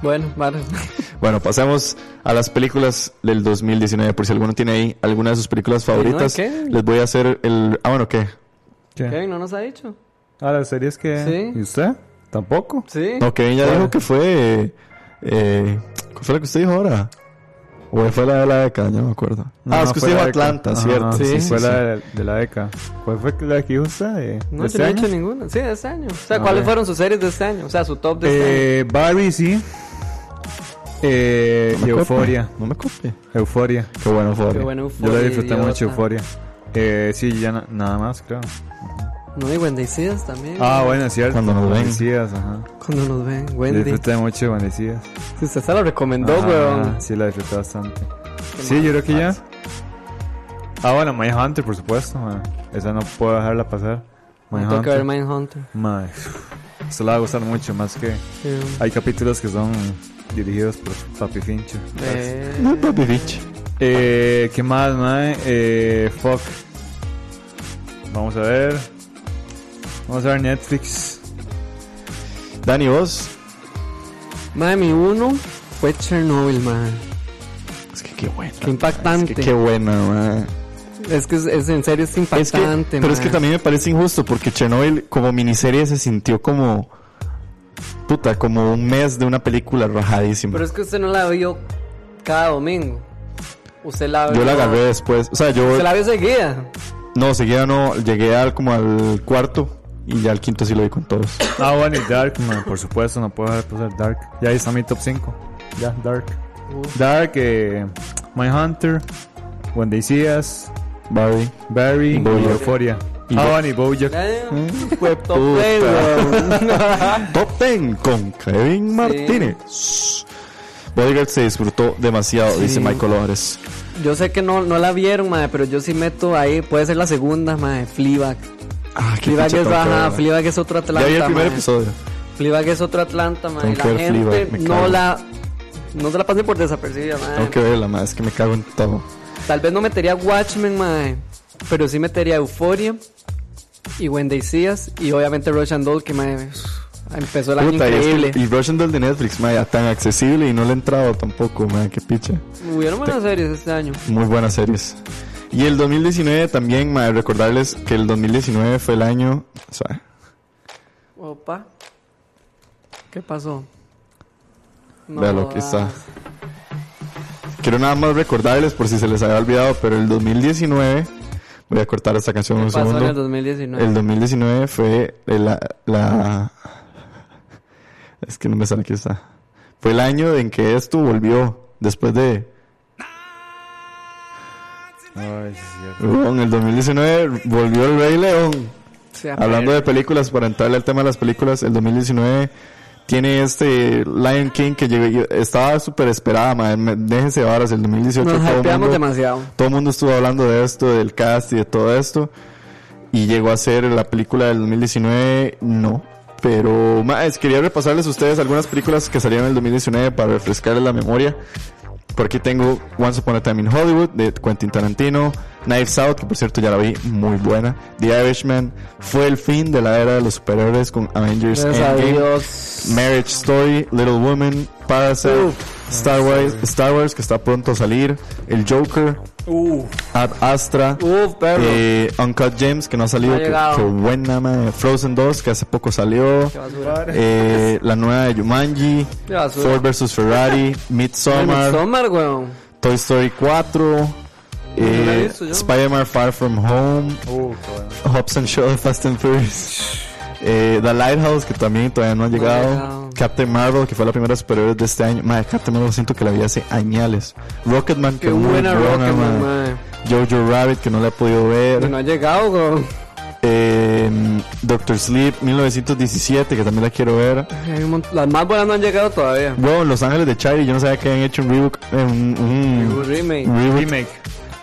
[SPEAKER 5] Bueno, vale. [LAUGHS]
[SPEAKER 3] Bueno, pasemos a las películas del 2019, por si alguno tiene ahí alguna de sus películas favoritas.
[SPEAKER 5] ¿qué?
[SPEAKER 3] Les voy a hacer el... Ah, bueno, ¿qué?
[SPEAKER 6] ¿Qué?
[SPEAKER 5] Kevin no nos ha dicho.
[SPEAKER 6] Ah, la serie es que.
[SPEAKER 5] Sí.
[SPEAKER 6] ¿Y usted? Tampoco.
[SPEAKER 5] Sí.
[SPEAKER 3] No, Kevin ya dijo que fue. Eh, ¿Cuál fue la que usted dijo ahora? O fue la de la década, ya no me acuerdo. ah, es que usted dijo Atlanta, cierto.
[SPEAKER 6] Sí,
[SPEAKER 3] Sí, sí,
[SPEAKER 6] fue
[SPEAKER 3] sí.
[SPEAKER 6] la de, de la ECA. ¿Cuál fue la que usa? De,
[SPEAKER 5] No,
[SPEAKER 6] de
[SPEAKER 5] yo
[SPEAKER 6] este
[SPEAKER 5] no he
[SPEAKER 6] año?
[SPEAKER 5] hecho ninguna. Sí, de este año. O sea,
[SPEAKER 6] Ah,
[SPEAKER 5] ¿cuáles
[SPEAKER 6] bien.
[SPEAKER 5] fueron sus series de este año? O sea, su top de este año.
[SPEAKER 6] Eh, Barry, sí. Eh,
[SPEAKER 3] No me
[SPEAKER 6] y
[SPEAKER 3] copie,
[SPEAKER 6] Euforia.
[SPEAKER 3] No me copie.
[SPEAKER 6] Euforia.
[SPEAKER 3] Qué bueno, Ford.
[SPEAKER 5] Qué bueno,
[SPEAKER 6] Yo la disfruté
[SPEAKER 5] idiota.
[SPEAKER 6] mucho, Euforia. Eh, sí, ya na- nada más, claro.
[SPEAKER 5] No, y Wendy Sears también.
[SPEAKER 6] Ah, bueno, es cierto.
[SPEAKER 3] Cuando nos ven.
[SPEAKER 6] Bendecidas, ajá.
[SPEAKER 5] Cuando nos ven, Wendy.
[SPEAKER 6] Disfruté mucho, bendecidas.
[SPEAKER 5] Si usted se lo recomendó,
[SPEAKER 6] Ajá,
[SPEAKER 5] weón.
[SPEAKER 6] Sí, la disfruté bastante. Sí, yo creo que ya. Ah, bueno, Mindhunter, por supuesto, man. Esa no puedo dejarla pasar.
[SPEAKER 5] Me tengo que ver
[SPEAKER 6] Mindhunter.
[SPEAKER 5] Mindhunter.
[SPEAKER 6] Madre. Esto le va a gustar mucho, más que.
[SPEAKER 5] Sí.
[SPEAKER 6] Hay capítulos que son dirigidos por Papi Fincho.
[SPEAKER 5] Eh, [LAUGHS]
[SPEAKER 3] Papi bitch.
[SPEAKER 6] Eh, ¿Qué más, mae? Eh, fuck. Vamos a ver. Vamos a ver Netflix.
[SPEAKER 3] Dani, vos.
[SPEAKER 5] Madre, mi uno fue Chernobyl, madre.
[SPEAKER 3] Es que qué buena.
[SPEAKER 5] Qué impactante.
[SPEAKER 3] Ah, Es que qué buena, man.
[SPEAKER 5] Es que es, es- en serio es
[SPEAKER 3] Es que-
[SPEAKER 5] impactante,
[SPEAKER 3] pero es que
[SPEAKER 5] mae.
[SPEAKER 3] también me parece injusto porque Chernobyl como miniserie se sintió como puta, como un mes de una película rajadísima.
[SPEAKER 5] Pero es que usted no la vio cada domingo. Usted la vio.
[SPEAKER 3] yo la agarré después, o sea, yo
[SPEAKER 5] Usted la vio seguida.
[SPEAKER 3] no seguida no llegué al como al cuarto y ya al quinto sí lo vi con todos.
[SPEAKER 6] Ah, bueno, y Dark, man. Por supuesto, no puedo dejar pasar Dark. Ya ahí está mi top 5. Ya, Dark. Dark, eh, Mindhunter, When They See Us,
[SPEAKER 3] Barry.
[SPEAKER 6] Barry, y
[SPEAKER 3] Bojack.
[SPEAKER 6] Euphoria.
[SPEAKER 3] Y
[SPEAKER 6] ah,
[SPEAKER 3] Bo-
[SPEAKER 6] bueno, y Bojack.
[SPEAKER 5] Fue top ten, weón.
[SPEAKER 3] Top 10 con Kevin Martínez. Bodyguard se disfrutó demasiado, dice Michael López.
[SPEAKER 5] Yo sé que no, no la vieron, madre, pero yo sí meto ahí. Puede ser la segunda, madre. Fleabag.
[SPEAKER 3] Ah, qué
[SPEAKER 5] Fleabag
[SPEAKER 3] pinche
[SPEAKER 5] es,
[SPEAKER 3] tonto,
[SPEAKER 5] ajá,
[SPEAKER 3] ¿verdad?
[SPEAKER 5] Fleabag es otro
[SPEAKER 3] Ya
[SPEAKER 5] Atlanta,
[SPEAKER 3] vi el primer
[SPEAKER 5] mae.
[SPEAKER 3] episodio.
[SPEAKER 5] Fleabag es otro Atlanta, madre.
[SPEAKER 3] Tengo
[SPEAKER 5] La
[SPEAKER 3] que ver
[SPEAKER 5] gente
[SPEAKER 3] Fleabag, me
[SPEAKER 5] no
[SPEAKER 3] cago.
[SPEAKER 5] la... No se la pasen por desapercibida, madre.
[SPEAKER 3] Tengo que verla, más es que me cago en todo.
[SPEAKER 5] Tal vez no metería Watchmen, mae, pero sí metería Euphoria y Wendy Seas y obviamente Rush and Doll que mae, empezó el año
[SPEAKER 3] Puta, y es que-
[SPEAKER 5] increíble.
[SPEAKER 3] y Russian Doll de Netflix, maya, tan accesible y no le he entrado tampoco, maya, qué picha.
[SPEAKER 5] Hubieron buenas series este año.
[SPEAKER 3] Muy buenas series. Y el 2019 también, mae, recordarles que el 2019 fue el año. O sea,
[SPEAKER 5] Opa. ¿Qué pasó? No,
[SPEAKER 3] véalo, aquí está.
[SPEAKER 5] ah,
[SPEAKER 3] Quiero nada más recordarles por si se les había olvidado, pero el 2019. Voy a cortar esta canción un
[SPEAKER 5] Pasó en el
[SPEAKER 3] segundo.
[SPEAKER 5] 2019.
[SPEAKER 3] El 2019 fue el- la, la- Es que no me sale aquí está. Fue el año en que esto volvió. Después de.
[SPEAKER 6] Ay, sí, es cierto.
[SPEAKER 3] En el 2019 volvió el Rey León.
[SPEAKER 5] Se aper-
[SPEAKER 3] Hablando de películas, para entrarle al tema de las películas, el 2019 tiene este Lion King que llegó, yo- estaba súper esperada, madre. me- Déjense varas, el 2018
[SPEAKER 5] Nos
[SPEAKER 3] todo el
[SPEAKER 5] hypeamos
[SPEAKER 3] mundo,
[SPEAKER 5] demasiado.
[SPEAKER 3] todo el mundo estuvo hablando de esto, del cast y de todo esto. Y llegó a ser la película del 2019, no. Pero, más quería repasarles a ustedes algunas películas que salieron en el 2019 para refrescarles la memoria. Por aquí tengo Once Upon a Time in Hollywood de Quentin Tarantino, Knives Out, que por cierto ya la vi, muy buena, The Irishman, fue el fin de la era de los superhéroes con Avengers
[SPEAKER 5] Gracias a
[SPEAKER 3] Endgame,
[SPEAKER 5] Dios.
[SPEAKER 3] Marriage Story, Little Women, Parasite,
[SPEAKER 5] Uf.
[SPEAKER 3] Star Wars, Star Wars que está pronto a salir, El Joker,
[SPEAKER 5] Uf,
[SPEAKER 3] Ad Astra,
[SPEAKER 5] uf, perro.
[SPEAKER 3] eh, Uncut James que no ha salido,
[SPEAKER 5] No ha
[SPEAKER 3] que,
[SPEAKER 5] llegado.
[SPEAKER 3] que buena, madre. Frozen 2 que hace poco salió,
[SPEAKER 5] Qué basura.
[SPEAKER 3] eh, la nueva de Jumanji,
[SPEAKER 5] Qué basura.
[SPEAKER 3] Ford vs
[SPEAKER 5] [LAUGHS]
[SPEAKER 3] Ferrari, Midsommar.
[SPEAKER 5] Sommer, weón.
[SPEAKER 3] Toy Story 4,
[SPEAKER 5] No la he
[SPEAKER 3] eh,
[SPEAKER 5] visto yo.
[SPEAKER 3] Spider-Man Far From Home,
[SPEAKER 6] Uh, qué bueno.
[SPEAKER 3] Hobbs and Shaw Fast and Furious, eh, The Lighthouse, que también todavía no ha llegado,
[SPEAKER 5] llegado.
[SPEAKER 3] Captain Marvel, que fue la primera superhéroe de este año. Madre, Captain Marvel siento que la vi hace añales. Rocketman, que
[SPEAKER 5] Qué
[SPEAKER 3] muy
[SPEAKER 5] buena Rocket,
[SPEAKER 3] madre.
[SPEAKER 5] man.
[SPEAKER 3] Jojo Rabbit, que no la he podido ver.
[SPEAKER 5] No ha llegado, weón.
[SPEAKER 3] eh, Doctor Sleep 1917, que también la quiero ver.
[SPEAKER 5] Hay un mont- Las más buenas no han llegado todavía.
[SPEAKER 3] Bueno, Los Ángeles de Charlie, yo no sabía que habían hecho un rebook. eh, un- un-
[SPEAKER 5] Un remake.
[SPEAKER 3] reboot-
[SPEAKER 6] Remake.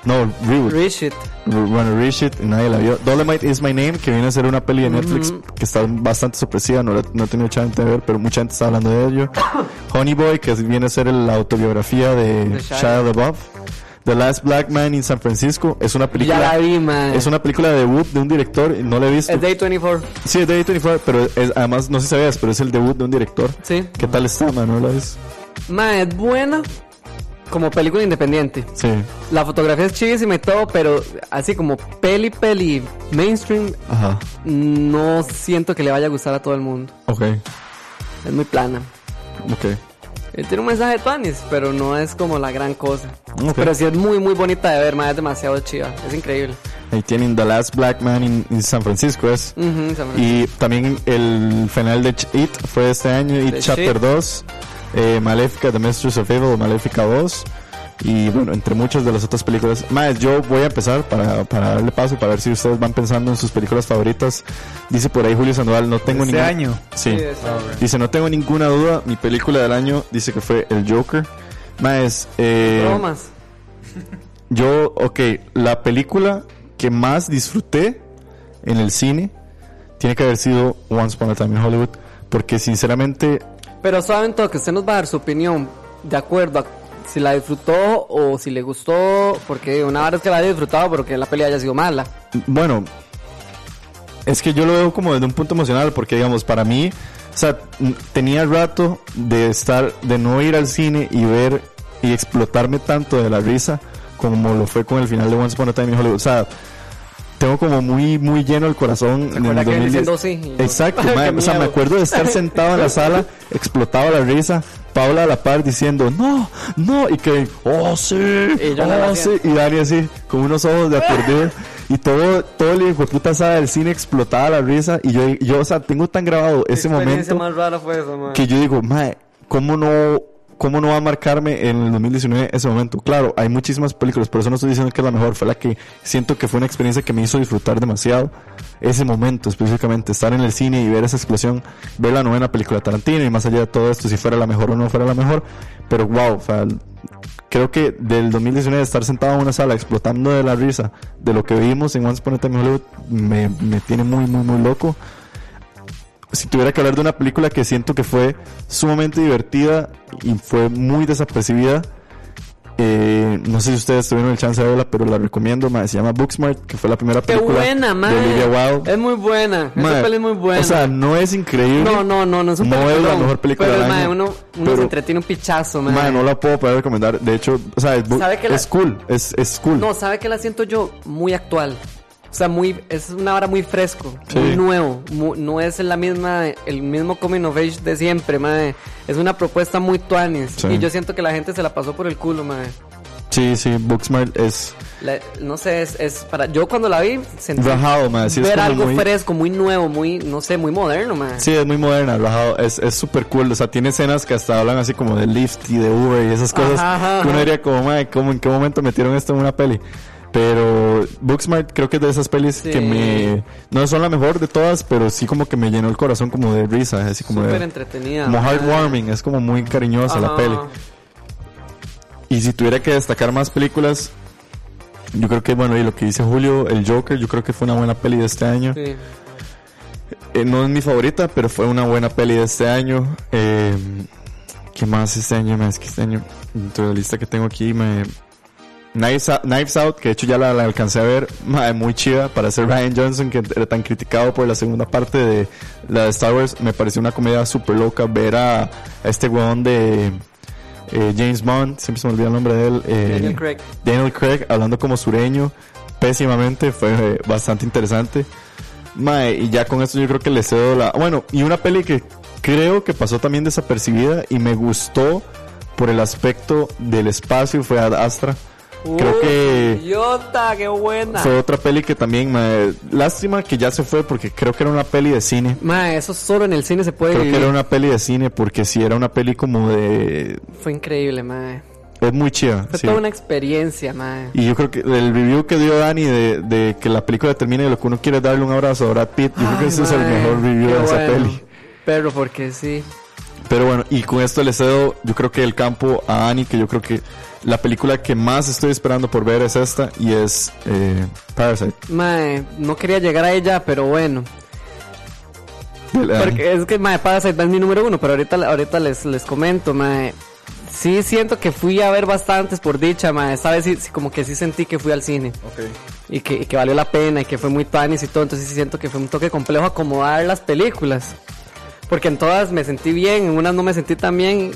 [SPEAKER 3] No, reboot.
[SPEAKER 5] Reach it.
[SPEAKER 3] Bueno, Richard, nadie la vio. Dolomite is my name, que viene a ser una peli
[SPEAKER 5] Mm.
[SPEAKER 3] de Netflix que está bastante sorpresiva, no, la- no he tenido mucha gente de ver, pero mucha gente está hablando de
[SPEAKER 5] [COUGHS]
[SPEAKER 3] ello. Honey Boy, que viene a ser la autobiografía de
[SPEAKER 5] De Shia.
[SPEAKER 3] Shia LaBeouf. The Last Black Man in San Francisco, es una
[SPEAKER 5] Ya la
[SPEAKER 3] película...
[SPEAKER 5] vi, man.
[SPEAKER 3] Es una película de debut de un director, y no la he visto.
[SPEAKER 5] Es Day 24.
[SPEAKER 3] Sí, es de A24, pero es- además no sé si sabías, pero es el debut de un director.
[SPEAKER 5] Sí.
[SPEAKER 3] ¿Qué tal está, Manuela? Es-
[SPEAKER 5] Ma, es buena como película independiente.
[SPEAKER 3] Sí.
[SPEAKER 5] La fotografía es chidísima y todo, pero así como peli, peli mainstream,
[SPEAKER 3] Ajá.
[SPEAKER 5] no siento que le vaya a gustar a todo el mundo.
[SPEAKER 3] Ok.
[SPEAKER 5] Es muy plana.
[SPEAKER 3] Ok.
[SPEAKER 5] Eh, Tiene un mensaje de Tuanis, pero no es como la gran cosa.
[SPEAKER 3] Ok.
[SPEAKER 5] Pero sí es muy, muy bonita de ver, ma, es demasiado chida. Es increíble.
[SPEAKER 3] Ahí tienen The Last Black Man in, in San Francisco, es.
[SPEAKER 5] Ujú, esa me-
[SPEAKER 3] Y también el final de Ch- It fue este año, It
[SPEAKER 5] De
[SPEAKER 3] Chapter
[SPEAKER 5] Shit.
[SPEAKER 3] 2, eh, Maléfica, The Mistress of Evil, Maléfica 2. Y bueno, entre muchas de las otras películas. Más, yo voy a empezar para, para darle paso, para ver si ustedes van pensando en sus películas favoritas. Dice por ahí Julio Sandoval, no tengo
[SPEAKER 6] Este
[SPEAKER 3] ninguna...
[SPEAKER 6] año.
[SPEAKER 3] Sí.
[SPEAKER 5] Sí, esa-
[SPEAKER 3] Dice, no tengo ninguna duda, mi película del año dice que fue El Joker. Más, eh...
[SPEAKER 5] Bromas.
[SPEAKER 3] Yo, ok, la película que más disfruté en el cine tiene que haber sido Once Upon a Time in Hollywood, porque sinceramente,
[SPEAKER 5] Pero saben todo que usted nos va a dar su opinión de acuerdo a si la disfrutó o si le gustó, porque una vez que la haya disfrutado, porque la peli haya sido mala.
[SPEAKER 3] bueno, es que yo lo veo como desde un punto emocional, porque digamos, para mí, o sea, n- tenía rato de estar, de no ir al cine y ver y explotarme tanto de la risa como lo fue con el final de Once Upon a Time in Hollywood, o sea, tengo como muy, muy lleno el corazón. en el
[SPEAKER 5] acuerda que viene
[SPEAKER 3] 2010?
[SPEAKER 5] siendo sí? Y yo,
[SPEAKER 3] Exacto,
[SPEAKER 5] [LAUGHS] ¡qué
[SPEAKER 3] mae, o sea, me
[SPEAKER 5] miedo!
[SPEAKER 3] acuerdo de estar sentado en la sala, explotaba la risa, Paula a la par diciendo, no, no, y que, oh sí,
[SPEAKER 5] Y yo no lo
[SPEAKER 3] oh sí,
[SPEAKER 5] hacía.
[SPEAKER 3] y Dani así, con unos ojos de aturdido, y todo, todo el hijo de puta sala del cine explotaba la risa, y yo, yo, o sea, tengo tan grabado ese momento
[SPEAKER 5] más rara fue eso, man.
[SPEAKER 3] que yo digo, mae, ¿cómo no, ¿cómo no va a marcarme en el 2019 ese momento? Claro, hay muchísimas películas, por eso no estoy diciendo que es la mejor, fue la que siento que fue una experiencia que me hizo disfrutar demasiado ese momento específicamente, estar en el cine y ver esa explosión, ver la novena película de Tarantino y más allá de todo esto, si fuera la mejor o no fuera la mejor, pero wow, o sea, creo que del 2019 estar sentado en una sala explotando de la risa de lo que vimos en Once Upon a Time in Hollywood me, me tiene muy, muy, muy loco si tuviera que hablar de una película que siento que fue sumamente divertida y fue muy desapercibida, Eh, no sé si ustedes tuvieron el chance de verla, pero la recomiendo, mae. Se llama Booksmart, que fue la primera
[SPEAKER 5] Qué
[SPEAKER 3] película
[SPEAKER 5] buena,
[SPEAKER 3] de
[SPEAKER 5] madre.
[SPEAKER 3] Olivia Wilde.
[SPEAKER 5] Es muy buena.
[SPEAKER 3] Mae,
[SPEAKER 5] Esa peli es muy buena.
[SPEAKER 3] O sea, no es increíble.
[SPEAKER 5] no, no, no, no es un
[SPEAKER 3] no es la
[SPEAKER 5] peliculón,
[SPEAKER 3] mejor película
[SPEAKER 5] Pero,
[SPEAKER 3] del
[SPEAKER 5] mae,
[SPEAKER 3] año,
[SPEAKER 5] uno, uno
[SPEAKER 3] pero-
[SPEAKER 5] se entretiene un pichazo, mae.
[SPEAKER 3] Mae, no la puedo poder recomendar. De hecho, o sea, es, bu-
[SPEAKER 5] ¿Sabe que la-
[SPEAKER 3] es cool. Es, es cool.
[SPEAKER 5] No, ¿sabe qué la siento yo? Muy actual. O sea, muy, es una hora muy fresco,
[SPEAKER 3] Sí.
[SPEAKER 5] muy nuevo. mu- no es la misma, el mismo coming of age de siempre, madre. Es una propuesta muy tuanis.
[SPEAKER 3] Sí.
[SPEAKER 5] Y yo siento que la gente se la pasó por el culo, madre.
[SPEAKER 3] Sí, sí, Booksmart es
[SPEAKER 5] La- no sé, es, es para. Yo cuando la vi, sentí
[SPEAKER 3] rajado, mae. Sí, es
[SPEAKER 5] ver
[SPEAKER 3] como
[SPEAKER 5] algo
[SPEAKER 3] muy...
[SPEAKER 5] fresco, muy nuevo, muy, no sé, muy moderno, madre.
[SPEAKER 3] Sí, es muy moderna, rajado. Es es súper cool. O sea, tiene escenas que hasta hablan así como de Lyft y de Uber y esas cosas.
[SPEAKER 5] Ajá, ajá,
[SPEAKER 3] que uno
[SPEAKER 5] ajá.
[SPEAKER 3] diría como, madre, ¿cómo, ¿en qué momento metieron esto en una peli? Pero Booksmart creo que es de esas pelis
[SPEAKER 5] Sí.
[SPEAKER 3] que me... No son la mejor de todas, pero sí como que me llenó el corazón como de risa. Así como
[SPEAKER 5] Súper
[SPEAKER 3] de...
[SPEAKER 5] entretenida.
[SPEAKER 3] Como
[SPEAKER 5] mae.
[SPEAKER 3] heartwarming. Es como muy cariñosa la
[SPEAKER 5] Ajá.
[SPEAKER 3] peli. Y si tuviera que destacar más películas... Yo creo que, bueno, y lo que dice Julio, el Joker, yo creo que fue una buena peli de este año.
[SPEAKER 5] Sí.
[SPEAKER 3] Eh, no es mi favorita, pero fue una buena peli de este año. Eh, ¿Qué más este año? Más que este año, dentro de la lista que tengo aquí, me... Knives Out, Knives Out, que de hecho ya la, la alcancé a ver, [LAUGHS] mae, muy chida para ser Ryan Johnson, que era tan criticado por la segunda parte de la de Star Wars. Me pareció una comedia súper loca ver a, a este weón de eh, James Bond, siempre se me olvida el nombre de él. eh,
[SPEAKER 5] Daniel Craig.
[SPEAKER 3] Daniel Craig hablando como sureño, pésimamente, fue eh, bastante interesante. Mae, y ya con esto yo creo que le cedo la. Bueno, y una peli que creo que pasó también desapercibida y me gustó por el aspecto del espacio fue Ad Astra. Creo
[SPEAKER 5] Uh,
[SPEAKER 3] que
[SPEAKER 5] idiota, qué buena.
[SPEAKER 3] fue otra peli que también me. Lástima que ya se fue porque creo que era una peli de cine.
[SPEAKER 5] Mae, eso solo en el cine se puede
[SPEAKER 3] Creo que
[SPEAKER 5] vivir.
[SPEAKER 3] era una peli de cine porque si era una peli como de.
[SPEAKER 5] Fue increíble, mae.
[SPEAKER 3] Es muy chida.
[SPEAKER 5] Fue
[SPEAKER 3] sí.
[SPEAKER 5] toda una experiencia, mae.
[SPEAKER 3] Y yo creo que el review que dio Dani de, de que la película termine y lo que uno quiere es darle un abrazo a Brad Pitt, yo creo que
[SPEAKER 5] Ay,
[SPEAKER 3] ese es el
[SPEAKER 5] mae,
[SPEAKER 3] mejor review
[SPEAKER 5] qué
[SPEAKER 3] de esa
[SPEAKER 5] bueno.
[SPEAKER 3] peli.
[SPEAKER 5] Pero porque sí.
[SPEAKER 3] Pero bueno, y con esto le cedo, yo creo que el campo a Ani, que yo creo que la película que más estoy esperando por ver es esta, y es eh, Parasite.
[SPEAKER 5] Mae, no quería llegar a ella, pero bueno.
[SPEAKER 3] [LAUGHS] de la Ani.
[SPEAKER 5] Porque es que, mae, Parasite es mi número uno, pero ahorita, ahorita les, les comento, mae. Sí siento que fui a ver bastantes por dicha, mae. Esta vez sí, sí, como que sí sentí que fui al cine. Y que, y que valió la pena y que fue muy tanis y todo. Entonces sí siento que fue un toque complejo acomodar las películas. Porque en todas me sentí bien, en unas no me sentí tan bien.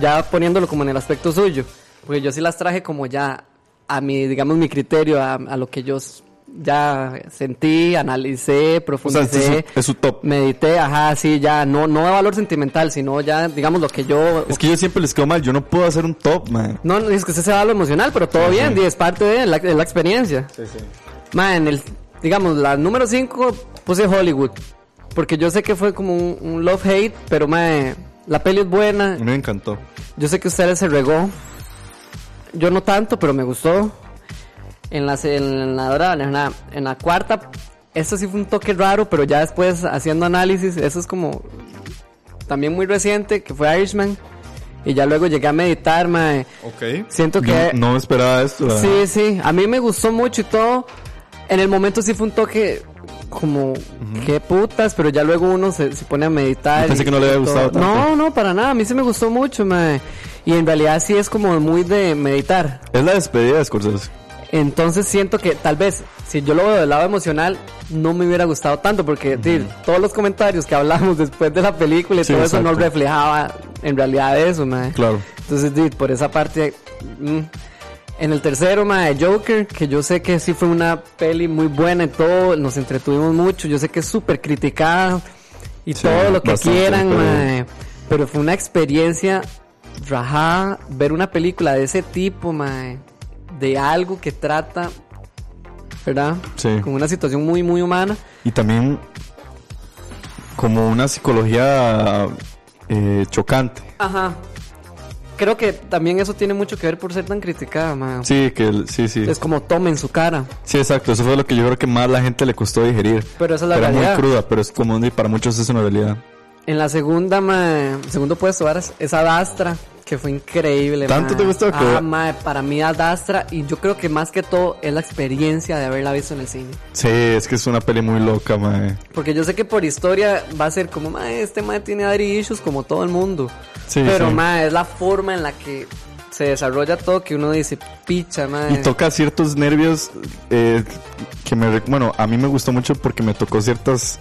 [SPEAKER 5] Ya poniéndolo como en el aspecto suyo. Porque yo sí las traje como ya a mi, digamos, mi criterio, a, a lo que yo s- ya sentí, analicé,
[SPEAKER 3] O sea, este
[SPEAKER 5] profundicé.
[SPEAKER 3] es, su, es su top.
[SPEAKER 5] Medité, ajá, sí, ya, no, no de valor sentimental, sino ya, digamos, lo que yo...
[SPEAKER 3] Es que yo siempre les quedo mal, yo no puedo hacer un top, man.
[SPEAKER 5] No, no, es que usted se va a lo emocional, pero todo bien, y es parte de la, de la experiencia. Sí, sí. en el, digamos, la número 5 puse Hollywood, porque yo sé que fue como un, love-hate, pero, mae, la peli es buena,
[SPEAKER 3] A mí me encantó.
[SPEAKER 5] yo sé que ustedes se regó. Yo no tanto, pero me gustó. En la, se- en la, hora- en la- en la cuarta, eso sí fue un toque raro, pero ya después haciendo análisis, eso es como también muy reciente, que fue Irishman. Y ya luego llegué a meditar, mae.
[SPEAKER 3] Ok.
[SPEAKER 5] Siento que...
[SPEAKER 3] Yo no esperaba esto. la
[SPEAKER 5] Sí,
[SPEAKER 3] verdad.
[SPEAKER 5] sí, a mí me gustó mucho y todo. En el momento sí fue un toque como, qué putas, pero ya luego uno se, se pone a meditar.
[SPEAKER 3] Yo pensé
[SPEAKER 5] y-
[SPEAKER 3] que no le había
[SPEAKER 5] y
[SPEAKER 3] gustado
[SPEAKER 5] todo.
[SPEAKER 3] tanto.
[SPEAKER 5] No, no, para nada, a mí sí me gustó mucho, mae. Y en realidad sí es como muy de meditar.
[SPEAKER 3] Es la despedida de Scorsese.
[SPEAKER 5] Entonces siento que tal vez, si yo lo veo del lado emocional, no me hubiera gustado tanto, porque sí, todos los comentarios que hablamos [LAUGHS] después de la película y
[SPEAKER 3] Sí,
[SPEAKER 5] todo eso no
[SPEAKER 3] exacto.
[SPEAKER 5] reflejaba en realidad eso, mae.
[SPEAKER 3] Claro.
[SPEAKER 5] Entonces, di, por esa parte. mm. En el tercero, mae, Joker, que yo sé que sí fue una peli muy buena y todo, nos entretuvimos mucho, yo sé que es súper criticada y
[SPEAKER 3] Sí,
[SPEAKER 5] todo lo que
[SPEAKER 3] bastante,
[SPEAKER 5] quieran,
[SPEAKER 3] pero-
[SPEAKER 5] mae. Pero fue una experiencia rajada ver una película de ese tipo, mae, de algo que trata, ¿verdad?
[SPEAKER 3] Sí.
[SPEAKER 5] Como una situación muy, muy humana.
[SPEAKER 3] Y también como una psicología eh, chocante.
[SPEAKER 5] Ajá. Creo que también eso tiene mucho que ver por ser tan criticada, mae.
[SPEAKER 3] Sí, que el- sí, sí.
[SPEAKER 5] Es como tomen su cara.
[SPEAKER 3] Sí, exacto. Eso fue lo que yo creo que más la gente le costó digerir.
[SPEAKER 5] Pero esa es la
[SPEAKER 3] Era muy
[SPEAKER 5] realidad.
[SPEAKER 3] cruda, pero es como y para muchos es una realidad.
[SPEAKER 5] En la segunda, ma, segundo puesto, varas, es Adastra, que fue increíble.
[SPEAKER 3] ¿Tanto
[SPEAKER 5] ma.
[SPEAKER 3] te gustó que-
[SPEAKER 5] Ah, ma, para mí Adastra, y yo creo que más que todo es la experiencia de haberla visto en el cine.
[SPEAKER 3] Sí, es que es una peli muy loca, mae.
[SPEAKER 5] Porque yo sé que por historia va a ser como, ma, este ma tiene daddy issues como todo el mundo.
[SPEAKER 3] Sí,
[SPEAKER 5] Pero,
[SPEAKER 3] sí.
[SPEAKER 5] ma, es la forma en la que se desarrolla todo que uno dice, picha,
[SPEAKER 3] Y
[SPEAKER 5] madre.
[SPEAKER 3] toca ciertos nervios eh, que me... rec- Bueno, a mí me gustó mucho porque me tocó ciertas...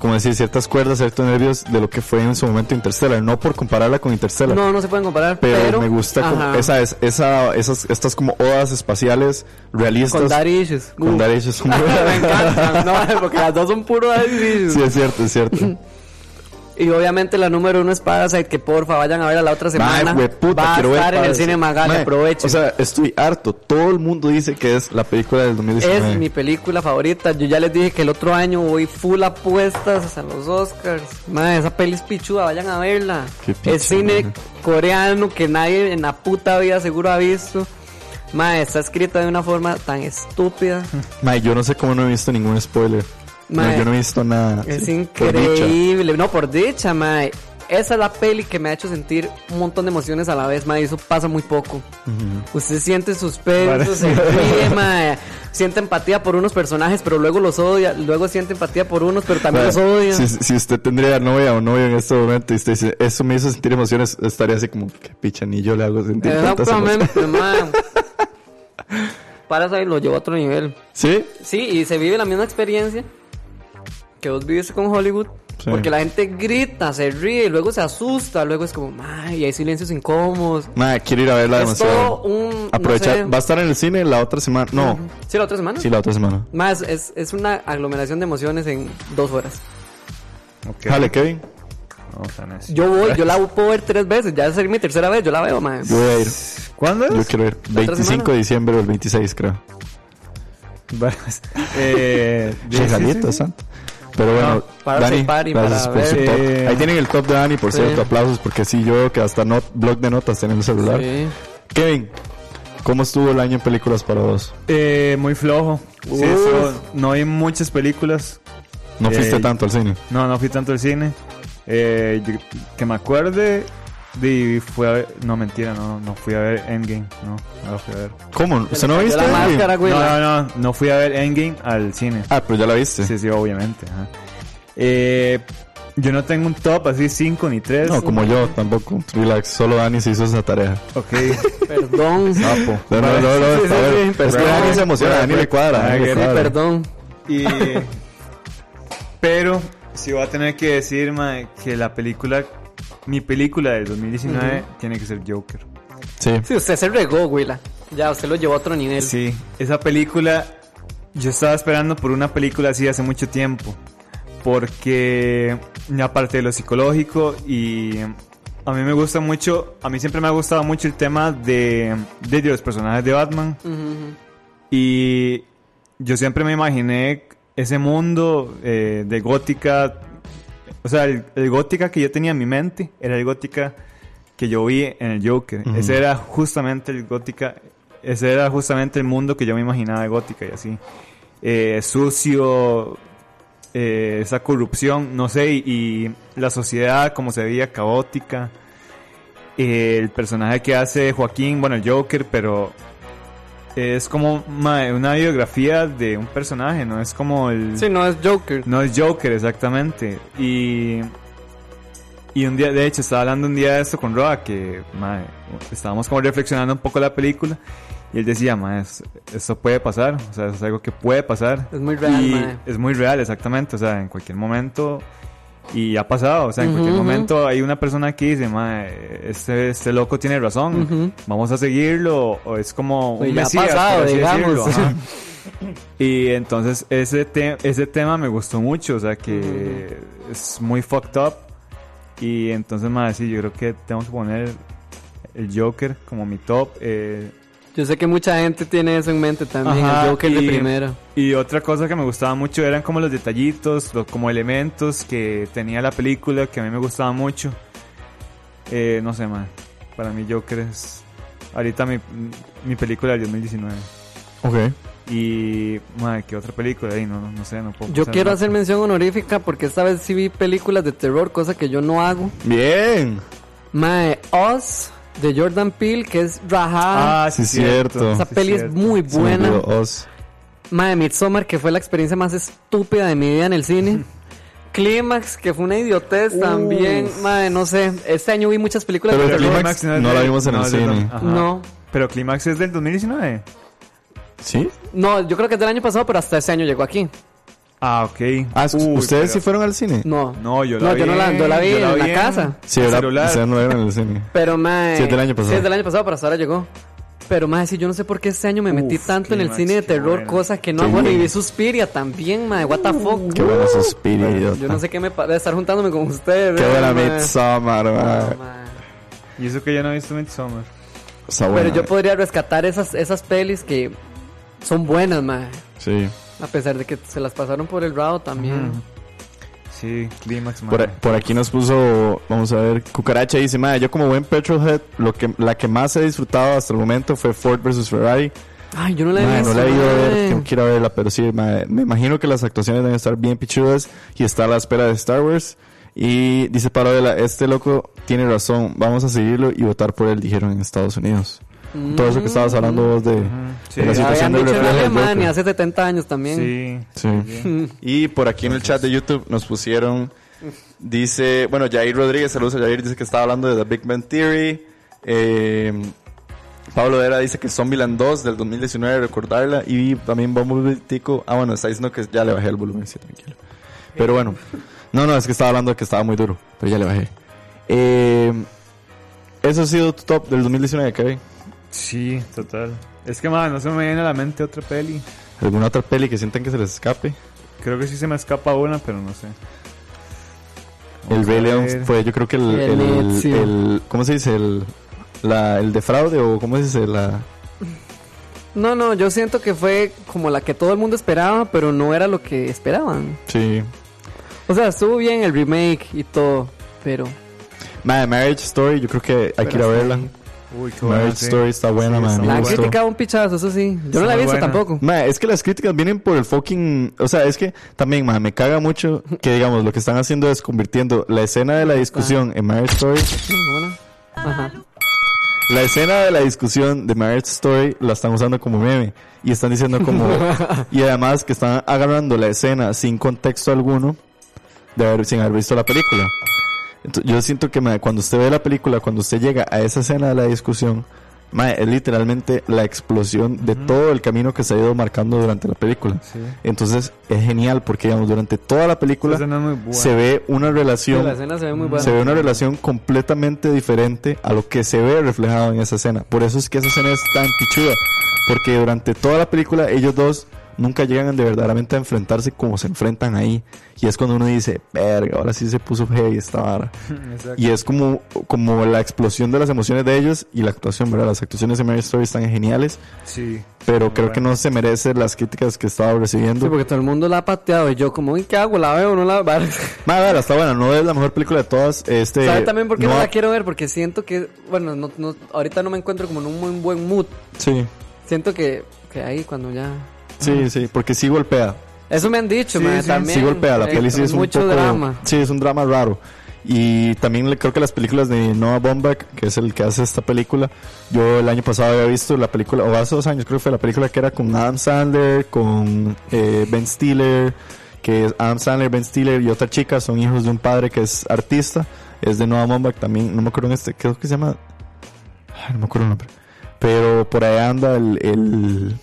[SPEAKER 3] Como decir, ciertas cuerdas, ciertos nervios de lo que fue en su momento Interstellar. No por compararla con Interstellar.
[SPEAKER 5] No, no se pueden comparar,
[SPEAKER 3] pero,
[SPEAKER 5] pero...
[SPEAKER 3] me gusta como
[SPEAKER 5] ajá,
[SPEAKER 3] esa es esa esas estas como odas espaciales realistas
[SPEAKER 5] Con Daddy Issues.
[SPEAKER 3] con
[SPEAKER 5] Uh.
[SPEAKER 3] Daddy Issues.
[SPEAKER 5] [LAUGHS] me encantan, no, porque las dos son puro Daddy Issues.
[SPEAKER 3] sí es cierto es cierto
[SPEAKER 5] Y obviamente la número uno es Parasite, que porfa vayan a ver a la otra [LAUGHS] semana.
[SPEAKER 3] Mae, hueputa,
[SPEAKER 5] Va a
[SPEAKER 3] quiero ver
[SPEAKER 5] estar en el
[SPEAKER 3] Parasite.
[SPEAKER 5] cine Magali,
[SPEAKER 3] Mae,
[SPEAKER 5] aprovechen.
[SPEAKER 3] o sea estoy harto todo el mundo dice que es la película del
[SPEAKER 5] es
[SPEAKER 3] 2019
[SPEAKER 5] mi película favorita. Yo ya les dije que el otro año voy full apuestas hasta los Oscars. Madre, esa peli es pichuda, vayan a verla.
[SPEAKER 3] Qué pichuda.
[SPEAKER 5] es cine coreano que nadie en la puta vida seguro ha visto. Madre, está escrita de una forma tan estúpida.
[SPEAKER 3] Mae, yo no sé cómo no he visto ningún spoiler No,
[SPEAKER 5] Mae,
[SPEAKER 3] yo no he visto nada
[SPEAKER 5] Es
[SPEAKER 3] Sí, [LAUGHS] por dicha.
[SPEAKER 5] increíble. No, por dicha, mae. Esa es la peli que me ha hecho sentir un montón de emociones a la vez, mae. Eso pasa muy poco. Usted siente suspenso, se
[SPEAKER 3] [LAUGHS]
[SPEAKER 5] ríe, mae. Siente empatía por unos personajes, pero luego los odia. Luego siente empatía por unos, pero también
[SPEAKER 3] Mae,
[SPEAKER 5] los odia.
[SPEAKER 3] si, si usted tendría novia o novio en este momento y usted dice, eso me hizo sentir emociones, estaría así como, que picha, ni yo le hago sentir tantas emociones. [LAUGHS]
[SPEAKER 5] Exactamente, mae. Parasite lo llevó a otro nivel.
[SPEAKER 3] ¿Sí?
[SPEAKER 5] Sí, y se vive la misma experiencia que vos viviste con Hollywood.
[SPEAKER 3] Sí.
[SPEAKER 5] Porque la gente grita, se ríe, luego se asusta, luego es como, "Mae, y hay silencios incómodos.
[SPEAKER 3] Nada, quiero ir a verla
[SPEAKER 5] Es
[SPEAKER 3] demasiado.
[SPEAKER 5] todo un.
[SPEAKER 3] Aprovechar.
[SPEAKER 5] no sé.
[SPEAKER 3] Va a estar en el cine la otra semana. No,
[SPEAKER 5] Sí, la otra semana.
[SPEAKER 3] sí, la otra semana.
[SPEAKER 5] Más, es, es una aglomeración de emociones en dos horas.
[SPEAKER 6] Ok.
[SPEAKER 3] Dale, Kevin.
[SPEAKER 6] No, tan es.
[SPEAKER 5] Yo voy, yo la puedo ver tres veces, ya es mi tercera vez, yo la veo, mae.
[SPEAKER 3] Yo voy a ir.
[SPEAKER 6] ¿Cuándo
[SPEAKER 3] Yo
[SPEAKER 6] es? [LAUGHS]
[SPEAKER 3] quiero ir.
[SPEAKER 5] ¿La otra
[SPEAKER 3] 25 de
[SPEAKER 5] semana?
[SPEAKER 3] diciembre o el 26, creo.
[SPEAKER 6] Varas.
[SPEAKER 3] [LAUGHS]
[SPEAKER 6] eh, sí, sí,
[SPEAKER 3] Regalito,
[SPEAKER 6] sí.
[SPEAKER 3] santo. Pero bueno,
[SPEAKER 5] para
[SPEAKER 3] Dani,
[SPEAKER 5] su party,
[SPEAKER 3] gracias
[SPEAKER 5] para
[SPEAKER 3] por su
[SPEAKER 6] ver.
[SPEAKER 3] top.
[SPEAKER 6] Eh,
[SPEAKER 3] Ahí tienen el top de Dani, por
[SPEAKER 5] sí.
[SPEAKER 3] cierto, aplausos, porque sí, yo veo que hasta not, blog de notas tiene en el celular.
[SPEAKER 5] Sí.
[SPEAKER 3] Kevin, ¿cómo estuvo el año en películas para vos?
[SPEAKER 6] Eh, muy flojo. Sí,
[SPEAKER 5] Uf.
[SPEAKER 6] eso, no hay muchas películas.
[SPEAKER 3] No
[SPEAKER 6] Eh,
[SPEAKER 3] fuiste tanto al cine.
[SPEAKER 6] No, no fui tanto al cine. Eh, yo- que me acuerde, de, fue a ver. No, mentira, no, no fui a ver Endgame. No, no la fui a ver.
[SPEAKER 3] ¿Cómo? ¿Se
[SPEAKER 5] le
[SPEAKER 3] no
[SPEAKER 5] cayó
[SPEAKER 3] viste?
[SPEAKER 5] la
[SPEAKER 3] Kevin?
[SPEAKER 5] máscara, güey.
[SPEAKER 6] No, no, no, no fui a ver Endgame al cine.
[SPEAKER 3] Ah, pero ya la viste.
[SPEAKER 6] Sí, sí, obviamente. ajá. Eh, yo no tengo un top así 5 ni 3.
[SPEAKER 3] No, como yo, tampoco. Relax, solo Dani se hizo esa tarea.
[SPEAKER 6] Ok.
[SPEAKER 5] Perdón.
[SPEAKER 6] [LAUGHS]
[SPEAKER 3] Sapo. No, no, no, no,
[SPEAKER 6] Sí, sí,
[SPEAKER 3] está
[SPEAKER 6] sí,
[SPEAKER 3] bien.
[SPEAKER 6] sí,
[SPEAKER 3] Es que
[SPEAKER 6] perdón.
[SPEAKER 3] Dani se emociona, Dani le cuadra.
[SPEAKER 6] Ah,
[SPEAKER 3] Dani le
[SPEAKER 6] que sí,
[SPEAKER 3] cuadra.
[SPEAKER 5] Perdón. [LAUGHS]
[SPEAKER 6] Y, pero si voy a tener que decir mae, que la película, mi película del 2019 tiene que ser Joker.
[SPEAKER 3] Sí.
[SPEAKER 5] Sí, usted se regó, güila. Ya, usted lo llevó a otro nivel.
[SPEAKER 6] Sí, esa película yo estaba esperando por una película así hace mucho tiempo, porque aparte de lo psicológico y a mí me gusta mucho, a mí siempre me ha gustado mucho el tema de, de los personajes de Batman.
[SPEAKER 5] Ujú, ujú.
[SPEAKER 6] Y yo siempre me imaginé ese mundo eh, de gótica. O sea, el, el gótica que yo tenía en mi mente era el gótica que yo vi en el Joker.
[SPEAKER 3] Ujú.
[SPEAKER 6] Ese era justamente el gótica. Ese era justamente el mundo que yo me imaginaba de gótica y así. Eh, sucio, eh, esa corrupción, no sé, y, y la sociedad como se veía caótica. Eh, el personaje que hace Joaquín, bueno, el Joker, pero es como mae, una biografía de un personaje, no es como el...
[SPEAKER 5] Sí, no es Joker.
[SPEAKER 6] No es Joker, exactamente. Y... Y un día, de hecho, estaba hablando un día de esto con Roa, que mae, estábamos como reflexionando un poco la película. Y él decía, mae, es- esto puede pasar, o sea, es algo que puede pasar.
[SPEAKER 5] Es muy real,
[SPEAKER 6] Y
[SPEAKER 5] mae.
[SPEAKER 6] Es muy real, exactamente, o sea, en cualquier momento... Y ha pasado, o sea, en
[SPEAKER 5] Ujú,
[SPEAKER 6] cualquier
[SPEAKER 5] ujú.
[SPEAKER 6] momento hay una persona que dice, mae, este, este loco tiene razón,
[SPEAKER 5] Ujú.
[SPEAKER 6] vamos a seguirlo, o es como
[SPEAKER 5] Y
[SPEAKER 6] un
[SPEAKER 5] ya ha
[SPEAKER 6] mesías,
[SPEAKER 5] pasado,
[SPEAKER 6] por así
[SPEAKER 5] digamos. [LAUGHS]
[SPEAKER 6] decirlo, ajá. Y entonces ese, te- ese tema me gustó mucho, o sea que es muy fucked up. Y entonces, más sí, yo creo que tengo que poner el Joker como mi top. eh,
[SPEAKER 5] Yo sé que mucha gente tiene eso en mente también,
[SPEAKER 6] Ajá,
[SPEAKER 5] el Joker
[SPEAKER 6] y-
[SPEAKER 5] de primera.
[SPEAKER 6] Y otra cosa que me gustaba mucho eran como los detallitos, los, como elementos que tenía la película que a mí me gustaba mucho. Eh, no sé, man. Para mí Joker es ahorita mi, mi película del 2019.
[SPEAKER 3] Ok.
[SPEAKER 6] Y, madre, ¿qué otra película? Ahí no, no, no sé, no puedo
[SPEAKER 5] Yo
[SPEAKER 6] pensar
[SPEAKER 5] quiero
[SPEAKER 6] en
[SPEAKER 5] hacer
[SPEAKER 6] otra.
[SPEAKER 5] mención honorífica porque esta vez sí vi películas de terror, cosa que yo no hago.
[SPEAKER 3] Bien.
[SPEAKER 5] Mae, Oz de Jordan Peele, que es Raja.
[SPEAKER 6] Ah, sí,
[SPEAKER 3] Sí, cierto.
[SPEAKER 6] cierto.
[SPEAKER 5] Esa
[SPEAKER 6] sí,
[SPEAKER 5] peli es
[SPEAKER 6] cierto.
[SPEAKER 5] muy
[SPEAKER 3] Se me
[SPEAKER 5] buena.
[SPEAKER 3] olvidó Oz.
[SPEAKER 6] [LAUGHS]
[SPEAKER 5] Mae, Midsommar, que fue la experiencia más estúpida de mi vida en el cine. Clímax, que fue una idiotez también, madre, no sé. Este año vi muchas películas
[SPEAKER 3] Pero
[SPEAKER 5] de
[SPEAKER 3] el
[SPEAKER 5] terror.
[SPEAKER 3] Clímax no la vimos en el
[SPEAKER 6] es
[SPEAKER 3] cine.
[SPEAKER 6] ajá.
[SPEAKER 5] No.
[SPEAKER 6] Pero Clímax es del 2019.
[SPEAKER 3] ¿Sí?
[SPEAKER 5] No, yo creo que es del año pasado, pero hasta este año llegó aquí.
[SPEAKER 6] Ah, ok.
[SPEAKER 3] Ah,
[SPEAKER 6] Uy,
[SPEAKER 3] ¿ustedes
[SPEAKER 6] pero-
[SPEAKER 3] sí fueron al cine?
[SPEAKER 5] No.
[SPEAKER 6] No, yo la vi.
[SPEAKER 5] yo no la, yo la vi
[SPEAKER 6] yo
[SPEAKER 5] en la
[SPEAKER 6] en-
[SPEAKER 5] casa.
[SPEAKER 3] Sí,
[SPEAKER 6] en
[SPEAKER 3] ¿verdad?
[SPEAKER 6] celular.
[SPEAKER 3] Ustedes no eran al cine.
[SPEAKER 5] Pero mae.
[SPEAKER 3] Sí, es del año pasado.
[SPEAKER 5] Sí, es del año pasado, pero hasta ahora llegó. Pero mae, sí, yo no sé por qué este año me metí
[SPEAKER 6] Uf,
[SPEAKER 5] tanto en el
[SPEAKER 6] Clímax,
[SPEAKER 5] cine de
[SPEAKER 6] qué
[SPEAKER 5] terror,
[SPEAKER 6] bueno.
[SPEAKER 5] cosa que no hago. Bueno, y vi Suspiria también, mae, what the fuck.
[SPEAKER 3] Qué buena suspiro, idiota.
[SPEAKER 5] Yo no sé qué me pa- de estar juntándome con ustedes.
[SPEAKER 3] Qué
[SPEAKER 5] ¿verdad,
[SPEAKER 3] buena
[SPEAKER 5] mae?
[SPEAKER 3] Midsommar,
[SPEAKER 5] No,
[SPEAKER 3] man.
[SPEAKER 5] mae.
[SPEAKER 6] Y eso que yo no he visto Midsommar.
[SPEAKER 3] Está
[SPEAKER 5] Pero
[SPEAKER 3] buena,
[SPEAKER 5] yo
[SPEAKER 3] mae.
[SPEAKER 5] podría rescatar esas, esas pelis que son buenas, mae.
[SPEAKER 3] Sí.
[SPEAKER 5] A pesar de que se las pasaron por el rado también.
[SPEAKER 6] Sí, Clímax, man.
[SPEAKER 3] Por, e, por aquí nos puso, vamos a ver, Cucaracha dice, madre, yo como buen Petrolhead, lo que, la que más he disfrutado hasta el momento fue Ford vs. Ferrari.
[SPEAKER 5] Ay, yo no la he
[SPEAKER 3] Madre,
[SPEAKER 5] visto.
[SPEAKER 3] no la he ido a ver, tengo
[SPEAKER 5] mae.
[SPEAKER 3] que ir a verla, pero sí, madre, me imagino que las actuaciones deben estar bien pichudas y está a la espera de Star Wars. Y dice Parodela, este loco tiene razón, vamos a seguirlo y votar por él, dijeron en Estados Unidos. Todo eso que estabas hablando vos de,
[SPEAKER 6] Sí,
[SPEAKER 3] de la
[SPEAKER 6] ya
[SPEAKER 3] situación
[SPEAKER 5] Habían
[SPEAKER 3] del
[SPEAKER 5] dicho en
[SPEAKER 3] reflejo del
[SPEAKER 5] Alemania
[SPEAKER 3] Joker.
[SPEAKER 5] hace 70 años también.
[SPEAKER 6] Sí.
[SPEAKER 3] Sí. Y por aquí en el chat de YouTube nos pusieron, dice, bueno, Jair Rodríguez, saludos a Jair, dice que estaba hablando de The Big Bang Theory. Eh, Pablo Vera dice que Zombieland 2 del 2019, recordarla. Y también Bumblebee Tico, ah bueno, está diciendo que ya le bajé el volumen, sí, tranquilo. Pero bueno, no, no, es que estaba hablando de que estaba muy duro, pero ya le bajé. Eh, eso ha sido tu top del 2019, Kevin.
[SPEAKER 6] Sí, total. Es que, man, no se me viene a la mente otra peli.
[SPEAKER 3] ¿Alguna otra peli que sientan que se les escape?
[SPEAKER 6] Creo que sí se me escapa una, pero no sé.
[SPEAKER 3] El
[SPEAKER 6] Vamos
[SPEAKER 3] Rey
[SPEAKER 6] a
[SPEAKER 3] León
[SPEAKER 6] ver.
[SPEAKER 3] fue, yo creo que el,
[SPEAKER 5] El
[SPEAKER 3] el,
[SPEAKER 5] sí.
[SPEAKER 3] el- ¿cómo se dice? El, la, el defraude o ¿cómo se dice? La,
[SPEAKER 5] No, no, yo siento que fue como la que todo el mundo esperaba, pero no era lo que esperaban.
[SPEAKER 3] sí.
[SPEAKER 5] O sea, estuvo bien el remake y todo, pero
[SPEAKER 3] Madre, Marriage Story, yo creo que hay que ir a
[SPEAKER 5] Pero
[SPEAKER 3] verla.
[SPEAKER 6] Uy, qué buena,
[SPEAKER 3] Marriage
[SPEAKER 6] sí.
[SPEAKER 3] Story está buena,
[SPEAKER 6] Sí,
[SPEAKER 3] man.
[SPEAKER 6] está
[SPEAKER 3] me
[SPEAKER 5] la han
[SPEAKER 3] gustó.
[SPEAKER 5] criticado un pichazo, eso sí. Yo no la he
[SPEAKER 6] muy
[SPEAKER 5] visto
[SPEAKER 6] buena.
[SPEAKER 5] tampoco.
[SPEAKER 3] Madre, es que las críticas vienen por el fucking... O sea, es que también, madre, me caga mucho que, digamos, lo que están haciendo es convirtiendo la escena de la discusión en Marriage Story.
[SPEAKER 5] Bueno, Ajá.
[SPEAKER 3] La escena de la discusión de Marriage Story la están usando como meme. Y están diciendo
[SPEAKER 5] [LAUGHS]
[SPEAKER 3] como... y además que están agarrando la escena sin contexto alguno de haber, sin haber visto la película. Ento- yo siento que mae, cuando usted ve la película, cuando usted llega a esa escena de la discusión, mae, es literalmente la explosión de todo el camino que se ha ido marcando durante la película.
[SPEAKER 6] Sí.
[SPEAKER 3] Entonces es genial porque digamos, durante toda la película
[SPEAKER 6] Esa escena es muy buena.
[SPEAKER 3] se ve una
[SPEAKER 5] Sí,
[SPEAKER 3] relación
[SPEAKER 5] la escena se ve muy buena.
[SPEAKER 3] Mm. se ve una relación completamente diferente a lo que se ve reflejado en esa escena. Por eso es que esa escena es tan pichuda. Porque durante toda la película ellos dos nunca llegan de verdaderamente a enfrentarse como se enfrentan ahí. Y es cuando uno dice, verga, ahora sí se puso heavy esta
[SPEAKER 5] [LAUGHS]
[SPEAKER 3] vara.
[SPEAKER 6] Exacto.
[SPEAKER 3] Y es como, como la explosión de las emociones de ellos y la actuación, ¿verdad? Las actuaciones de Mary Story están geniales,
[SPEAKER 6] Sí.
[SPEAKER 3] pero creo que no se merece las críticas que estaba
[SPEAKER 5] Sí,
[SPEAKER 3] recibiendo.
[SPEAKER 5] porque todo el mundo la ha pateado y yo como, "Uy, ¿qué hago? ¿La veo o no la veo? [LAUGHS]
[SPEAKER 3] Más verdad, está buena, no es la mejor película de todas. Este,
[SPEAKER 5] ¿Sabes también por qué no,
[SPEAKER 3] no-
[SPEAKER 5] la quiero ver? Porque siento que, bueno, no, no- ahorita no me encuentro como en un muy buen mood.
[SPEAKER 3] Sí,
[SPEAKER 5] Siento que, que ahí cuando ya...
[SPEAKER 3] sí, sí, porque sí golpea.
[SPEAKER 5] Eso me han dicho,
[SPEAKER 6] Sí,
[SPEAKER 5] mae,
[SPEAKER 6] sí,
[SPEAKER 5] también.
[SPEAKER 3] sí golpea la
[SPEAKER 5] Eh,
[SPEAKER 3] peli sí es un
[SPEAKER 5] mucho
[SPEAKER 3] poco-
[SPEAKER 5] drama.
[SPEAKER 3] sí es un drama raro y también le- creo que las películas de Noah Baumbach que es el que hace esta película yo el año pasado había visto la película o hace dos años creo que fue la película que era con Adam Sandler con eh, Ben Stiller que es Adam Sandler Ben Stiller y otra chica son hijos de un padre que es artista es de Noah Baumbach también no me acuerdo en este creo que se llama Ay, no me acuerdo el nombre pero por ahí anda el, el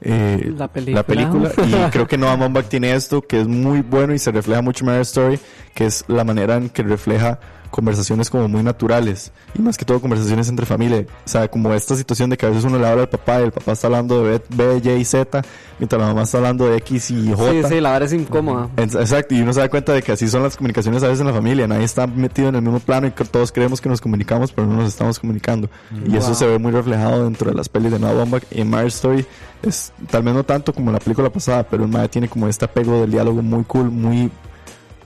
[SPEAKER 3] eh,
[SPEAKER 5] La película.
[SPEAKER 3] película. Y creo que Noah Baumbach tiene esto que es muy bueno y se refleja mucho en Marriage Story, que es la manera en que refleja conversaciones como muy naturales y más que todo conversaciones entre familia. O sea, como esta situación de que a veces uno le habla al papá y el papá está hablando de B, B, Y, Z, mientras la mamá está hablando de X y J.
[SPEAKER 5] Sí, sí, la verdad es incómoda.
[SPEAKER 3] En- Exacto, y uno se da cuenta de que así son las comunicaciones a veces en la familia, nadie está metido en el mismo plano y que todos creemos que nos comunicamos, pero no nos estamos comunicando. Y eso
[SPEAKER 5] Mm. Wow.
[SPEAKER 3] se ve muy reflejado dentro de las pelis de Noah Baumbach y en Marriage Story es tal vez no tanto como en la película pasada, pero el Mae tiene como este apego del diálogo muy cool, muy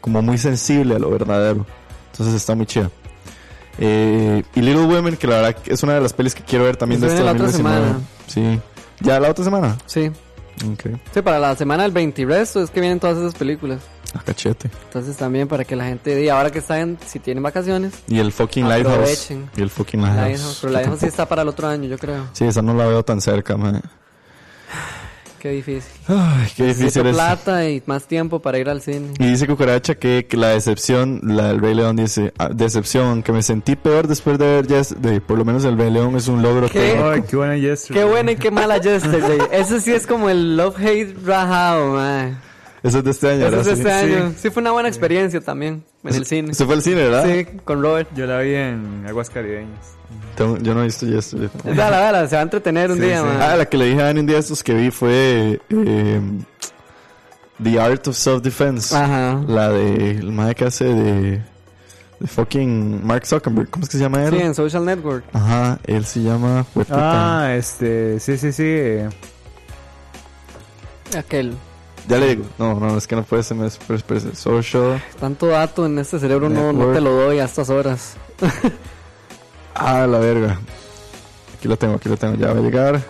[SPEAKER 3] como muy sensible a lo verdadero. Entonces está muy chida. Eh, y Little Women, que la verdad que es una de las pelis que quiero ver también de
[SPEAKER 5] Se
[SPEAKER 3] este
[SPEAKER 5] viene la otra
[SPEAKER 3] 2019. Sí. ¿Ya la otra semana?
[SPEAKER 5] Sí.
[SPEAKER 3] Ok.
[SPEAKER 5] Sí, para la semana del 20 y resto es que vienen todas esas películas.
[SPEAKER 3] A Ah, cachete.
[SPEAKER 5] Entonces también para que la gente, y ahora que están, si tienen vacaciones,
[SPEAKER 3] Y el fucking Lighthouse.
[SPEAKER 5] Aprovechen.
[SPEAKER 3] Y el fucking
[SPEAKER 5] la
[SPEAKER 3] Lighthouse.
[SPEAKER 5] Lighthouse, pero la Lighthouse sí está para el otro año, yo creo.
[SPEAKER 3] Sí, esa no la veo tan cerca, man.
[SPEAKER 5] Qué difícil.
[SPEAKER 3] Ay, qué difícil
[SPEAKER 5] Necesito
[SPEAKER 3] es.
[SPEAKER 5] plata y más tiempo para ir al cine.
[SPEAKER 3] Y dice Cucaracha que, que la decepción, la del Rey León dice, "Ah, decepción, que me sentí peor después de ver Yes, de, por lo menos el Rey León es un logro.
[SPEAKER 5] ¿Qué?
[SPEAKER 3] técnico".
[SPEAKER 6] Ay, qué buena Yesterday.
[SPEAKER 5] Qué buena y qué mala Yesterday. Eso sí es como el love-hate rajado, man.
[SPEAKER 3] Eso es de este año,
[SPEAKER 5] Eso es
[SPEAKER 3] ¿verdad?
[SPEAKER 5] de este
[SPEAKER 6] sí.
[SPEAKER 5] año. Sí fue una buena experiencia también en el cine.
[SPEAKER 3] Se fue al cine, ¿verdad?
[SPEAKER 5] Sí, con Robert.
[SPEAKER 6] Yo la vi en Aguas Caribeñas.
[SPEAKER 3] Tengo- Yo no he visto Yes. yo tampoco.
[SPEAKER 5] Dala, dala, se va a entretener un
[SPEAKER 6] Sí,
[SPEAKER 5] día,
[SPEAKER 6] sí.
[SPEAKER 5] man.
[SPEAKER 3] Ah, la que le dije a Dani un día de estos que vi fue eh, The Art of Self-Defense.
[SPEAKER 5] Ajá.
[SPEAKER 3] La de el mae que hace de, de fucking Mark Zuckerberg. ¿Cómo es que se llama él?
[SPEAKER 5] Sí, en Social Network.
[SPEAKER 3] Ajá, él se llama... fue puta.
[SPEAKER 6] Ah, este, sí, sí, sí. eh,
[SPEAKER 5] Aquel.
[SPEAKER 3] Ya le digo. No, no, es que no puede ser más pero espérese. Social...
[SPEAKER 5] Tanto dato en este cerebro no, no te lo doy a estas horas.
[SPEAKER 3] Ah, la verga. Aquí lo tengo, aquí lo tengo. Ya va a llegar.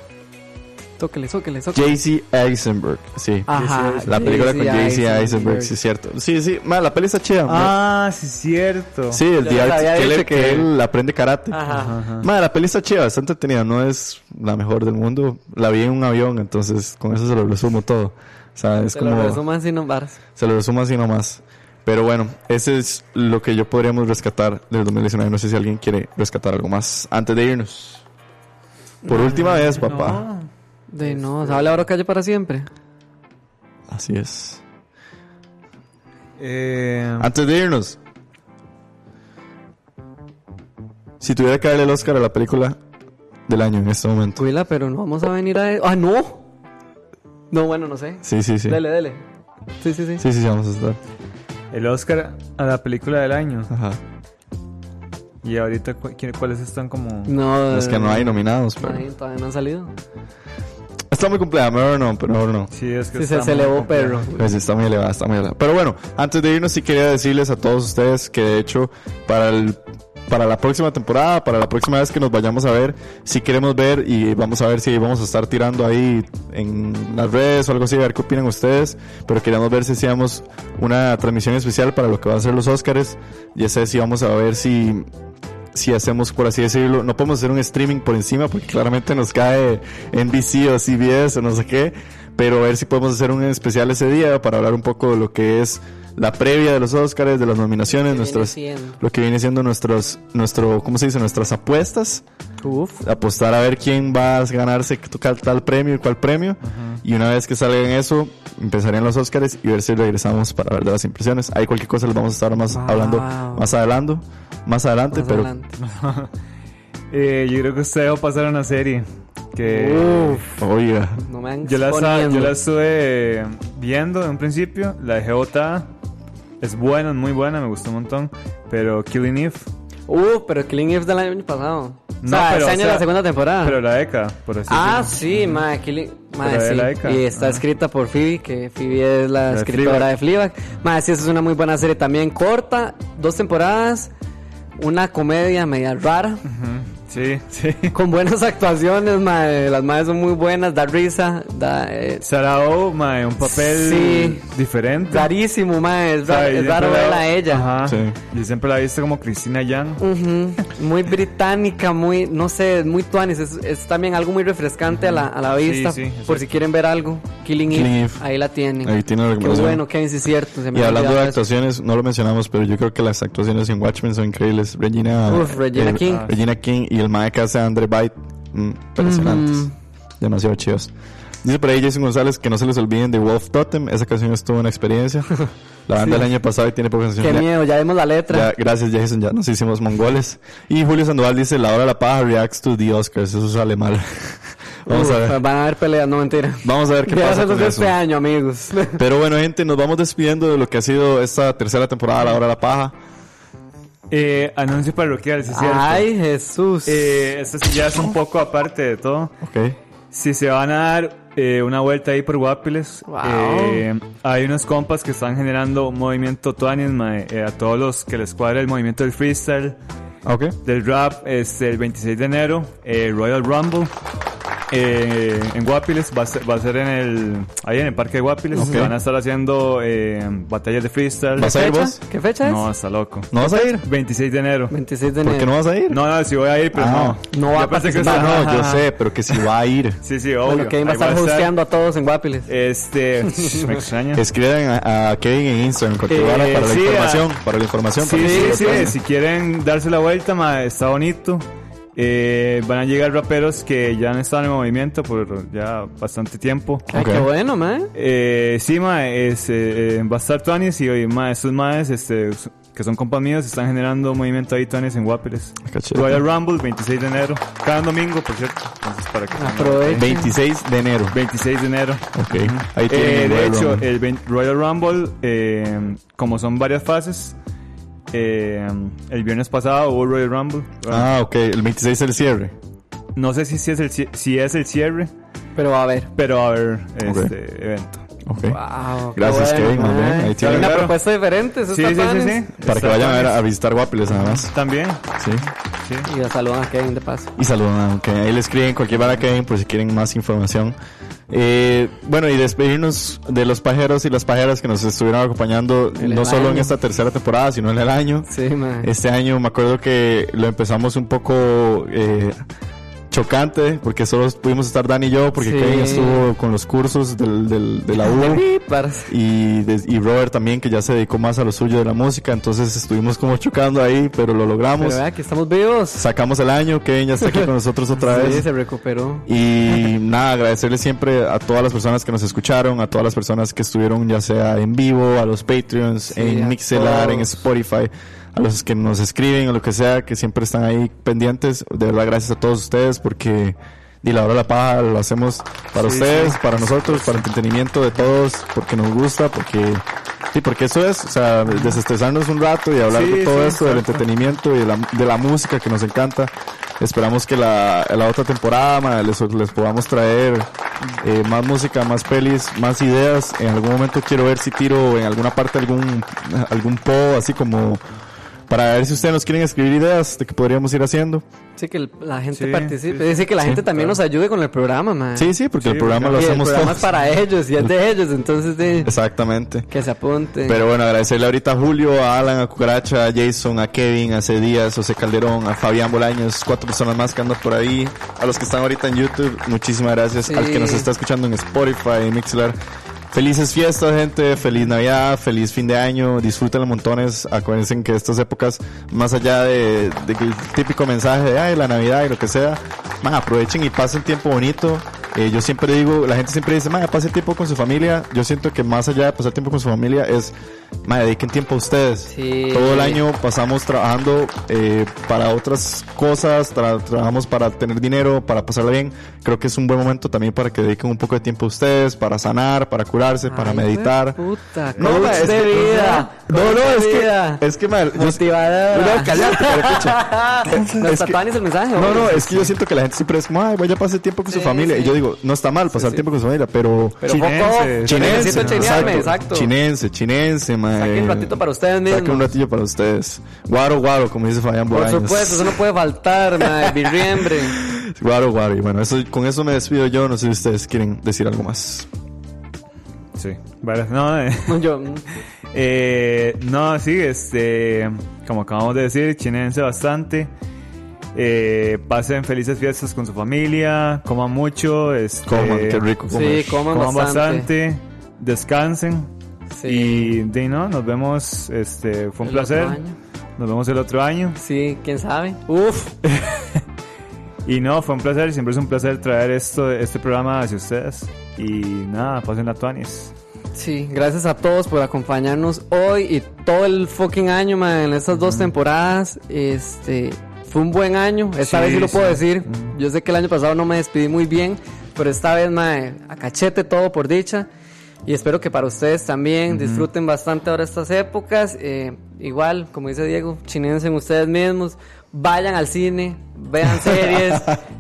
[SPEAKER 5] Tóquele, tóquele, tóquele.
[SPEAKER 3] J.C. Eisenberg. Sí.
[SPEAKER 5] Ajá.
[SPEAKER 3] La película con
[SPEAKER 5] J.C.
[SPEAKER 3] J.C. Eisenberg, sí, es cierto. Sí, sí. Ma, la peli está chida. ma.
[SPEAKER 6] Ah, sí, cierto.
[SPEAKER 3] Sí, el
[SPEAKER 5] Yo
[SPEAKER 3] The
[SPEAKER 5] les
[SPEAKER 3] Art-
[SPEAKER 5] había
[SPEAKER 3] que, él,
[SPEAKER 5] dicho
[SPEAKER 3] que
[SPEAKER 5] que-
[SPEAKER 3] él aprende karate.
[SPEAKER 5] Ajá.
[SPEAKER 3] Ma, la peli está chida, está entretenida. No es la mejor del mundo. La vi en un avión, entonces con eso se lo resumo todo. O sea, es
[SPEAKER 5] Te
[SPEAKER 3] como...
[SPEAKER 5] lo resumo así nomás.
[SPEAKER 3] Se lo resumo así nomás. Pero bueno, ese es lo que yo podríamos rescatar del 2019. No sé si alguien quiere rescatar algo más antes de irnos. Por última vez, papá.
[SPEAKER 5] De no, ¿sabe la hora calle para siempre?
[SPEAKER 3] Así es.
[SPEAKER 6] Eh,
[SPEAKER 5] Ah.
[SPEAKER 3] Antes de irnos. Si tuviera que darle el Oscar a la película del año en este momento.
[SPEAKER 5] Tuila, pero no vamos a venir a... ¡Ah, no! No, bueno, no sé.
[SPEAKER 3] Sí, sí, sí.
[SPEAKER 5] Dele, dele. Sí, sí, sí.
[SPEAKER 3] Sí, sí, sí, vamos a estar.
[SPEAKER 6] el Oscar a la película del año.
[SPEAKER 3] Ajá.
[SPEAKER 6] Y ahorita, cu- ¿quién- ¿cuáles están como...?
[SPEAKER 5] No,
[SPEAKER 3] Es que no hay nominados,
[SPEAKER 5] no
[SPEAKER 3] pero...
[SPEAKER 5] hay, todavía no han salido.
[SPEAKER 3] Está muy compleja, mejor no, pero mejor no.
[SPEAKER 6] Sí, es que
[SPEAKER 5] Sí, se,
[SPEAKER 6] está
[SPEAKER 5] se
[SPEAKER 6] muy
[SPEAKER 5] elevó
[SPEAKER 6] complejo.
[SPEAKER 5] perro.
[SPEAKER 3] Pues está muy elevada, está muy elevada. Pero bueno, antes de irnos sí quería decirles a todos ustedes que de hecho para el para la próxima temporada, para la próxima vez que nos vayamos a ver, si queremos ver y vamos a ver si vamos a estar tirando ahí en las redes o algo así, a ver qué opinan ustedes, pero queríamos ver si hacíamos una transmisión especial para lo que van a ser los Óscares, ya sé si vamos a ver si si hacemos, por así decirlo, no podemos hacer un streaming por encima porque claramente nos cae NBC o CBS o no sé qué, pero a ver si podemos hacer un especial ese día para hablar un poco de lo que es la previa de los Oscars, de las nominaciones, nuestras,
[SPEAKER 5] Viene siendo.
[SPEAKER 3] lo que viene siendo nuestros, nuestro, ¿cómo se dice? Nuestras apuestas,
[SPEAKER 5] Uf.
[SPEAKER 3] apostar a ver quién va a ganarse tal, tal premio y cuál premio, y una vez que salgan eso, empezarían los Oscars y ver si regresamos para ver de las impresiones. Hay cualquier cosa les vamos a estar más
[SPEAKER 5] Wow.
[SPEAKER 3] hablando más adelante, más adelante,
[SPEAKER 5] Más
[SPEAKER 3] este, pero
[SPEAKER 5] adelante.
[SPEAKER 6] Eh, yo creo que usted dejó pasar una serie que...
[SPEAKER 5] Uh,
[SPEAKER 3] oiga.
[SPEAKER 5] No me han
[SPEAKER 6] Yo la, estaba- yo
[SPEAKER 5] exponiendo.
[SPEAKER 6] la estuve viendo en un principio, la dejé botada. Es buena, es muy buena, me gustó un montón. Pero Killing Eve,
[SPEAKER 5] Uh, pero Killing Eve es del año pasado. o
[SPEAKER 6] No,
[SPEAKER 5] sea,
[SPEAKER 6] pero,
[SPEAKER 5] este
[SPEAKER 6] o
[SPEAKER 5] año es
[SPEAKER 6] sea,
[SPEAKER 5] la segunda temporada.
[SPEAKER 6] pero la década, por así
[SPEAKER 5] ah,
[SPEAKER 6] decirlo.
[SPEAKER 5] sí, ma, Killing... ma,
[SPEAKER 6] Pero de
[SPEAKER 5] sí.
[SPEAKER 6] la ECA.
[SPEAKER 5] Y está
[SPEAKER 6] Ah.
[SPEAKER 5] escrita por Phoebe, que Phoebe es la,
[SPEAKER 6] de
[SPEAKER 5] escritora de Fleabag. Ma, sí, esa es una muy buena serie también. Corta, dos temporadas, una comedia media rara,
[SPEAKER 6] Sí, sí. [LAUGHS]
[SPEAKER 5] con buenas [LAUGHS] actuaciones, ma, eh, las madres son muy buenas, da risa, da... eh,
[SPEAKER 6] Sarah Oh, mae, un papel
[SPEAKER 5] Sí.
[SPEAKER 6] diferente.
[SPEAKER 5] rarísimo, ma, es,
[SPEAKER 6] O sea,
[SPEAKER 5] raro-
[SPEAKER 6] yo
[SPEAKER 5] es
[SPEAKER 6] siempre
[SPEAKER 5] raro
[SPEAKER 6] la-
[SPEAKER 5] verla a ella.
[SPEAKER 6] Ajá.
[SPEAKER 3] Sí.
[SPEAKER 6] Yo siempre la he visto como Cristina Yang.
[SPEAKER 5] Ujú, Muy británica, muy, no sé, muy tuanis. Es, es también algo muy refrescante a la, a la
[SPEAKER 6] Sí,
[SPEAKER 5] vista.
[SPEAKER 6] sí, exacto.
[SPEAKER 5] por si quieren ver algo, Killing,
[SPEAKER 3] Killing
[SPEAKER 5] Eve,
[SPEAKER 3] Eve.
[SPEAKER 5] ahí la tienen.
[SPEAKER 3] Ahí tiene la
[SPEAKER 5] Qué
[SPEAKER 3] recomendación.
[SPEAKER 5] bueno, Kevin, sí es cierto. se
[SPEAKER 3] Y
[SPEAKER 5] me había
[SPEAKER 3] hablando de
[SPEAKER 5] olvidado eso.
[SPEAKER 3] actuaciones, no lo mencionamos, pero yo creo que las actuaciones en Watchmen son increíbles. Regina,
[SPEAKER 5] Uf, Regina King.
[SPEAKER 3] Regina King y el mae que hace Andre Byte, mm, impresionantes. Demasiado chidos. Dice por ahí Jason González que no se les olviden de Wolf Totem. Esa canción estuvo una experiencia. La
[SPEAKER 5] [LAUGHS]
[SPEAKER 3] banda del año pasado y tiene poca canción.
[SPEAKER 5] Qué
[SPEAKER 3] Ya-
[SPEAKER 5] miedo, ya vemos la letra.
[SPEAKER 3] ya- gracias Jason, ya nos hicimos mongoles. Y Julio Sandoval dice, la hora de la paja reacts to the Oscars. Eso sale mal. [LAUGHS] Vamos
[SPEAKER 5] Uh,
[SPEAKER 3] a ver.
[SPEAKER 5] Van a haber peleas, no mentira.
[SPEAKER 3] Vamos a ver qué
[SPEAKER 5] Ya
[SPEAKER 3] pasa
[SPEAKER 5] se los
[SPEAKER 3] con
[SPEAKER 5] de
[SPEAKER 3] eso.
[SPEAKER 5] este año,
[SPEAKER 3] [LAUGHS]
[SPEAKER 5] amigos.
[SPEAKER 3] Pero bueno, gente, nos vamos despidiendo de lo que ha sido esta tercera temporada de La Hora de la Paja.
[SPEAKER 6] Eh, anuncio parroquial, sí, es cierto.
[SPEAKER 5] Ay, Jesús.
[SPEAKER 6] Eh, esto sí ya es un poco aparte de todo.
[SPEAKER 3] Ok.
[SPEAKER 6] Si se van a dar eh, una vuelta ahí por Guapiles,
[SPEAKER 5] Wow.
[SPEAKER 6] eh, hay unos compas que están generando un movimiento tuanis, mae, eh, a todos los que les cuadra el movimiento del freestyle,
[SPEAKER 3] Ok.
[SPEAKER 6] del rap, este, el 26 de enero, eh, Royal Rumble. eh, en Guapiles, va a ser, va a ser en el, ahí en el parque de Guapiles,
[SPEAKER 3] Ok.
[SPEAKER 6] van a estar haciendo eh, batallas de freestyle.
[SPEAKER 3] ¿Vas a ir vos?
[SPEAKER 5] ¿Qué fecha es?
[SPEAKER 6] No, está loco.
[SPEAKER 3] ¿No vas a ir?
[SPEAKER 6] 26 de enero.
[SPEAKER 5] 26 de enero.
[SPEAKER 3] ¿Por qué no vas a ir?
[SPEAKER 6] No, no, si voy a ir, pero
[SPEAKER 3] Ah.
[SPEAKER 6] no.
[SPEAKER 5] No va
[SPEAKER 6] Yo
[SPEAKER 5] a
[SPEAKER 6] pensé que
[SPEAKER 3] No,
[SPEAKER 5] participar.
[SPEAKER 6] usted-
[SPEAKER 3] no, yo sé, pero que si va a
[SPEAKER 6] [LAUGHS]
[SPEAKER 3] ir.
[SPEAKER 6] Sí, sí, obvio.
[SPEAKER 5] Bueno, Kevin va a
[SPEAKER 6] Ahí voy
[SPEAKER 5] estar hosteando a todos en Guapiles.
[SPEAKER 6] Este, [LAUGHS] me extraña.
[SPEAKER 3] Escriben a, a Kevin en Instagram porque
[SPEAKER 6] Eh,
[SPEAKER 3] ahora para la
[SPEAKER 6] sí, ah.
[SPEAKER 3] información, para la información.
[SPEAKER 6] Sí,
[SPEAKER 3] para que
[SPEAKER 6] sí,
[SPEAKER 3] se
[SPEAKER 6] sí,
[SPEAKER 3] lo
[SPEAKER 6] si quieren darse la vuelta, ma, está bonito. Eh, van a llegar raperos que ya han estado en movimiento por ya bastante tiempo.
[SPEAKER 5] Ay,
[SPEAKER 3] ok.
[SPEAKER 5] qué bueno, man.
[SPEAKER 6] Eh, sí, ma, es, eh, eh, va a estar Tuanis y oye, ma, estos maes este, que son compas míos están generando movimiento ahí Tuanis en Guapiles.
[SPEAKER 3] Ah, Qué chido.
[SPEAKER 6] Royal Rumble, 26 de enero. Cada domingo, por cierto. Entonces, para que tengan-
[SPEAKER 5] Aprovecha.
[SPEAKER 3] 26 de enero.
[SPEAKER 6] 26 de enero.
[SPEAKER 3] Ok. Ahí tienen
[SPEAKER 6] Eh,
[SPEAKER 3] el
[SPEAKER 6] de
[SPEAKER 3] Royal
[SPEAKER 6] hecho,
[SPEAKER 3] Rumble.
[SPEAKER 6] el vein- Royal Rumble, eh, como son varias fases, eh, el viernes pasado hubo Royal Rumble.
[SPEAKER 3] Ah, ok. El 26 es el cierre.
[SPEAKER 6] No sé si, si es el, cie- si es el cierre,
[SPEAKER 5] Pero va a ver.
[SPEAKER 6] pero va a haber este
[SPEAKER 3] Ok.
[SPEAKER 6] evento.
[SPEAKER 3] Ok.
[SPEAKER 5] Wow, qué
[SPEAKER 3] Gracias,
[SPEAKER 5] bueno,
[SPEAKER 3] Kevin. más bien.
[SPEAKER 5] man.
[SPEAKER 3] Ahí
[SPEAKER 5] Hay
[SPEAKER 3] tienen.
[SPEAKER 5] una
[SPEAKER 6] Claro.
[SPEAKER 5] propuesta diferente. eso
[SPEAKER 6] Sí, sí,
[SPEAKER 5] está
[SPEAKER 6] sí,
[SPEAKER 5] padres.
[SPEAKER 6] sí.
[SPEAKER 3] Para que
[SPEAKER 6] Está
[SPEAKER 3] vayan a, ver,
[SPEAKER 6] Tuanis.
[SPEAKER 3] a visitar Guapiles nada más.
[SPEAKER 6] También,
[SPEAKER 3] Sí.
[SPEAKER 6] sí.
[SPEAKER 5] Y lo saludan a Kevin de paso.
[SPEAKER 3] Y saludan, ok. Ahí le escriben cualquier vara que hay por si quieren más información. Eh, bueno, y despedirnos de los pajeros y las pajeras que nos estuvieron acompañando,
[SPEAKER 5] En el
[SPEAKER 3] no solo en
[SPEAKER 5] año.
[SPEAKER 3] esta tercera temporada, sino en el año.
[SPEAKER 5] Sí, man.
[SPEAKER 3] Este año me acuerdo que lo empezamos un poco eh, chocante, porque solo pudimos estar Dan y yo, porque
[SPEAKER 5] Sí.
[SPEAKER 3] Kevin estuvo con los cursos del, del- de la U.
[SPEAKER 5] Paras.
[SPEAKER 3] Y, des- y Robert también, que ya se dedicó más a lo suyo de la música, entonces estuvimos como chocando ahí, pero lo
[SPEAKER 5] Pero
[SPEAKER 3] logramos.
[SPEAKER 5] vea que estamos vivos.
[SPEAKER 3] Sacamos el año, Kevin ya está
[SPEAKER 5] [LAUGHS]
[SPEAKER 3] aquí con nosotros otra vez.
[SPEAKER 5] Sí, se recuperó.
[SPEAKER 3] Y nada, agradecerles siempre a todas las personas que nos escucharon, a todas las personas que estuvieron ya sea en vivo, a los Patreons, en
[SPEAKER 5] a
[SPEAKER 3] Mixelar, en
[SPEAKER 5] todos.
[SPEAKER 3] Spotify, a los que nos escriben, o lo que sea, que siempre están ahí pendientes. De verdad, gracias a todos ustedes porque y la hora de la paja lo hacemos para
[SPEAKER 6] Sí,
[SPEAKER 3] ustedes,
[SPEAKER 6] sí.
[SPEAKER 3] para nosotros, para entretenimiento de todos, porque nos gusta, porque sí, porque eso es, o sea, desestresarnos un rato y hablar
[SPEAKER 6] Sí,
[SPEAKER 3] de todo
[SPEAKER 6] sí,
[SPEAKER 3] esto, del
[SPEAKER 6] exacto.
[SPEAKER 3] entretenimiento y de la, de la música que nos encanta. Esperamos que la, la otra temporada ma, les, les podamos traer eh, más música, más pelis, más ideas. En algún momento quiero ver si tiro en alguna parte algún, algún po, así como para ver si ustedes nos quieren escribir ideas de que podríamos ir haciendo.
[SPEAKER 5] Sí, que el- la gente
[SPEAKER 6] Sí,
[SPEAKER 5] participe.
[SPEAKER 6] sí, sí.
[SPEAKER 5] Dice que la gente también nos ayude con el programa, man.
[SPEAKER 3] Sí, sí, porque
[SPEAKER 6] Sí,
[SPEAKER 3] el programa
[SPEAKER 6] porque
[SPEAKER 3] lo
[SPEAKER 5] Y el
[SPEAKER 3] hacemos
[SPEAKER 5] programa
[SPEAKER 3] todos.
[SPEAKER 5] es para ellos y es de ellos, entonces
[SPEAKER 3] [LAUGHS]
[SPEAKER 5] de,
[SPEAKER 3] Exactamente.
[SPEAKER 5] que se apunten.
[SPEAKER 3] Pero bueno, agradecerle ahorita a Julio, a Alan, a Cucaracha, a Jason, a Kevin, a C. Díaz, José Calderón, a Fabián Bolaños, cuatro personas más que andan por ahí, a los que están ahorita en YouTube, muchísimas gracias,
[SPEAKER 5] Sí.
[SPEAKER 3] al que nos está escuchando en Spotify, en Mixler. Felices fiestas, gente, feliz Navidad, feliz fin de año, disfrútenlo montones, acuérdense que estas épocas, más allá de, de que el típico mensaje de ay, la Navidad y lo que sea, más aprovechen y pasen tiempo bonito. Eh, yo siempre digo, la gente siempre dice, más pase tiempo con su familia. Yo siento que más allá de pasar tiempo con su familia es, más dediquen tiempo a ustedes.
[SPEAKER 5] Sí.
[SPEAKER 3] Todo el año pasamos trabajando eh, para otras cosas, tra- trabajamos para tener dinero, para pasarla bien. Creo que es un buen momento también para que dediquen un poco de tiempo a ustedes, para sanar, para curarse, para
[SPEAKER 5] Ay, güey,
[SPEAKER 3] meditar.
[SPEAKER 5] Puta,
[SPEAKER 3] No,
[SPEAKER 5] no,
[SPEAKER 3] ma, es
[SPEAKER 5] de
[SPEAKER 3] que-
[SPEAKER 5] vida.
[SPEAKER 3] No, no,
[SPEAKER 5] coach
[SPEAKER 3] es
[SPEAKER 5] de vida.
[SPEAKER 3] que, es que, ma, yo-
[SPEAKER 5] Motivadora.
[SPEAKER 3] No, cállate,
[SPEAKER 5] [LAUGHS]
[SPEAKER 3] carepicha.
[SPEAKER 5] Ah, Nos
[SPEAKER 3] es que-
[SPEAKER 5] tatuanes el mensaje.
[SPEAKER 3] No,
[SPEAKER 5] hombre.
[SPEAKER 3] no, es que yo siento que la gente siempre es como, ay, vaya a pasar tiempo con su
[SPEAKER 5] Sí,
[SPEAKER 3] familia.
[SPEAKER 5] sí.
[SPEAKER 3] Y yo digo, no está mal pasar tiempo con su familia, pero...
[SPEAKER 5] Pero
[SPEAKER 6] Chinense,
[SPEAKER 5] poco.
[SPEAKER 6] chinense,
[SPEAKER 3] Chinense,
[SPEAKER 5] Necesito chinearme, exacto.
[SPEAKER 3] Chinense, chinense, ma,
[SPEAKER 5] Saque un ratito para ustedes
[SPEAKER 3] Saque
[SPEAKER 5] mismos.
[SPEAKER 3] un ratillo para ustedes. Guaro, guaro, como dice Fabián
[SPEAKER 5] Por
[SPEAKER 3] Bolaños.
[SPEAKER 5] supuesto, eso no puede faltar, ma, el birriembre.
[SPEAKER 3] Guaro, guaro. Y bueno, eso, con eso me despido yo. No sé si ustedes quieren decir algo más.
[SPEAKER 6] Sí. Vale, no, eh. [LAUGHS]
[SPEAKER 5] Yo,
[SPEAKER 6] Eh, no, sí, este, como acabamos de decir, chinense bastante. Eh, pasen felices fiestas con su familia, coman mucho, este,
[SPEAKER 3] Coman,
[SPEAKER 10] Eh,
[SPEAKER 3] qué rico. comer.
[SPEAKER 5] sí, coman,
[SPEAKER 6] coman
[SPEAKER 5] bastante.
[SPEAKER 6] bastante, descansen
[SPEAKER 5] Sí.
[SPEAKER 6] y de no, nos vemos, este, fue un
[SPEAKER 5] El
[SPEAKER 6] placer.
[SPEAKER 5] otro año.
[SPEAKER 6] Nos vemos el otro año.
[SPEAKER 5] Sí, quién sabe. Uf,
[SPEAKER 6] Y no, fue un placer, siempre es un placer traer esto, este programa hacia ustedes. Y nada, pasen la tuanis.
[SPEAKER 5] sí, gracias a todos por acompañarnos hoy y todo el fucking año, ma, en estas dos temporadas. Este, fue un buen año, esta
[SPEAKER 6] Sí,
[SPEAKER 5] vez sí lo puedo
[SPEAKER 6] sí.
[SPEAKER 5] decir. Yo sé que el año pasado no me despedí muy bien, pero esta vez, ma, a cachete todo por dicha.
[SPEAKER 10] Y espero que para ustedes también disfruten bastante ahora estas épocas. Eh, igual, como dice Diego, chinense en ustedes mismos. Vayan al cine, vean series,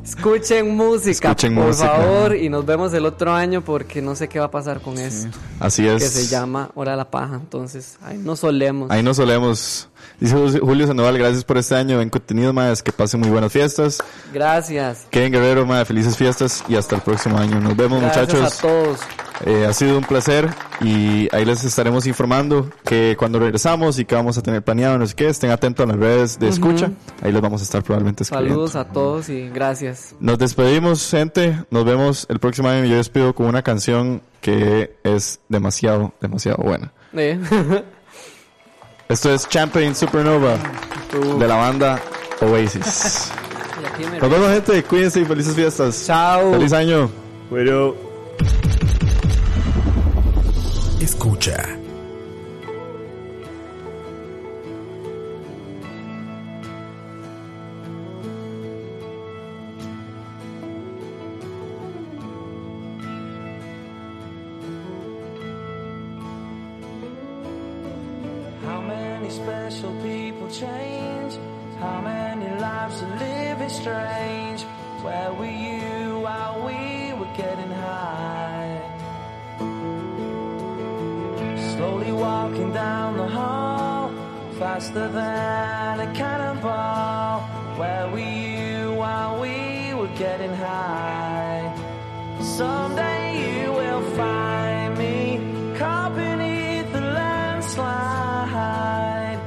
[SPEAKER 10] escuchen música,
[SPEAKER 3] Escuchen
[SPEAKER 10] por
[SPEAKER 3] música.
[SPEAKER 10] favor. Y nos vemos el otro año porque no sé qué va a pasar con esto.
[SPEAKER 3] Así es.
[SPEAKER 10] Que se llama Hora de la Paja. Entonces, ahí no solemos.
[SPEAKER 3] Pues, Ahí nos solemos. Dice Julio Sandoval, gracias por este año. Buen contenido, más. Que pasen muy buenas fiestas.
[SPEAKER 10] Gracias.
[SPEAKER 3] Kevin Guerrero, más. Felices fiestas y hasta el próximo año. Nos vemos,
[SPEAKER 10] Gracias
[SPEAKER 3] muchachos.
[SPEAKER 10] a todos.
[SPEAKER 3] Eh, ha sido un placer y ahí les estaremos informando que cuando regresamos y que vamos a tener planeado, no sé qué, estén atentos a las redes de escucha. Ahí les vamos a estar probablemente escribiendo.
[SPEAKER 10] Saludos a todos y gracias.
[SPEAKER 3] Nos despedimos, gente. Nos vemos el próximo año. Yo despido con una canción que es demasiado, demasiado buena.
[SPEAKER 10] Eh. [LAUGHS]
[SPEAKER 3] Esto es Champagne Supernova de la banda Oasis.
[SPEAKER 10] Y aquí me-
[SPEAKER 3] Nos vemos, gente. Cuídense y felices fiestas.
[SPEAKER 10] Chao.
[SPEAKER 3] Pues, Feliz año.
[SPEAKER 6] Pero...
[SPEAKER 1] Escucha.
[SPEAKER 5] How many special people change? How many lives are living strange? Where were you while we were getting high? Slowly walking down the hall, faster than a cannonball. Where were you while we were getting high? Someday you will find me caught beneath the landslide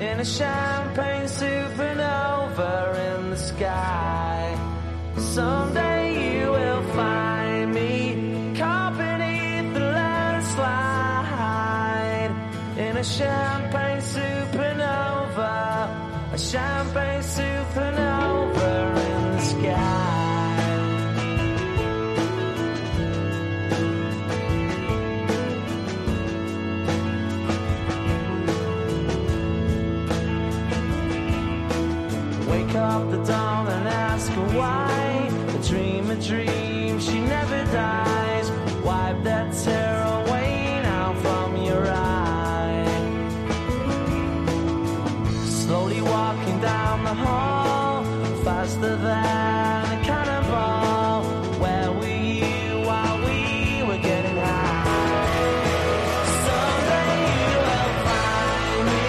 [SPEAKER 5] in a champagne supernova in the sky. Someday you will find me caught beneath the landslide in a champagne supernova, a champagne supernova in the sky. Wake up the dawn and ask her why. A dream, a dream, she never dies. Wipe that tear away now from your eye. Slowly walking down the hall, faster than a cannonball. Where were you while we were getting high? Someday you will find me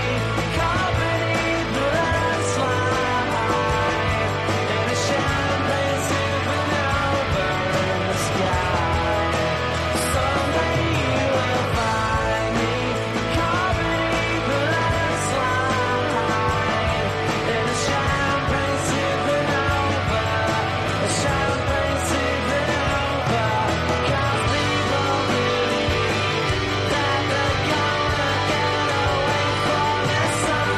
[SPEAKER 5] caught beneath the landslide in a champagne supernova in the sky. Someday you will find me caught beneath the landslide in a champagne supernova, a champagne supernova. 'Cause people believe that they're gonna get away from the sun.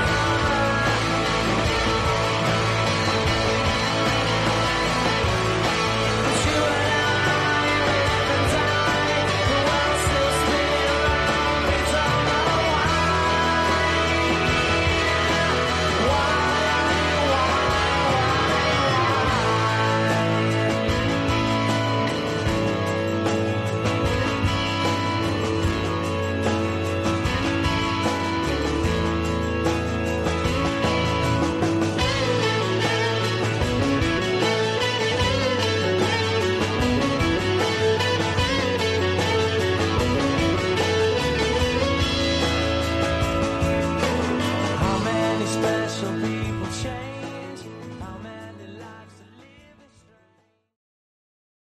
[SPEAKER 5] But you and I, we live and die. The world's still spinning round. We don't know why. Why, why, How many special people